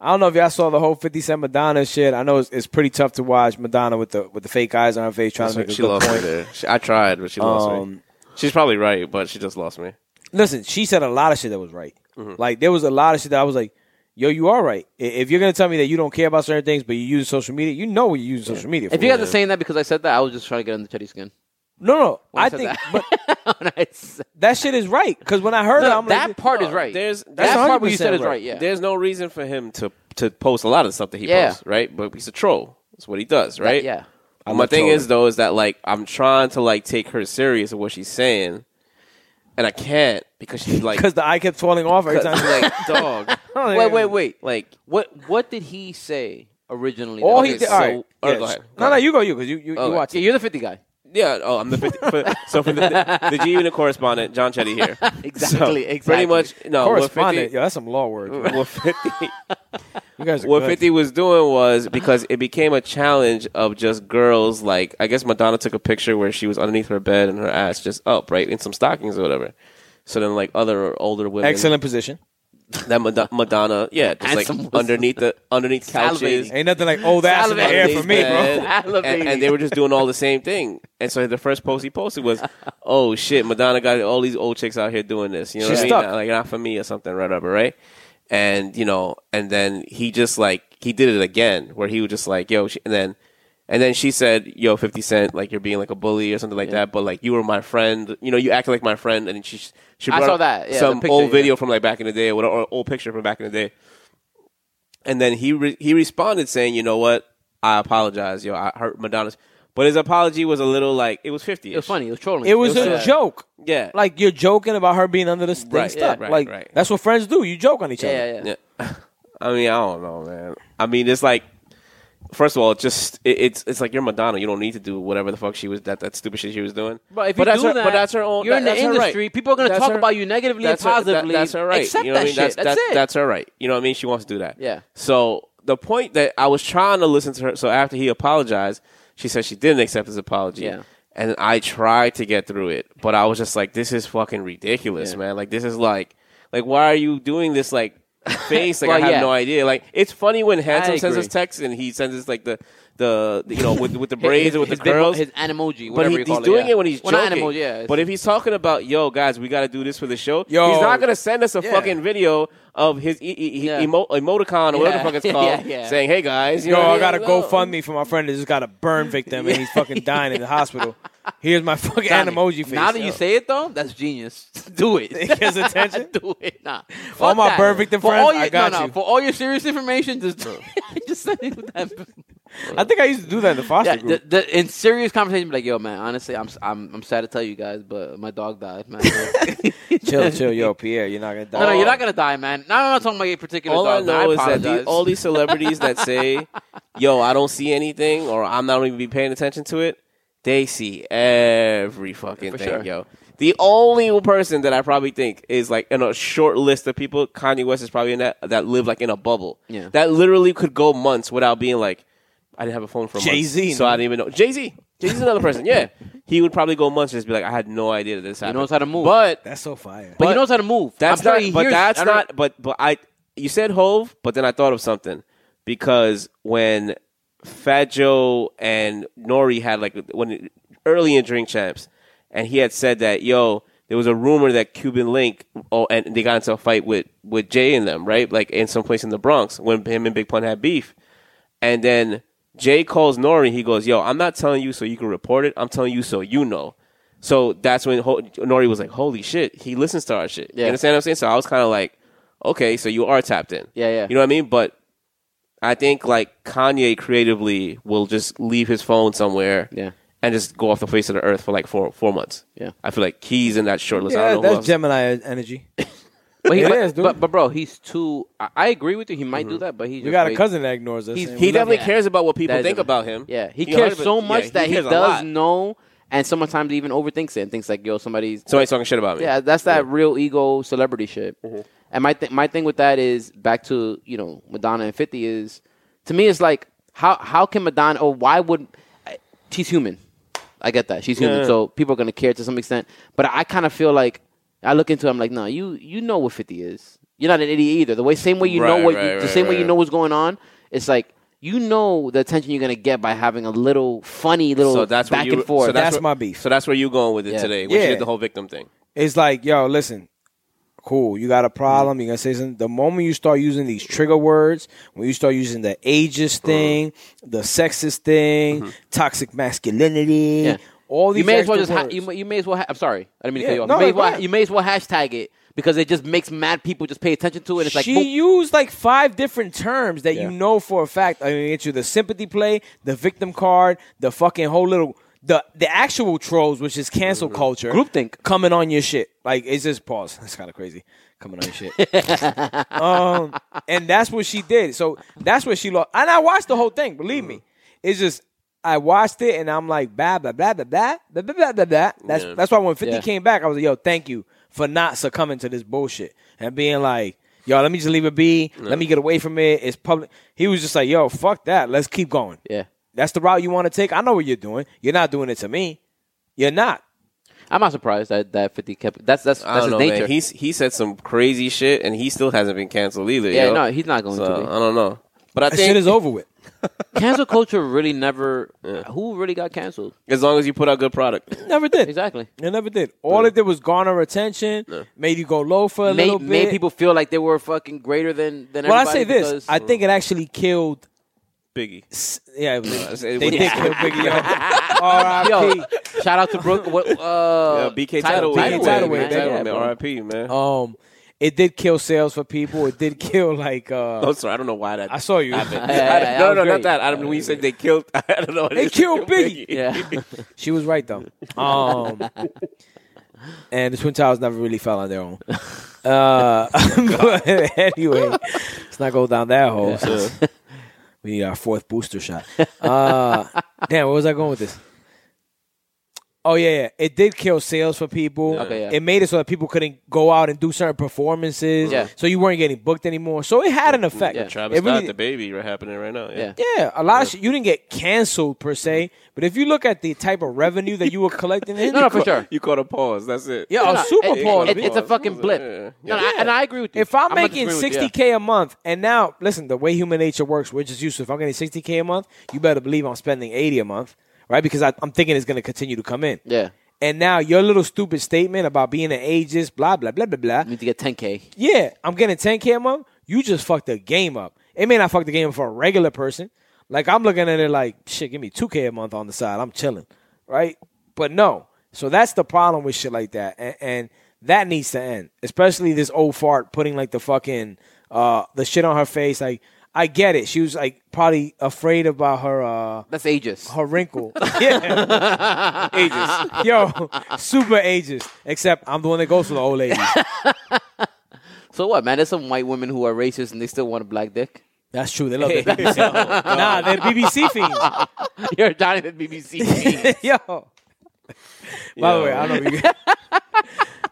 Speaker 1: I don't know if y'all saw the whole Fifty Cent Madonna shit. I know it's, it's pretty tough to watch Madonna with the with the fake eyes on her face trying to make a
Speaker 3: She
Speaker 1: good
Speaker 3: lost me
Speaker 1: point.
Speaker 3: there. She, I tried, but she lost me.
Speaker 1: Um,
Speaker 3: She's probably right, but she just lost me.
Speaker 1: listen, she said a lot of shit that was right.
Speaker 2: Mm-hmm.
Speaker 1: Like there was a lot of shit that I was like, yo, you are right. I- If you're gonna tell me that you don't care about certain things, but you use social media, you know what you use social media. For.
Speaker 2: If you guys are saying that because I said that, I was just trying to get under Teddy's skin.
Speaker 1: no, no, I
Speaker 2: said
Speaker 1: think
Speaker 2: that.
Speaker 1: but
Speaker 2: [LAUGHS] When I said-
Speaker 1: that shit is right because when I heard it,
Speaker 2: No,
Speaker 1: I'm
Speaker 2: that
Speaker 1: like,
Speaker 2: part is right.
Speaker 3: There's
Speaker 2: that
Speaker 1: that's
Speaker 2: part where you said
Speaker 1: 100%
Speaker 2: is right.
Speaker 1: right.
Speaker 2: Yeah.
Speaker 3: There's no reason for him to to post a lot of the stuff that he
Speaker 2: Yeah.
Speaker 3: posts, right? But he's a troll. That's what he does, right?
Speaker 2: yeah.
Speaker 1: I'm
Speaker 3: My
Speaker 1: a
Speaker 3: thing
Speaker 1: troll.
Speaker 3: is though is that like I'm trying to like take her serious of what she's saying, and I can't because she's
Speaker 1: [LAUGHS]
Speaker 3: like
Speaker 1: because the eye kept falling off
Speaker 2: [LAUGHS]
Speaker 1: every
Speaker 3: [LAUGHS]
Speaker 1: time.
Speaker 3: like dog.
Speaker 2: Wait, wait, wait.
Speaker 3: Like
Speaker 2: What what did he say originally?
Speaker 1: All
Speaker 2: that
Speaker 1: he
Speaker 2: was
Speaker 1: did.
Speaker 2: so-
Speaker 1: all right.
Speaker 3: oh,
Speaker 1: yeah,
Speaker 3: go ahead.
Speaker 1: No, no, you go, you because you you, you
Speaker 2: Okay.
Speaker 1: watch
Speaker 2: Yeah,
Speaker 1: it.
Speaker 2: Oh, you're the 50 guy.
Speaker 3: Yeah, oh, I'm the 50, for, so for the, the G Unit correspondent, John Chetty
Speaker 2: [LAUGHS]
Speaker 3: here.
Speaker 2: Exactly,
Speaker 3: So,
Speaker 2: exactly.
Speaker 3: Pretty much, no, what
Speaker 1: Correspondent,
Speaker 3: 50,
Speaker 1: yo, that's some law word. yo.
Speaker 3: what 50,
Speaker 1: [LAUGHS] You guys are
Speaker 3: what
Speaker 1: good.
Speaker 3: 50 was doing was because it became a challenge of just girls. Like, I guess Madonna took a picture where she was underneath her bed and her ass just up, right, in some stockings or whatever. So then, like other older women,
Speaker 1: Excellent position.
Speaker 3: That Mad- Madonna, yeah,
Speaker 2: And
Speaker 3: just like
Speaker 2: some-
Speaker 3: underneath the underneath couches,
Speaker 2: Salivating.
Speaker 1: Ain't nothing like oh that's in the air for me, bro.
Speaker 2: [LAUGHS] Salivating.
Speaker 3: And- And, and they were just doing all the same thing. And so the first post he posted was, "Oh shit, Madonna got all these old chicks out here doing this. You know, what
Speaker 1: She's
Speaker 3: I mean?
Speaker 1: stuck.
Speaker 3: Not- like not for me or something, right? Whatever, right?" And you know, and then he just like he did it again, where he was just like, "Yo," she, and then. And then she said, "Yo, Fifty Cent, like you're being like a bully or something like that, but like you were my friend, you know, you acted like my friend." And she she
Speaker 2: I
Speaker 3: brought
Speaker 2: saw
Speaker 3: up
Speaker 2: that, yeah, the
Speaker 3: some
Speaker 2: picture,
Speaker 3: old
Speaker 2: yeah.
Speaker 3: video from like back in the day or, whatever, or old picture from back in the day, and then he re- he responded saying, "You know what? I apologize, yo. I hurt Madonna's." But his apology was a little like it was fifty.
Speaker 2: It was funny. It was trolling.
Speaker 1: It was, a
Speaker 2: uh,
Speaker 1: joke.
Speaker 3: Yeah.
Speaker 1: Like you're joking about her being under this thing
Speaker 3: Right,
Speaker 1: stuck.
Speaker 3: yeah, right,
Speaker 1: like
Speaker 3: right.
Speaker 1: that's what friends do. You joke on each
Speaker 2: Yeah,
Speaker 1: other.
Speaker 2: yeah, yeah.
Speaker 3: Yeah. [LAUGHS] I mean, I don't know, man. I mean, it's like, first of all, it's just it, it's it's like you're Madonna. You don't need to do whatever the fuck she was that that stupid shit she was doing.
Speaker 2: But if you
Speaker 3: that's
Speaker 2: do
Speaker 3: her,
Speaker 2: that,
Speaker 3: but that's her own.
Speaker 2: You're in
Speaker 3: that-
Speaker 2: the
Speaker 3: that's her right.
Speaker 2: industry. People are going to
Speaker 3: That's
Speaker 2: talk
Speaker 3: her-
Speaker 2: about you negatively
Speaker 3: that's
Speaker 2: and
Speaker 3: her- that-
Speaker 2: positively.
Speaker 3: that's her right.
Speaker 2: Accept
Speaker 3: you know what
Speaker 2: that
Speaker 3: I mean?
Speaker 2: shit.
Speaker 3: That's,
Speaker 2: That's,
Speaker 3: that's,
Speaker 2: it.
Speaker 3: That's her right. You know what I mean? She wants to do that.
Speaker 2: Yeah.
Speaker 3: So the point that I was trying to listen to her. So after he apologized, she said she didn't accept his apology.
Speaker 2: Yeah.
Speaker 3: And I tried to get through it, but I was just like, this is fucking ridiculous,
Speaker 2: Yeah.
Speaker 3: man. Like this is like, like why are you doing this?
Speaker 2: [LAUGHS]
Speaker 3: Like face, like
Speaker 2: Well,
Speaker 3: I have
Speaker 2: yeah.
Speaker 3: no idea. Like it's funny when
Speaker 2: I
Speaker 3: handsome sends
Speaker 2: agree.
Speaker 3: us texts and he sends us like the the, the you know with with the
Speaker 2: [LAUGHS] His-
Speaker 3: braids
Speaker 2: his-
Speaker 3: or with the
Speaker 2: his big-
Speaker 3: girls.
Speaker 2: His animoji.
Speaker 3: But
Speaker 2: Whatever
Speaker 3: he,
Speaker 2: you
Speaker 3: he's
Speaker 2: call
Speaker 3: doing
Speaker 2: yeah.
Speaker 3: it when he's
Speaker 2: well,
Speaker 3: joking.
Speaker 2: Not animoji, yeah.
Speaker 3: But if he's talking about, yo, guys, we got to do this for the show,
Speaker 1: Yo.
Speaker 3: he's not going to send us a
Speaker 1: Yeah.
Speaker 3: fucking video of his e- e- e-
Speaker 2: Yeah.
Speaker 3: emo- emoticon or whatever
Speaker 2: [LAUGHS] Yeah.
Speaker 3: the fuck it's called
Speaker 2: Yeah, yeah.
Speaker 3: saying, hey, guys. You
Speaker 1: Yo,
Speaker 3: know,
Speaker 1: I got a
Speaker 3: to
Speaker 1: GoFundMe for my friend that just got a burn
Speaker 2: [LAUGHS]
Speaker 1: victim and he's fucking dying in the hospital. Here's my [LAUGHS] fucking
Speaker 2: Johnny,
Speaker 1: emoji face.
Speaker 2: Now that
Speaker 1: [LAUGHS]
Speaker 2: you
Speaker 1: Yo.
Speaker 2: say it, though, that's genius. [LAUGHS] do
Speaker 1: [LAUGHS]
Speaker 2: it.
Speaker 1: It gets attention?
Speaker 2: [LAUGHS] do it. Nah. For
Speaker 1: all my bird victim
Speaker 2: for
Speaker 1: friends,
Speaker 2: all your,
Speaker 1: I got
Speaker 2: no, no,
Speaker 1: you.
Speaker 2: For all your serious information, just, [LAUGHS] just send it with that.
Speaker 1: I think I used to do that in the foster
Speaker 2: Yeah,
Speaker 1: group.
Speaker 2: [LAUGHS] the, the, in serious conversation, be like, yo, man, honestly, I'm, I'm, I'm sad to tell you guys, but my dog died, man.
Speaker 1: chill, chill, yo, Pierre, you're not gonna die.
Speaker 2: No, no, you're not gonna die, man. No, I'm not talking about a particular
Speaker 3: All I
Speaker 2: dog. man.
Speaker 3: know is that
Speaker 2: apologize.
Speaker 3: the, all these celebrities that
Speaker 2: [LAUGHS]
Speaker 3: say, yo, I don't see anything or I'm not even be paying attention to it, they see every fucking
Speaker 2: For
Speaker 3: thing,
Speaker 2: sure.
Speaker 3: yo. The only person that I probably think is like in a short list of people, Kanye West is probably in that that live like in a bubble.
Speaker 2: Yeah.
Speaker 3: That literally could go months without being like, I didn't have a phone for a month,
Speaker 1: Jay-Z,
Speaker 3: so
Speaker 1: no.
Speaker 3: I didn't even know. Jay Z, Jay Z's another person. Yeah, he would probably go months and just be like, I had no idea that this happened.
Speaker 2: knows how to move.
Speaker 3: but
Speaker 1: That's so
Speaker 2: [LAUGHS]
Speaker 1: fire.
Speaker 2: but, he
Speaker 3: but
Speaker 2: knows how to move.
Speaker 3: that's
Speaker 2: I'm sure
Speaker 3: not.
Speaker 2: he
Speaker 3: but
Speaker 2: hears-
Speaker 3: that's
Speaker 2: I don't-
Speaker 3: not. But but I. You said Hove, but then I thought of something because when Fat Joe and Nori had like when early in Drink Champs, and he had said that yo, there was a rumor that Cuban Link, oh, and they got into a fight with with Jay and them, right? Like in some place in the Bronx when him and Big Pun had beef, and then Jay calls Nori. He goes, "Yo, I'm not telling you so you can report it. I'm telling you so you know." So that's when Ho- Nori was like, "Holy shit!" He listens to our shit.
Speaker 2: Yeah.
Speaker 3: You understand what I'm saying? So I was kind of like, "Okay, so you are tapped in."
Speaker 2: Yeah, yeah.
Speaker 3: You know what I mean? But I think like Kanye creatively will just leave his phone somewhere.
Speaker 2: Yeah.
Speaker 3: And just go off the face of the earth for like four four months.
Speaker 2: Yeah.
Speaker 3: I feel like he's in that short list. I don't
Speaker 1: Yeah,
Speaker 3: know who
Speaker 1: that's
Speaker 3: else.
Speaker 1: Gemini energy.
Speaker 2: But, he
Speaker 1: It
Speaker 2: might-
Speaker 1: is, dude.
Speaker 2: but but bro, he's too. I, I agree with you. He might do that, but he's
Speaker 1: We got a cousin that ignores us.
Speaker 2: He's-
Speaker 1: and we
Speaker 3: he
Speaker 1: love
Speaker 3: definitely
Speaker 2: that.
Speaker 3: cares about what people
Speaker 2: That is
Speaker 3: think
Speaker 2: a-
Speaker 3: about him.
Speaker 2: Yeah, he
Speaker 3: You
Speaker 2: cares
Speaker 3: heard-
Speaker 2: so
Speaker 3: yeah,
Speaker 2: much that he,
Speaker 3: cares a
Speaker 2: does
Speaker 3: lot.
Speaker 2: know, and sometimes he even overthinks it and thinks like, "Yo, somebody's."
Speaker 3: Somebody's talking shit about me. Mm-hmm.
Speaker 2: Yeah, that's that real ego celebrity shit. And my th- my thing with that is back to you know Madonna and Fifty is to me it's like how how can Madonna or why would I- she's human? I get that she's human,
Speaker 3: Yeah.
Speaker 2: so people are gonna care to some extent. But I kind of feel like I look into it, I'm like, no, you you know what Fifty is. You're not an idiot either. The way same way you know
Speaker 3: Right,
Speaker 2: what
Speaker 3: right,
Speaker 2: you, the
Speaker 3: right,
Speaker 2: same way you
Speaker 3: right.
Speaker 2: know what's going on. It's like. You know the attention you're gonna get by having a little funny little
Speaker 3: So that's what
Speaker 2: back
Speaker 3: you-
Speaker 2: and forth.
Speaker 3: so that's
Speaker 1: That's
Speaker 3: what-
Speaker 1: my beef.
Speaker 3: So that's where you going with it
Speaker 2: Yeah.
Speaker 3: today. When you
Speaker 1: Yeah.
Speaker 3: did the whole victim thing.
Speaker 1: it's like, yo, listen, cool, you got a problem, you're gonna say something. The moment you start using these trigger words, when you start using the ageist thing, the sexist thing, toxic masculinity,
Speaker 2: Mm-hmm. Yeah.
Speaker 1: all these
Speaker 2: you may as well just
Speaker 1: extra
Speaker 2: ha-
Speaker 1: words.
Speaker 2: you, may- you may as well. Ha- I'm sorry, I didn't mean to
Speaker 1: Yeah,
Speaker 2: cut you off.
Speaker 1: no,
Speaker 2: you, may as
Speaker 1: it's
Speaker 2: well,
Speaker 1: fine.
Speaker 2: you may as well hashtag it because it just makes mad people just pay attention to it. It's like
Speaker 1: she
Speaker 2: boom.
Speaker 1: used like five different terms that
Speaker 2: Yeah.
Speaker 1: you know for a fact. I mean, it's you the sympathy play, the victim card, the fucking whole little the the actual trolls, which is cancel culture,
Speaker 2: Mm-hmm. Groupthink.
Speaker 1: coming on your shit. Like it's just pause. [LAUGHS] That's kind of crazy. Coming on your shit. um, and that's what she did. So that's what she lost. And I watched the whole thing. Believe
Speaker 2: Mm.
Speaker 1: me, it's just. I watched it and I'm like blah blah blah blah blah blah blah blah blah. blah. That's
Speaker 3: Yeah.
Speaker 1: that's why when 50
Speaker 2: Yeah.
Speaker 1: came back, I was like, yo, thank you for not succumbing to this bullshit and being like, yo, let me just leave it be. Let me get away from it. It's public. He was just like, yo, fuck that. Let's keep going.
Speaker 2: Yeah,
Speaker 1: That's the route you want to take. I know what you're doing. You're not doing it to me. You're not.
Speaker 2: I'm not surprised that that 50 kept. That's that's
Speaker 3: I
Speaker 2: that's
Speaker 3: don't
Speaker 2: his
Speaker 3: know,
Speaker 2: nature.
Speaker 3: man. He's he said some crazy shit, and he still hasn't been canceled either.
Speaker 2: yeah,
Speaker 3: yo.
Speaker 2: no, he's not going
Speaker 3: So,
Speaker 2: to. Be.
Speaker 3: I don't know, but I
Speaker 1: That shit
Speaker 3: think
Speaker 1: is over with.
Speaker 2: [LAUGHS] Cancel culture really never. uh, Who really got canceled?
Speaker 3: as long as you put out good
Speaker 2: [LAUGHS]
Speaker 3: product,
Speaker 1: Never did.
Speaker 2: Exactly.
Speaker 1: It never did. All it did was garner attention, made you go low for a little bit.
Speaker 2: Made, made people feel like they were fucking greater than than.
Speaker 1: well, I
Speaker 2: everybody
Speaker 1: say this.
Speaker 2: because-
Speaker 1: I think it actually killed.
Speaker 3: Biggie.
Speaker 1: s- Yeah, it was,
Speaker 3: was- it
Speaker 1: they
Speaker 3: was-
Speaker 1: did kill Biggie.
Speaker 2: [LAUGHS]
Speaker 1: yo. R.I.P.
Speaker 2: Yo, [LAUGHS] shout out to Brooke. What,
Speaker 3: Yeah,
Speaker 2: uh,
Speaker 3: BK title,
Speaker 1: Tidal
Speaker 2: Tidal Wave,
Speaker 1: Wave, Tidal
Speaker 2: man.
Speaker 1: Wave,
Speaker 2: Yeah,
Speaker 1: Tidal
Speaker 3: man.
Speaker 2: bro.
Speaker 3: [LAUGHS]
Speaker 2: Oh,
Speaker 3: R.I.P. Man.
Speaker 1: Um, it did kill sales for people. It did kill like uh,
Speaker 3: Oh, sorry, I don't know why [LAUGHS] that.
Speaker 1: I saw you. [LAUGHS]
Speaker 2: yeah, yeah,
Speaker 3: no,
Speaker 2: that
Speaker 3: no,
Speaker 2: was
Speaker 3: not
Speaker 2: great.
Speaker 3: that. I don't know when you said they killed. [LAUGHS] I don't know.
Speaker 1: They
Speaker 3: [LAUGHS]
Speaker 1: killed Biggie.
Speaker 2: Yeah.
Speaker 1: she was right though. Um, and the Twin Towers never really fell on
Speaker 2: [LAUGHS]
Speaker 1: their own. Uh, [LAUGHS] but anyway, let's not go down that hole. since We need our fourth booster shot.
Speaker 2: [LAUGHS]
Speaker 1: Uh, damn, where was I going with this? Oh yeah, yeah. It did kill sales for people.
Speaker 2: Okay, yeah.
Speaker 1: It made it so that people couldn't go out and do certain performances.
Speaker 2: Yeah.
Speaker 1: So you weren't getting booked anymore. So it had an effect.
Speaker 2: Yeah.
Speaker 3: Travis
Speaker 1: It really-
Speaker 3: Scott, the baby, right happening right now.
Speaker 2: Yeah. Mm-hmm.
Speaker 1: yeah, a lot of shit. You didn't get canceled per se, but if you look at the type of revenue that you were collecting, in,
Speaker 2: [LAUGHS] No, no, for sure.
Speaker 3: You caught a pause. That's it.
Speaker 1: Yeah,
Speaker 2: No,
Speaker 1: a
Speaker 2: no,
Speaker 1: Super
Speaker 2: it-
Speaker 1: Bowl.
Speaker 2: it- it's a
Speaker 1: bitch.
Speaker 2: fucking blip.
Speaker 3: Yeah.
Speaker 2: No, no, I- and I agree with you.
Speaker 1: if I'm,
Speaker 2: not
Speaker 1: making
Speaker 2: disagreeing with you, yeah.
Speaker 1: 60k a month, and now listen, the way human nature works, we're just used to. If I'm getting 60k a month, you better believe I'm spending 80 a month, right? Because I, I'm thinking it's going to continue to come in.
Speaker 2: Yeah.
Speaker 1: And now your little stupid statement about being an ageist, blah blah blah blah blah.
Speaker 2: need to get 10k.
Speaker 1: yeah, I'm getting 10k a month. You just fucked the game up. It may not fuck the game up for a regular person. Like I'm looking at it like shit. Give me 2k a month on the side. I'm chilling, right? But no. So that's the problem with shit like that, and, and that needs to end. Especially this old fart putting like the fucking uh the shit on her face. Like I get it. She was like probably afraid about her uh
Speaker 2: That's ages.
Speaker 1: her wrinkle. yeah. ages. Yo, super ages. Except I'm the one that goes for the old ladies.
Speaker 2: So what, man? There's some white women who are racist and they still want a black dick. [LAUGHS]
Speaker 1: That's true. They love the BBC. [LAUGHS] nah, they're the BBC fiends. [LAUGHS]
Speaker 2: You're Johnny the BBC.
Speaker 1: Yo. By the way, I don't know if you guys,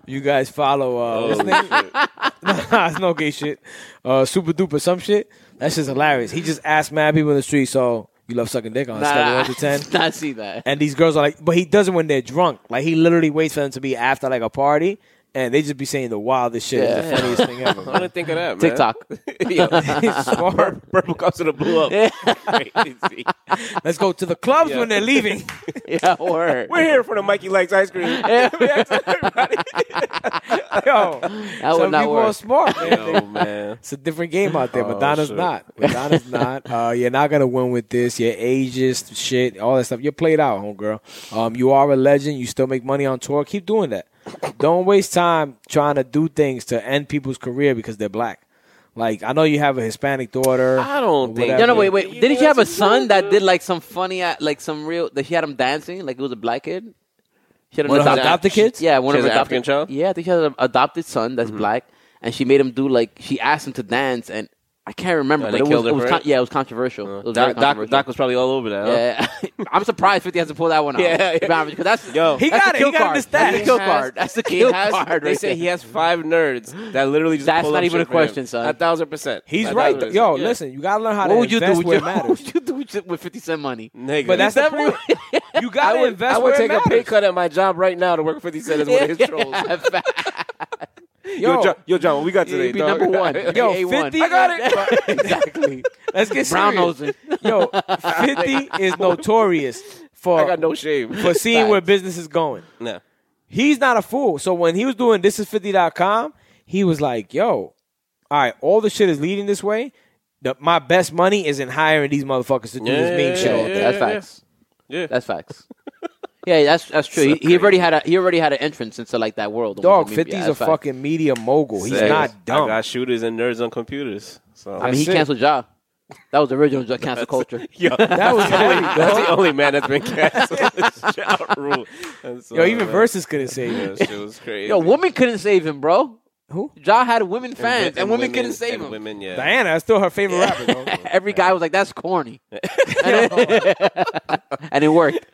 Speaker 1: you [LAUGHS] guys follow uh what's his name? [LAUGHS] nah, it's no gay shit. Uh super duper some shit. That's just hilarious. He just asked mad people in the street, so you love sucking dick on a scale of
Speaker 2: [LAUGHS] nah,
Speaker 1: one to [LAUGHS] ten.
Speaker 2: not see that.
Speaker 1: And these girls are like, but he does it when they're drunk. Like he literally waits for them to be after like a party and they just be saying the wildest shit is
Speaker 2: Yeah.
Speaker 1: the funniest thing ever.
Speaker 3: I
Speaker 1: man.
Speaker 3: didn't think of that, man. [LAUGHS]
Speaker 2: TikTok. [LAUGHS]
Speaker 1: [LAUGHS]
Speaker 3: Yo, [LAUGHS]
Speaker 1: Smart.
Speaker 3: Purple cups in the blue up. Crazy.
Speaker 1: Let's go to the clubs
Speaker 3: Yeah.
Speaker 1: when they're leaving. [LAUGHS]
Speaker 2: yeah, word.
Speaker 3: We're here for the Mikey likes ice
Speaker 2: [LAUGHS]
Speaker 3: cream. [LAUGHS]
Speaker 1: Yo,
Speaker 2: That
Speaker 1: some
Speaker 2: would not
Speaker 1: people are
Speaker 2: work.
Speaker 1: smart, man.
Speaker 3: Yo, man.
Speaker 1: It's a different game out there.
Speaker 3: [LAUGHS] Oh,
Speaker 1: Madonna's
Speaker 3: shit.
Speaker 1: not. Madonna's
Speaker 3: [LAUGHS]
Speaker 1: not. Uh, you're not gonna win with this. You're ageist, shit, all that stuff. You're played out, homegirl. Um, you are a legend. You still make money on tour. Keep doing that. Don't waste time trying to do things to end people's career because they're black. Like I know you have a Hispanic daughter.
Speaker 3: I don't think-
Speaker 1: whatever.
Speaker 2: No, no, wait, wait.
Speaker 3: You
Speaker 2: Didn't
Speaker 3: know
Speaker 2: you have a
Speaker 3: that's
Speaker 2: son that did like some funny, uh, like some real? That she had him dancing, like it was a black kid. She had him
Speaker 1: One of her
Speaker 2: adopt-
Speaker 1: adopted kids?
Speaker 2: Yeah, one
Speaker 3: She
Speaker 2: of
Speaker 3: has
Speaker 2: her
Speaker 3: an
Speaker 2: adopted
Speaker 3: African child?
Speaker 2: Yeah, I think she had an adopted son that's black, and she made him do like she asked him to dance, and I can't remember.
Speaker 3: And
Speaker 2: but
Speaker 3: they
Speaker 2: it was,
Speaker 3: killed her
Speaker 2: was
Speaker 3: for
Speaker 2: con-
Speaker 3: it?
Speaker 2: yeah, it was controversial. it was very
Speaker 3: Uh, Doc, Doc,
Speaker 2: controversial.
Speaker 3: Doc was probably all over that. huh?
Speaker 2: yeah, [LAUGHS] I'm surprised Fifty has to pull that one out.
Speaker 3: Yeah, yeah.
Speaker 2: 'Cause that's
Speaker 3: Yo.
Speaker 1: He
Speaker 2: that's
Speaker 1: got
Speaker 2: the
Speaker 1: it. He
Speaker 2: kill
Speaker 1: got it in
Speaker 2: card.
Speaker 1: his
Speaker 2: That's
Speaker 1: stats.
Speaker 2: the kill
Speaker 3: He has-
Speaker 2: card. That's the
Speaker 3: he
Speaker 2: kill
Speaker 3: has-
Speaker 2: card.
Speaker 3: They
Speaker 2: right
Speaker 3: say
Speaker 2: there.
Speaker 3: he has five nerds that literally just.
Speaker 2: That's
Speaker 3: pull
Speaker 2: not
Speaker 3: up
Speaker 2: even
Speaker 3: shit
Speaker 2: a
Speaker 3: for
Speaker 2: question,
Speaker 3: him.
Speaker 2: son.
Speaker 3: A thousand percent.
Speaker 1: He's
Speaker 3: A
Speaker 1: right.
Speaker 3: thousand
Speaker 1: Yo,
Speaker 3: percent. Yeah.
Speaker 1: listen, you gotta learn how
Speaker 2: What
Speaker 1: to
Speaker 2: would you do
Speaker 1: invest
Speaker 2: with
Speaker 1: where
Speaker 2: your,
Speaker 1: it
Speaker 2: what
Speaker 1: matters. [LAUGHS]
Speaker 2: would you do with your- with Fifty Cent money?
Speaker 3: Nigga.
Speaker 1: But that's the point.
Speaker 2: Definitely-
Speaker 1: [LAUGHS]
Speaker 2: [LAUGHS]
Speaker 1: You gotta
Speaker 3: I would,
Speaker 1: invest
Speaker 3: I would
Speaker 1: where
Speaker 3: take
Speaker 1: it
Speaker 3: a pay
Speaker 1: matters.
Speaker 3: cut at my job right now to work 50 Cent as one of his
Speaker 2: [LAUGHS]
Speaker 3: trolls. Yo, John, yo, John, what we got today,
Speaker 2: You'd be
Speaker 3: dog?
Speaker 2: number one. You'd
Speaker 1: [LAUGHS]
Speaker 2: be [LAUGHS]
Speaker 1: Yo,
Speaker 2: A1.
Speaker 1: 50
Speaker 2: I got
Speaker 1: it. exactly. [LAUGHS] Let's get
Speaker 2: Brown
Speaker 1: serious.
Speaker 2: nosing.
Speaker 1: Yo,
Speaker 3: [LAUGHS]
Speaker 1: 50 is notorious
Speaker 3: I
Speaker 1: for
Speaker 3: got no shame.
Speaker 1: for seeing where
Speaker 2: Facts.
Speaker 1: business is going.
Speaker 3: nah.
Speaker 1: He's not a fool. So when he was doing this is 50.com, he was like, yo, all right, all the shit is leading this way. The, my best money is in hiring these motherfuckers to do this mean shit all
Speaker 2: yeah,
Speaker 1: day.
Speaker 2: That's facts.
Speaker 3: Yeah.
Speaker 2: That's facts. Yeah, that's that's true. he, he already had a he already had an entrance into like that world.
Speaker 1: Dog,
Speaker 2: I mean, yeah,
Speaker 1: 50's a
Speaker 2: that's fact.
Speaker 1: fucking media mogul. He's
Speaker 3: Sex.
Speaker 1: not
Speaker 3: I
Speaker 1: dumb.
Speaker 3: got shooters and nerds on computers. So
Speaker 2: I mean, he
Speaker 1: That's it.
Speaker 2: canceled Ja. That was the original Ja cancel culture.
Speaker 3: yo,
Speaker 1: That was heavy,
Speaker 3: that's
Speaker 1: dog.
Speaker 3: the only man that's been canceled. [LAUGHS] It's Ja Rule. And so,
Speaker 1: Yo, even
Speaker 3: man,
Speaker 1: Versus couldn't save
Speaker 3: yeah,
Speaker 1: him.
Speaker 3: That shit was crazy.
Speaker 2: Yo, women couldn't save him, bro.
Speaker 1: Who?
Speaker 2: Ja had women fans, and,
Speaker 3: wi-
Speaker 2: women, couldn't save
Speaker 3: and
Speaker 2: him.
Speaker 3: Women, yeah.
Speaker 1: Diana, that's still her favorite
Speaker 3: [LAUGHS]
Speaker 1: rapper,
Speaker 2: [LAUGHS]
Speaker 1: bro.
Speaker 2: Every guy was like, "That's corny," [LAUGHS]
Speaker 1: [LAUGHS]
Speaker 2: and it worked.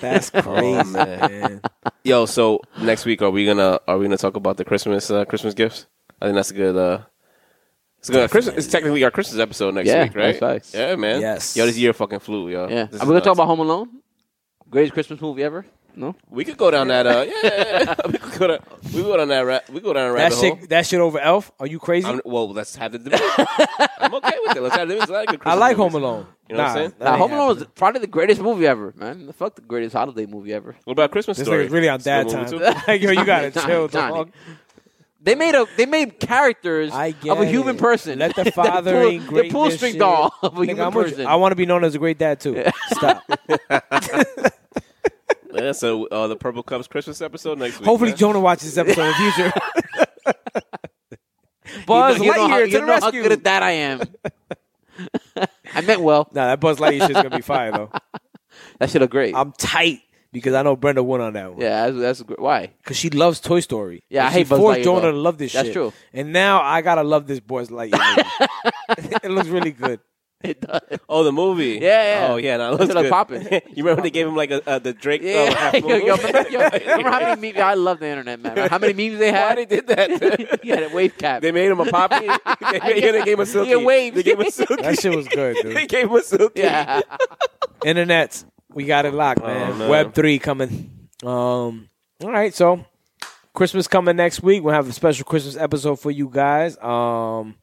Speaker 1: That's crazy,
Speaker 3: Oh, man.
Speaker 1: man.
Speaker 3: Yo, so next week are we gonna are we gonna talk about the Christmas uh, Christmas gifts? I think that's a good. Uh, it's good. Christmas. It's technically our Christmas episode next
Speaker 2: Yeah,
Speaker 3: week, right?
Speaker 2: that's facts.
Speaker 3: Yeah, man.
Speaker 1: Yes.
Speaker 3: Yo, this year fucking flew, yo.
Speaker 2: Yeah,
Speaker 3: This is
Speaker 2: are we gonna
Speaker 3: nuts.
Speaker 2: talk about Home Alone? Greatest Christmas movie ever? No,
Speaker 3: We could go down that. Uh, yeah, yeah, [LAUGHS] yeah. we could go down. We go down that. Ra- we go down that
Speaker 1: That
Speaker 3: rabbit hole.
Speaker 1: shit, that shit over Elf. Are you crazy?
Speaker 3: I'm, well, let's have the debate. I'm okay with it. Let's have the debate. It's a lot of good
Speaker 1: I like
Speaker 3: Christmas
Speaker 1: Home
Speaker 3: movies.
Speaker 1: Alone.
Speaker 3: You know what I'm
Speaker 1: Nah,
Speaker 3: saying?
Speaker 1: that
Speaker 2: Nah,
Speaker 1: ain't
Speaker 2: Home Alone
Speaker 1: happening.
Speaker 2: was probably the greatest movie ever, man. Fuck the greatest holiday movie ever.
Speaker 3: What about Christmas
Speaker 1: This
Speaker 3: story?
Speaker 1: nigga's really on
Speaker 3: It's a
Speaker 1: dad
Speaker 3: good
Speaker 1: time.
Speaker 3: movie, too.
Speaker 1: Like, [LAUGHS] yo, you gotta
Speaker 2: Johnny,
Speaker 1: chill,
Speaker 2: Johnny.
Speaker 1: dog.
Speaker 2: They made a they made characters
Speaker 1: I get
Speaker 2: of a human
Speaker 1: it.
Speaker 2: person.
Speaker 1: Let
Speaker 2: [LAUGHS]
Speaker 1: the
Speaker 2: That
Speaker 1: fathering
Speaker 2: pull- the
Speaker 1: greatness
Speaker 2: pool string
Speaker 1: shit.
Speaker 2: doll [LAUGHS] of a
Speaker 1: Nigga,
Speaker 2: human
Speaker 1: I'm with you.
Speaker 2: person.
Speaker 1: I want to be known as a great dad too.
Speaker 2: [LAUGHS]
Speaker 1: Stop. [LAUGHS]
Speaker 3: Yeah, so uh, the Purple Cubs Christmas episode next week.
Speaker 1: Hopefully,
Speaker 3: man.
Speaker 1: Jonah watches this episode in the
Speaker 2: [LAUGHS]
Speaker 1: future. Buzz
Speaker 2: you know, you know,
Speaker 1: Lightyear
Speaker 2: how, you
Speaker 1: to the
Speaker 2: know how
Speaker 1: rescue.
Speaker 2: good at that
Speaker 1: [LAUGHS]
Speaker 2: I am. [LAUGHS] I meant well.
Speaker 1: Nah, that Buzz Lightyear shit's gonna be fire though.
Speaker 2: That should look great.
Speaker 1: I'm tight because I know Brenda won on that one
Speaker 2: yeah, that's, that's great. Why? [LAUGHS]
Speaker 1: because she loves Toy Story.
Speaker 2: Yeah, I
Speaker 1: And she
Speaker 2: hate Buzz
Speaker 1: forced
Speaker 2: Lightyear,
Speaker 1: Jonah
Speaker 2: though.
Speaker 1: to love this
Speaker 2: That's
Speaker 1: shit.
Speaker 2: true.
Speaker 1: And now I gotta love this Buzz Lightyear.
Speaker 2: [LAUGHS]
Speaker 1: movie. [LAUGHS] it looks really good.
Speaker 2: It does.
Speaker 3: Oh, the movie.
Speaker 2: Yeah, yeah.
Speaker 3: Oh, yeah. No, it
Speaker 2: That's
Speaker 3: looks
Speaker 2: what I'm
Speaker 3: good.
Speaker 2: popping.
Speaker 3: [LAUGHS] you remember they gave him like a, uh, the Drake?
Speaker 2: Yeah, [LAUGHS]
Speaker 3: uh,
Speaker 1: [LAUGHS]
Speaker 3: half
Speaker 2: yo,
Speaker 3: moon?
Speaker 2: yo, remember, yo, remember how many memes? I love the internet, man. How many memes they had?
Speaker 3: Why they did
Speaker 1: [LAUGHS]
Speaker 3: that?
Speaker 2: [LAUGHS] he had a wave
Speaker 3: [LAUGHS]
Speaker 2: cap.
Speaker 3: They made him a poppy. they, made, [LAUGHS] yeah, they gave him a silky.
Speaker 1: [LAUGHS]
Speaker 2: Yeah, waves.
Speaker 3: They gave him a silky.
Speaker 1: That
Speaker 3: [LAUGHS]
Speaker 1: shit was good,
Speaker 3: they
Speaker 1: dude.
Speaker 3: gave him a silky. [LAUGHS]
Speaker 2: yeah,
Speaker 1: Internet, we got it locked, man.
Speaker 3: Oh, man.
Speaker 1: Web three coming. Um, all right, so Christmas coming next week. We'll have a special Christmas episode for you guys. Um,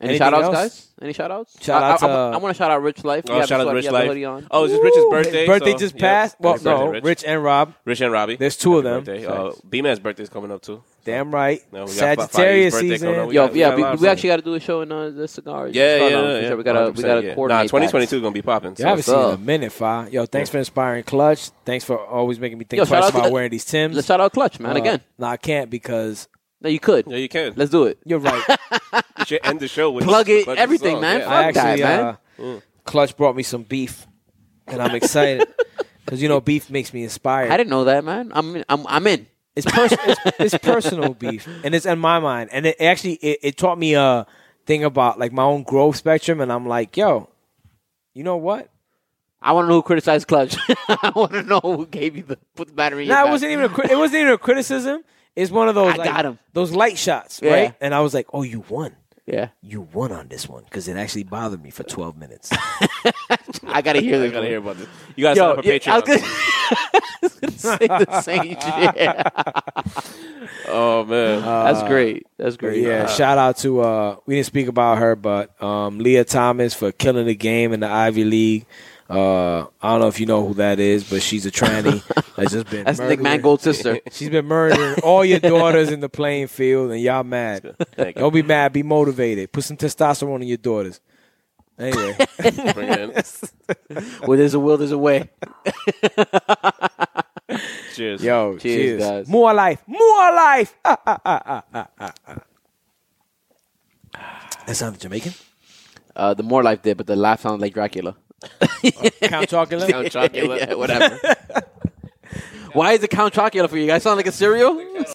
Speaker 2: Any
Speaker 1: Anything
Speaker 2: shout outs,
Speaker 1: else?
Speaker 2: guys? Any shout outs?
Speaker 1: Shout out
Speaker 2: I,
Speaker 1: to-
Speaker 2: I, I, want to shout out Rich Life.
Speaker 3: uh, Oh, shout out Rich Life.
Speaker 2: Oh,
Speaker 3: Oh, it's just Rich's
Speaker 1: woo,
Speaker 3: birthday.
Speaker 1: His birthday
Speaker 3: so-
Speaker 1: just
Speaker 3: yeah,
Speaker 1: passed. Well,
Speaker 3: happy
Speaker 1: no,
Speaker 3: birthday,
Speaker 1: Rich.
Speaker 3: Rich.
Speaker 1: and Rob.
Speaker 3: Rich and Robbie.
Speaker 1: There's two of them.
Speaker 3: Birthday. Uh, B Man's birthday's coming up too.
Speaker 1: Damn right.
Speaker 3: No, we got Fa- Fadi's
Speaker 1: Sagittarius
Speaker 3: birthday
Speaker 1: season.
Speaker 3: coming up.
Speaker 2: yo,
Speaker 3: got- we
Speaker 2: yeah,
Speaker 3: got
Speaker 2: we,
Speaker 3: lots
Speaker 2: we
Speaker 3: of-
Speaker 2: actually got to do a show in uh, the cigar.
Speaker 3: Yeah,
Speaker 2: Cigar
Speaker 3: yeah,
Speaker 2: lounge, for
Speaker 3: yeah.
Speaker 2: sure. We gotta
Speaker 3: 100%,
Speaker 2: we gotta
Speaker 3: yeah.
Speaker 2: coordinate.
Speaker 3: Nah, 2022 is gonna be popping.
Speaker 1: You haven't
Speaker 3: so,
Speaker 1: seen
Speaker 2: what's
Speaker 1: in a
Speaker 2: up?
Speaker 1: minute, Fi. Yo, thanks for inspiring Clutch. Thanks for always making me think
Speaker 2: Yo, shout
Speaker 1: twice
Speaker 2: out to
Speaker 1: about
Speaker 2: the-
Speaker 1: wearing these
Speaker 2: that.
Speaker 1: Tims.
Speaker 2: Let's shout out Clutch, man.
Speaker 1: Uh,
Speaker 2: again,
Speaker 1: No, I can't because
Speaker 2: no, you could.
Speaker 3: yeah, you can.
Speaker 2: Let's do it.
Speaker 1: you're right.
Speaker 3: You should end the show with
Speaker 2: Plug it,
Speaker 3: the
Speaker 2: everything,
Speaker 3: song,
Speaker 2: man.
Speaker 3: yeah.
Speaker 1: I
Speaker 2: Fuck that,
Speaker 1: actually,
Speaker 2: man.
Speaker 1: uh, Clutch brought me some beef, and I'm
Speaker 2: [LAUGHS]
Speaker 1: excited because you know beef makes me inspired.
Speaker 2: I didn't know that, man. I'm in- I'm I'm in.
Speaker 1: It's, pers- it's, it's personal beef, and it's in my mind. And it actually it, it taught me a thing about like my own growth spectrum. And I'm like, yo, you know what?
Speaker 2: I want to know who criticized Clutch. [LAUGHS] I want to know who gave you the put the battery. in your
Speaker 1: Nah, it
Speaker 2: back.
Speaker 1: wasn't even a cri- it wasn't even a criticism. It's one of those
Speaker 2: I
Speaker 1: like,
Speaker 2: got 'em.
Speaker 1: those light shots,
Speaker 2: Yeah.
Speaker 1: right? And I was like, oh, you won.
Speaker 2: Yeah,
Speaker 1: You won on this one because it actually bothered me for 12 minutes.
Speaker 2: I gotta hear
Speaker 3: I
Speaker 2: this.
Speaker 3: gotta
Speaker 2: one.
Speaker 3: hear about this. You gotta
Speaker 2: Yo,
Speaker 3: sign up for
Speaker 2: yeah, I was
Speaker 3: Patreon.
Speaker 2: gonna- [LAUGHS] Say the [LAUGHS] same shit.
Speaker 3: Oh [LAUGHS] man.
Speaker 2: That's great. That's
Speaker 1: But
Speaker 2: great.
Speaker 1: yeah, shout out to uh we didn't speak about her, but um Leah Thomas for killing the game in the Ivy League. Uh I don't know if you know who that is, but she's a tranny that's just been
Speaker 2: That's Nick
Speaker 1: murdering-
Speaker 2: Mangold's sister.
Speaker 1: She's been murdering all your daughters in the playing field, and y'all mad.
Speaker 3: Thank you.
Speaker 1: Don't be mad. Be motivated. Put some testosterone in your daughters. Anyway,
Speaker 3: Bring [LAUGHS] it in.
Speaker 2: Where there's a will, there's a way.
Speaker 3: Cheers.
Speaker 1: yo, cheers,
Speaker 2: Cheers, guys.
Speaker 1: More life. More life. [LAUGHS] Ah, ah, ah, ah, ah, ah, ah. That sounded Jamaican.
Speaker 2: Uh, the more life did, but the laugh sounded like [LAUGHS] Dracula.
Speaker 1: Count chocolate.
Speaker 3: Count
Speaker 2: [LAUGHS]
Speaker 3: Chocula.
Speaker 2: [LAUGHS] yeah, whatever. Why is it Count Chocula for you guys? Sound like a cereal?